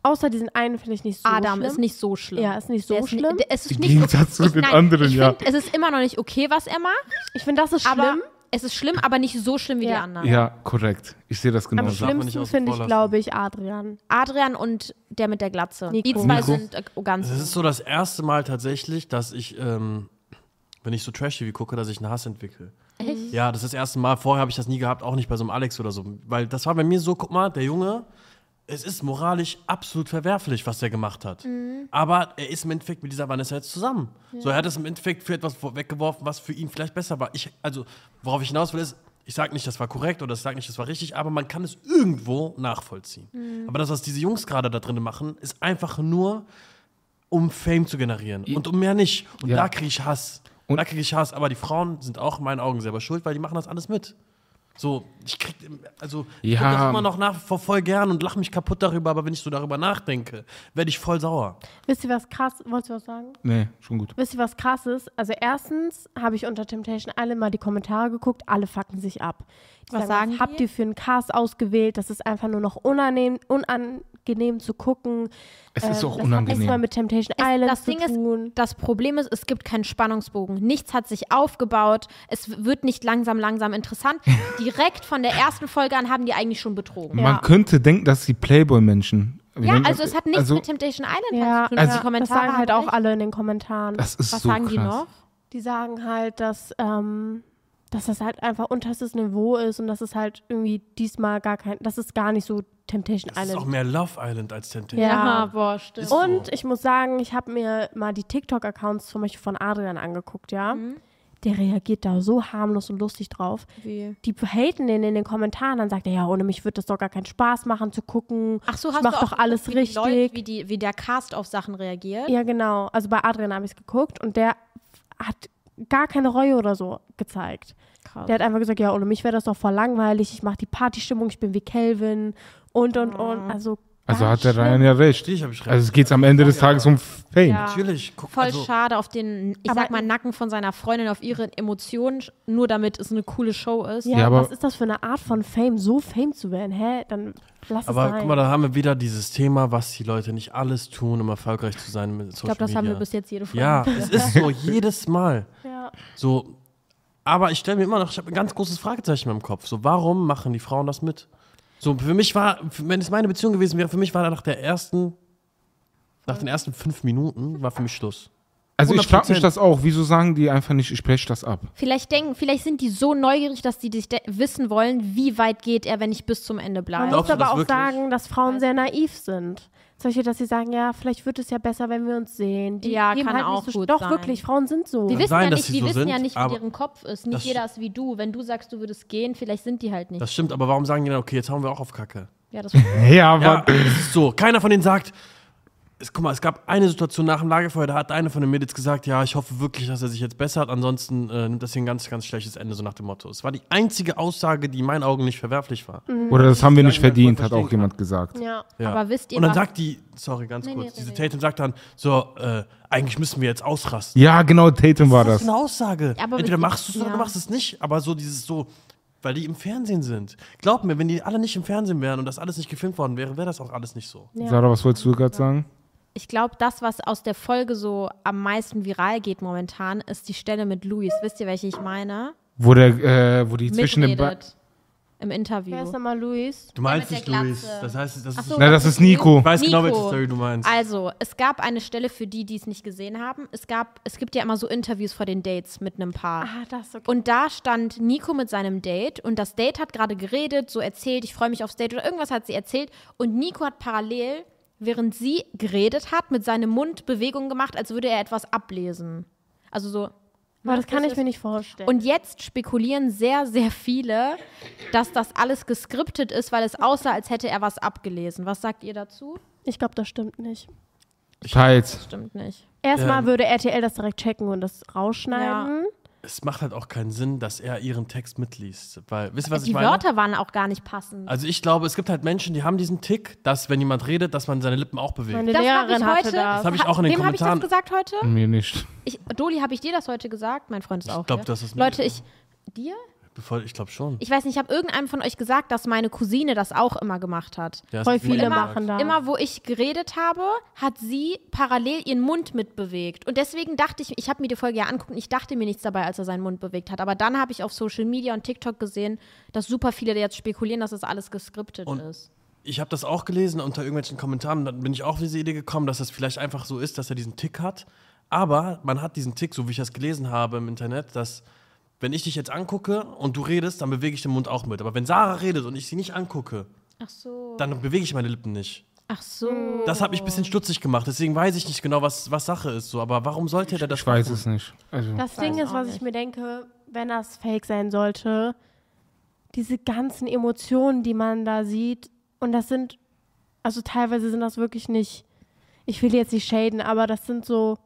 Speaker 1: außer diesen einen finde ich nicht so
Speaker 4: Adam
Speaker 1: schlimm.
Speaker 4: ist nicht so schlimm.
Speaker 1: Ja, ist nicht so
Speaker 4: Der ist ni-
Speaker 1: schlimm.
Speaker 4: der- Es ist
Speaker 2: Im
Speaker 4: nicht
Speaker 2: Gegensatz zu
Speaker 4: ich-
Speaker 2: den
Speaker 4: nein,
Speaker 2: anderen,
Speaker 4: ich
Speaker 2: ja.
Speaker 4: Find, es ist immer noch nicht okay, was er macht.
Speaker 1: ich finde, das ist schlimm.
Speaker 4: Aber es ist schlimm, aber nicht so schlimm wie die
Speaker 1: Ja.
Speaker 4: anderen.
Speaker 2: Ja, korrekt. Ich sehe das
Speaker 1: Am
Speaker 2: genauso.
Speaker 3: darf man nicht
Speaker 1: schlimmsten
Speaker 3: außen vor
Speaker 1: finde ich,
Speaker 3: lassen.
Speaker 1: glaube ich, Adrian.
Speaker 4: Adrian und der mit der Glatze. Die
Speaker 1: Nico.
Speaker 4: zwei
Speaker 2: Nico.
Speaker 4: sind äh, ganz.
Speaker 3: Es ist so das erste Mal tatsächlich, dass ich, ähm, wenn ich so Trash-TV gucke, dass ich einen Hass entwickle.
Speaker 4: Echt?
Speaker 3: Ja, das ist das erste Mal. Vorher habe ich das nie gehabt, auch nicht bei so einem Alex oder so. Weil das war bei mir so, guck mal, der Junge, es ist moralisch absolut verwerflich, was der gemacht hat. Aber er ist im Endeffekt mit dieser Vanessa jetzt zusammen. So, er hat es im Endeffekt für etwas vor- weggeworfen, was für ihn vielleicht besser war. Ich, also, worauf ich hinaus will, ist, ich sage nicht, das war korrekt oder ich sage nicht, das war richtig, aber man kann es irgendwo nachvollziehen. Aber das, was diese Jungs gerade da drin machen, ist einfach nur, um Fame zu generieren und um mehr nicht. Und
Speaker 2: Ja.
Speaker 3: da kriege ich Hass.
Speaker 2: Und-
Speaker 3: Und da kriege ich Hass. Aber die Frauen sind auch in meinen Augen selber schuld, weil die machen das alles mit. So, ich krieg, also ich guck
Speaker 2: Ja.
Speaker 3: das immer noch nach vor voll gern und lache mich kaputt darüber, aber wenn ich so darüber nachdenke, werde ich voll sauer.
Speaker 1: Wisst ihr, was krass, wolltest du was sagen?
Speaker 2: Nee, schon gut.
Speaker 1: Wisst ihr, was krass ist? Also erstens habe ich unter Temptation alle mal die Kommentare geguckt, alle fucken sich ab.
Speaker 4: Was sagen die?
Speaker 1: habt ihr für einen Cast ausgewählt? Das ist einfach nur noch unangenehm, unangenehm zu gucken. Ähm,
Speaker 2: Es ist
Speaker 1: das
Speaker 2: auch
Speaker 1: hat nichts
Speaker 2: unangenehm.
Speaker 1: mehr mit Temptation
Speaker 4: Es-
Speaker 1: Island
Speaker 4: das
Speaker 1: zu
Speaker 4: Ding
Speaker 1: tun.
Speaker 4: ist, das Problem ist, es gibt keinen Spannungsbogen. Nichts hat sich aufgebaut. Es w- wird nicht langsam,
Speaker 1: [LAUGHS]
Speaker 4: langsam interessant. Direkt von der ersten Folge an haben die eigentlich schon betrogen.
Speaker 1: Ja.
Speaker 2: Man könnte denken, dass die Playboy-Menschen.
Speaker 4: Ja,
Speaker 2: Wenn-
Speaker 4: also es hat nichts
Speaker 2: also,
Speaker 4: mit Temptation Island
Speaker 1: ja,
Speaker 4: zu tun.
Speaker 1: also
Speaker 4: die
Speaker 1: das
Speaker 4: Kommentare
Speaker 1: sagen halt
Speaker 4: haben
Speaker 1: auch
Speaker 4: recht.
Speaker 1: alle in den Kommentaren.
Speaker 2: Das ist
Speaker 4: Was
Speaker 2: so
Speaker 4: sagen
Speaker 2: krass.
Speaker 4: die noch?
Speaker 1: Die sagen halt, dass, ähm, dass das halt einfach unterstes Niveau ist und dass es halt irgendwie diesmal gar kein, das ist gar nicht so Temptation
Speaker 3: Das ist auch
Speaker 1: Island.
Speaker 3: mehr Love Island als Temptation.
Speaker 1: Ja.
Speaker 4: boah, stimmt.
Speaker 3: Ist- so.
Speaker 1: Und ich muss sagen, ich habe mir mal die TikTok-Accounts zum Beispiel von Adrian angeguckt, ja.
Speaker 4: Mhm.
Speaker 1: Der reagiert da so harmlos und lustig drauf.
Speaker 4: Wie?
Speaker 1: Die haten den in den Kommentaren, dann sagt er, ja, ohne mich wird das doch gar keinen Spaß machen zu gucken.
Speaker 4: Ach so,
Speaker 1: ich
Speaker 4: hast
Speaker 1: mach
Speaker 4: du auch
Speaker 1: doch alles
Speaker 4: geguckt, wie die
Speaker 1: richtig.
Speaker 4: Leute, wie, die, wie der Cast auf Sachen reagiert?
Speaker 1: Ja, genau. Also bei Adrian habe ich es geguckt und der hat gar keine Reue oder so gezeigt.
Speaker 4: Krass.
Speaker 1: Der hat einfach gesagt, ja, ohne mich wäre das doch voll langweilig. Ich mache die Partystimmung, ich bin wie Kelvin und, und,
Speaker 4: Ah.
Speaker 1: und. Also,
Speaker 2: Also
Speaker 1: ganz
Speaker 2: hat der
Speaker 1: schlimm.
Speaker 2: Ryan ja recht.
Speaker 3: Natürlich hab ich recht.
Speaker 2: Also es geht am Ende des Tages um Fame.
Speaker 4: Ja.
Speaker 3: Natürlich. Guck,
Speaker 4: Voll
Speaker 3: also,
Speaker 4: schade auf den, ich
Speaker 1: Aber-
Speaker 4: sag mal, Nacken von seiner Freundin auf ihre Emotionen, nur damit es eine coole Show ist.
Speaker 1: Ja,
Speaker 2: Ja, aber-
Speaker 1: was ist das für eine Art von Fame, so Fame zu werden? Hä? Dann lass es
Speaker 3: aber
Speaker 1: sein.
Speaker 3: guck mal, da haben wir wieder dieses Thema, was die Leute nicht alles tun, um erfolgreich zu sein mit
Speaker 4: ich
Speaker 3: Social
Speaker 4: glaube, das
Speaker 3: Media.
Speaker 4: haben wir bis jetzt jede Folge.
Speaker 3: Ja, es ist so jedes Mal.
Speaker 1: ja.
Speaker 3: So, aber ich stelle mir immer noch, ich habe ein ganz großes Fragezeichen in meinem Kopf. So, warum machen die Frauen das mit? So, für mich war, wenn es meine Beziehung gewesen wäre, für mich war da nach der ersten, nach den ersten fünf Minuten war für mich Schluss.
Speaker 2: Also ich frage
Speaker 3: 100%.
Speaker 2: mich das auch. Wieso sagen die einfach nicht, ich breche das ab?
Speaker 4: Vielleicht denken, vielleicht sind die so neugierig, dass die dich de- wissen wollen, wie weit geht er, wenn ich bis zum Ende
Speaker 1: Man
Speaker 4: bleibe.
Speaker 1: muss
Speaker 3: Glaubst du
Speaker 1: aber
Speaker 3: das
Speaker 1: auch
Speaker 3: wirklich?
Speaker 1: sagen, dass Frauen sehr naiv sind. Zum Beispiel, dass sie sagen, ja, vielleicht wird es ja besser, wenn wir uns sehen. Die
Speaker 4: Ja,
Speaker 1: geben
Speaker 4: kann
Speaker 1: halt
Speaker 4: auch
Speaker 1: nicht so,
Speaker 4: gut
Speaker 1: Doch,
Speaker 4: sein.
Speaker 1: wirklich, Frauen sind so.
Speaker 4: Die wissen,
Speaker 3: sein,
Speaker 4: ja
Speaker 3: dass
Speaker 4: nicht,
Speaker 3: sie
Speaker 4: die
Speaker 3: so
Speaker 4: wissen ja
Speaker 3: sind,
Speaker 4: nicht, wie
Speaker 3: aber
Speaker 4: deren Kopf ist. Nicht
Speaker 3: das-
Speaker 4: jeder ist wie du. Wenn du sagst, du würdest gehen, vielleicht sind die halt nicht.
Speaker 3: Das stimmt, aber warum sagen die dann, okay, jetzt hauen wir auch auf Kacke?
Speaker 4: ja, das
Speaker 2: Ja, aber
Speaker 3: Ja, es ist so. Keiner von denen sagt, es, guck mal, es gab eine Situation nach dem Lagerfeuer, da hat eine von den Mädels gesagt, ja, ich hoffe wirklich, dass er sich jetzt bessert, ansonsten äh, nimmt das hier ein ganz, ganz schlechtes Ende, so nach dem Motto. Es war die einzige Aussage, die in meinen Augen nicht verwerflich war.
Speaker 2: oder das haben wir nicht
Speaker 3: Sagen wir,
Speaker 2: verdient,
Speaker 3: man
Speaker 2: hat auch
Speaker 3: verstehen
Speaker 2: jemand gesagt.
Speaker 1: ja.
Speaker 3: Ja.
Speaker 4: Aber wisst ihr
Speaker 3: Und dann
Speaker 4: was-
Speaker 3: sagt die, sorry, ganz
Speaker 4: Nee, nee,
Speaker 3: kurz,
Speaker 4: nee,
Speaker 3: diese
Speaker 4: nee.
Speaker 3: Tatum sagt dann, so, äh, eigentlich müssen wir jetzt ausrasten.
Speaker 2: Ja, genau, Tatum war
Speaker 3: Was
Speaker 2: das.
Speaker 3: ist das für eine Aussage?
Speaker 4: Aber
Speaker 3: Entweder
Speaker 4: wir-
Speaker 3: machst du es oder
Speaker 4: ja.
Speaker 3: du machst es nicht, aber so dieses so, weil die im Fernsehen sind. Glaub mir, wenn die alle nicht im Fernsehen wären und das alles nicht gefilmt worden wäre, wäre das auch alles nicht so.
Speaker 1: genau- Ja.
Speaker 2: Sarah, was wolltest du gerade sagen?
Speaker 4: Ich glaube, das, was aus der Folge so am meisten viral geht momentan, ist die Stelle mit Luis. Wisst ihr, welche ich meine?
Speaker 2: Wo, der, äh, wo die zwischen den Ba-
Speaker 4: Mitredet. Im Interview.
Speaker 1: Wer ist nochmal Luis?
Speaker 3: Du
Speaker 4: meinst mit der nicht
Speaker 3: Luis.
Speaker 4: Luis. Glatze.
Speaker 3: Das heißt, das ist
Speaker 4: so,
Speaker 2: Na, das ist Nico.
Speaker 3: Ich weiß genau,
Speaker 4: Nico.
Speaker 3: welche Story du meinst.
Speaker 4: Also, es gab eine Stelle für die, die es nicht gesehen haben. Es gab, es gibt ja immer so Interviews vor den Dates mit einem Paar.
Speaker 1: Ah, das ist okay.
Speaker 4: Und da stand Nico mit seinem Date und das Date hat gerade geredet, so erzählt, ich freue mich aufs Date oder irgendwas hat sie erzählt. Und Nico hat parallel, während sie geredet hat, mit seinem Mund Bewegungen gemacht, als würde er etwas ablesen. Also so.
Speaker 1: Aber das kann
Speaker 4: Das
Speaker 1: ich
Speaker 4: ist-
Speaker 1: mir nicht vorstellen.
Speaker 4: Und jetzt spekulieren sehr, sehr viele, dass das alles geskriptet ist, weil es aussah, als hätte er was abgelesen. Was sagt ihr dazu?
Speaker 1: ich glaube, das stimmt nicht.
Speaker 2: Teils.
Speaker 4: Stimmt nicht.
Speaker 1: Erstmal
Speaker 3: Ähm.
Speaker 1: würde RTL das direkt checken und das rausschneiden.
Speaker 3: Es macht halt auch keinen Sinn, dass er ihren Text mitliest. Weil, wisst ihr, was
Speaker 4: Die
Speaker 3: ich meine?
Speaker 4: Wörter waren auch gar nicht passend.
Speaker 3: Also ich glaube, es gibt halt Menschen, die haben diesen Tick, dass wenn jemand redet, dass man seine Lippen auch bewegt.
Speaker 1: Meine
Speaker 4: das hab
Speaker 1: Lehrerin
Speaker 4: ich
Speaker 1: hatte
Speaker 4: heute.
Speaker 1: das.
Speaker 3: Das hab ich auch in den
Speaker 4: Wem habe ich das
Speaker 3: Kommentaren-
Speaker 4: gesagt heute?
Speaker 2: Mir nicht.
Speaker 4: Ich, Doli, habe ich dir das heute gesagt? Mein Freund ist
Speaker 3: Ich
Speaker 4: auch.
Speaker 3: glaub,
Speaker 4: hier.
Speaker 3: das ist mir-
Speaker 4: Leute, ich. Dir?
Speaker 3: Bevor, ich glaube schon.
Speaker 4: Ich weiß nicht, ich habe irgendeinem von euch gesagt, dass meine Cousine das auch immer gemacht hat.
Speaker 3: Ja, es
Speaker 1: Voll
Speaker 3: hat mir
Speaker 1: viele
Speaker 3: gesagt.
Speaker 1: machen das.
Speaker 4: Immer, wo ich geredet habe, hat sie parallel ihren Mund mitbewegt. Und deswegen dachte ich, ich habe mir die Folge ja anguckt und ich dachte mir nichts dabei, als er seinen Mund bewegt hat. Aber dann habe ich auf Social Media und TikTok gesehen, dass super viele jetzt spekulieren, dass das alles geskriptet
Speaker 3: Und-
Speaker 4: ist.
Speaker 3: Ich habe das auch gelesen unter irgendwelchen Kommentaren. Dann bin ich auch auf diese Idee gekommen, dass das vielleicht einfach so ist, dass er diesen Tick hat. Aber man hat diesen Tick, so wie ich das gelesen habe im Internet, dass wenn ich dich jetzt angucke und du redest, dann bewege ich den Mund auch mit. Aber wenn Sarah redet und ich sie nicht angucke,
Speaker 4: Ach so.
Speaker 3: dann bewege ich meine Lippen nicht.
Speaker 4: Ach so.
Speaker 1: Hm.
Speaker 3: Das hat mich ein bisschen stutzig gemacht. Deswegen weiß ich nicht genau, was, was Sache ist. So, aber warum sollte er das
Speaker 2: Ich weiß
Speaker 3: machen?
Speaker 2: es nicht. Also,
Speaker 1: Das Ding
Speaker 4: weiß
Speaker 1: ist,
Speaker 4: auch
Speaker 1: was ich
Speaker 4: nicht.
Speaker 1: mir denke, wenn das fake sein sollte, diese ganzen Emotionen, die man da sieht, und das sind, also teilweise sind das wirklich nicht, ich will jetzt nicht shaden, aber das sind so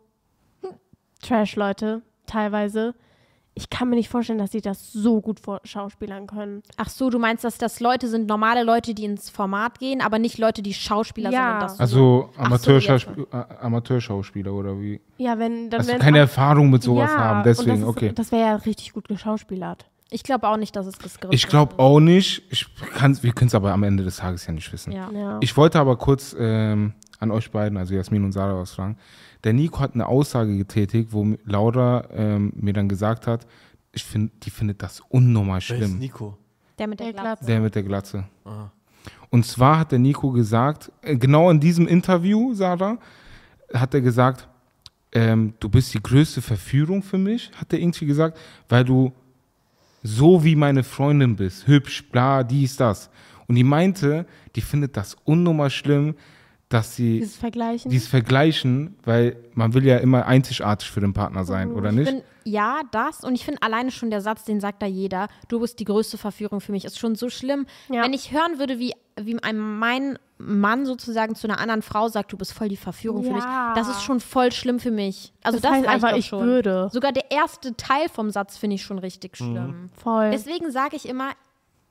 Speaker 1: [LAUGHS] Trash-Leute, teilweise. Ich kann mir nicht vorstellen, dass sie das so gut vor Schauspielern können.
Speaker 4: Ach so, du meinst, dass das Leute sind, normale Leute, die ins Format gehen, aber nicht Leute, die Schauspieler
Speaker 1: Ja.
Speaker 4: sind. und Das
Speaker 2: also
Speaker 4: Ach so,
Speaker 2: Amateurschauspieler Amateurschauspieler oder wie?
Speaker 1: Ja, wenn, dann
Speaker 2: Dass du
Speaker 1: wären's
Speaker 2: keine
Speaker 1: ab-
Speaker 2: Erfahrung mit Also sowas
Speaker 1: ja,
Speaker 2: haben,
Speaker 1: und
Speaker 2: deswegen,
Speaker 1: das ist,
Speaker 2: okay.
Speaker 1: Das wäre ja richtig gut geschauspielert.
Speaker 4: Ich glaube auch nicht, dass es geskriptet
Speaker 2: Ich glaube auch nicht. Ich kann's, wir können es aber am Ende des Tages ja nicht wissen.
Speaker 4: Ja.
Speaker 1: Ja.
Speaker 2: Ich wollte aber kurz ähm, an euch beiden, also Jasmin und Sarah, was fragen. Der Nico hat eine Aussage getätigt, wo m- Laura ähm, mir dann gesagt hat, ich find, die findet das unnormal
Speaker 3: Wer ist
Speaker 2: schlimm,
Speaker 3: Nico?
Speaker 4: Der mit der,
Speaker 1: Der
Speaker 4: Glatze.
Speaker 2: der mit der Glatze.
Speaker 3: Ah.
Speaker 2: Und zwar hat der Nico gesagt, äh, genau in diesem Interview, Sarah, hat er gesagt, ähm, du bist die größte Verführung für mich, hat er irgendwie gesagt, weil du so wie meine Freundin bist, hübsch, bla, dies, das. Und die meinte, die findet das unnormal schlimm, dass sie
Speaker 1: Dieses Vergleichen.
Speaker 2: dieses Vergleichen, weil man will ja immer einzigartig für den Partner sein, oder
Speaker 4: Oh, Ich
Speaker 2: nicht?
Speaker 4: bin, ja, das. Und ich finde alleine schon der Satz, den sagt da jeder, du bist die größte Verführung für mich, ist schon so schlimm.
Speaker 1: Ja.
Speaker 4: Wenn ich hören würde, wie, wie ein, mein Mann sozusagen zu einer anderen Frau sagt, du bist voll die Verführung für
Speaker 1: Ja.
Speaker 4: mich, das ist schon voll schlimm für mich. Also
Speaker 1: Das
Speaker 4: das,
Speaker 1: heißt
Speaker 4: reicht
Speaker 1: einfach,
Speaker 4: doch
Speaker 1: ich
Speaker 4: schon.
Speaker 1: würde.
Speaker 4: Sogar der erste Teil vom Satz finde ich schon richtig schlimm.
Speaker 1: Voll.
Speaker 4: Deswegen sage ich immer,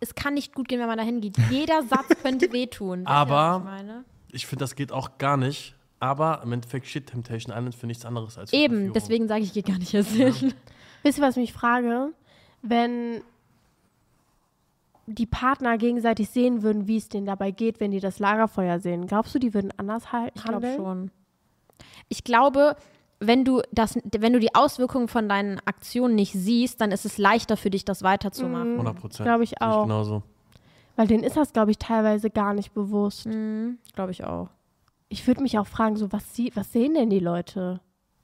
Speaker 4: es kann nicht gut gehen, wenn man dahin geht. Jeder Satz könnte wehtun. Wisst ihr,
Speaker 3: Aber-
Speaker 4: was ich meine?
Speaker 3: Ich finde, das geht auch gar nicht. Aber im Endeffekt steht Temptation Island für nichts anderes als für
Speaker 4: Eben,
Speaker 3: Verführung.
Speaker 4: deswegen sage ich, ich gehe gar nicht erst hin.
Speaker 1: Wisst ihr, was ich mich frage? Wenn die Partner gegenseitig sehen würden, wie es denen dabei geht, wenn die das Lagerfeuer sehen, glaubst du, die würden anders hal-
Speaker 4: Ich glaube
Speaker 1: handeln?
Speaker 4: schon. Ich glaube, wenn du, das, wenn du die Auswirkungen von deinen Aktionen nicht siehst, dann ist es leichter für dich, das weiterzumachen.
Speaker 3: 100 Prozent.
Speaker 1: Glaub ich auch.
Speaker 3: Genauso.
Speaker 1: Weil denen ist das, glaube ich, teilweise gar nicht bewusst.
Speaker 4: Mhm. Glaube ich auch.
Speaker 1: Ich würde mich auch fragen, so was, sie, was sehen denn die Leute?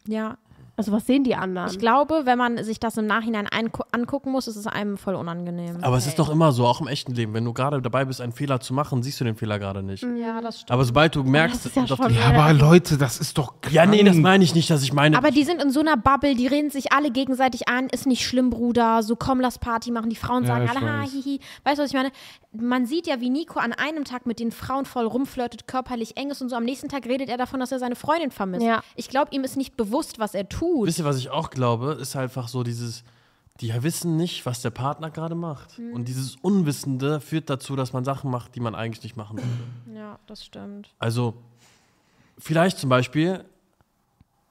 Speaker 4: Ja.
Speaker 1: Also was sehen die anderen?
Speaker 4: Ich glaube, wenn man sich das im Nachhinein eingu- angucken muss, ist es einem voll unangenehm.
Speaker 3: Aber es ist doch immer so, auch im echten Leben. Wenn du gerade dabei bist, einen Fehler zu machen, siehst du den Fehler gerade nicht.
Speaker 4: ja, das stimmt.
Speaker 3: Aber sobald du merkst,
Speaker 1: das ist Mhm. ja
Speaker 3: dass-
Speaker 1: schon-
Speaker 2: ja, aber Leute, das ist doch krank.
Speaker 3: ja, nee, das meine ich nicht, dass ich meine.
Speaker 4: Aber die sind in so einer Bubble, die reden sich alle gegenseitig an, ist nicht schlimm, Bruder, so komm, lass Party machen. Die Frauen
Speaker 2: Ja,
Speaker 4: sagen
Speaker 2: ich
Speaker 4: alle, ha,
Speaker 2: weiß.
Speaker 4: hihi. Weißt du, was ich meine? Man sieht ja, wie Nico an einem Tag mit den Frauen voll rumflirtet, körperlich eng ist und so. Am nächsten Tag redet er davon, dass er seine Freundin vermisst.
Speaker 1: Ja.
Speaker 4: Ich glaube, ihm ist nicht bewusst, was er tut.
Speaker 3: Wisst ihr, was ich auch glaube? Ist halt einfach so dieses, die wissen nicht, was der Partner gerade macht.
Speaker 1: Mhm.
Speaker 3: Und dieses Unwissende führt dazu, dass man Sachen macht, die man eigentlich nicht machen will.
Speaker 4: ja, das stimmt.
Speaker 3: Also, vielleicht zum Beispiel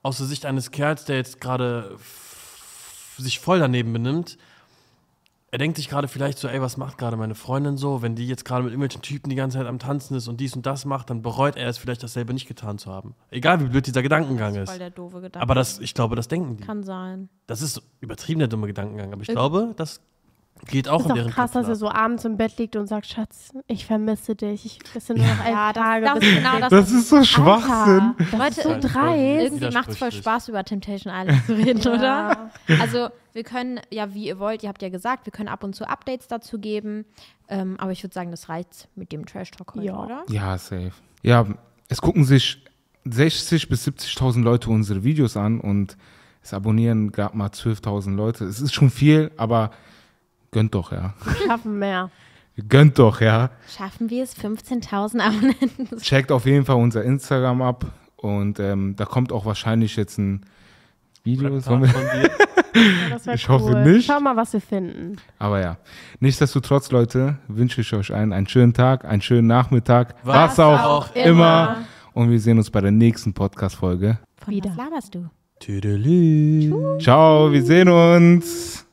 Speaker 3: aus der Sicht eines Kerls, der jetzt gerade f- sich voll daneben benimmt, er denkt sich gerade vielleicht so, ey, was macht gerade meine Freundin so? Wenn die jetzt gerade mit irgendwelchen Typen die ganze Zeit am Tanzen ist und dies und das macht, dann bereut er es vielleicht, dasselbe nicht getan zu haben. Egal, wie blöd dieser Gedankengang ist.
Speaker 4: Voll der doofe Gedanke.
Speaker 3: Aber das, ich glaube, das denken die.
Speaker 4: kann sein.
Speaker 3: Das ist übertrieben der dumme Gedankengang, aber ich glaube, das geht auch
Speaker 1: ist
Speaker 3: in
Speaker 1: doch
Speaker 3: deren
Speaker 1: krass, dass
Speaker 3: Köpfen
Speaker 1: er
Speaker 3: ab.
Speaker 1: so abends im Bett liegt und sagt, Schatz, ich vermisse dich. Ich, es sind nur noch elf
Speaker 4: Ja, das-
Speaker 1: Tage.
Speaker 4: das-
Speaker 1: bis-
Speaker 4: genau das-
Speaker 2: Das ist so Schwachsinn.
Speaker 1: Alter, das ist so
Speaker 4: Leute,
Speaker 1: dreist.
Speaker 4: Irgendwie macht es voll
Speaker 3: Widersprüchlich.
Speaker 4: Spaß, über Temptation Island zu
Speaker 1: [LAUGHS]
Speaker 4: reden,
Speaker 1: Ja.
Speaker 4: oder? Also, wir können ja, wie ihr wollt, ihr habt ja gesagt, wir können ab und zu Updates dazu geben. Ähm, aber ich würde sagen, das reicht mit dem Trash Talk heute,
Speaker 1: Ja.
Speaker 4: oder?
Speaker 2: Ja, safe. Ja, es gucken sich 60 bis 70.000 Leute unsere Videos an und es abonnieren gerade mal 12.000 Leute. Es ist schon viel, aber gönnt doch, ja. [LAUGHS]
Speaker 1: Wir schaffen mehr.
Speaker 2: Gönnt doch, ja.
Speaker 4: Schaffen wir es? 15.000 Abonnenten.
Speaker 2: Checkt auf jeden Fall unser Instagram ab und ähm, da kommt auch wahrscheinlich jetzt ein Video. Sollen wir-
Speaker 3: Von dir.
Speaker 1: Ja, das wär
Speaker 2: Ich hoffe
Speaker 1: cool.
Speaker 2: nicht.
Speaker 1: Schau mal, was wir finden.
Speaker 2: Aber ja, nichtsdestotrotz, Leute, wünsche ich euch allen einen schönen Tag, einen schönen Nachmittag, was,
Speaker 3: Was
Speaker 2: auch,
Speaker 3: auch
Speaker 2: immer. Und wir sehen uns bei der nächsten Podcast-Folge.
Speaker 4: Von
Speaker 1: Wieder.
Speaker 4: was laberst du?
Speaker 3: Tüdelü.
Speaker 2: Ciao, wir sehen uns.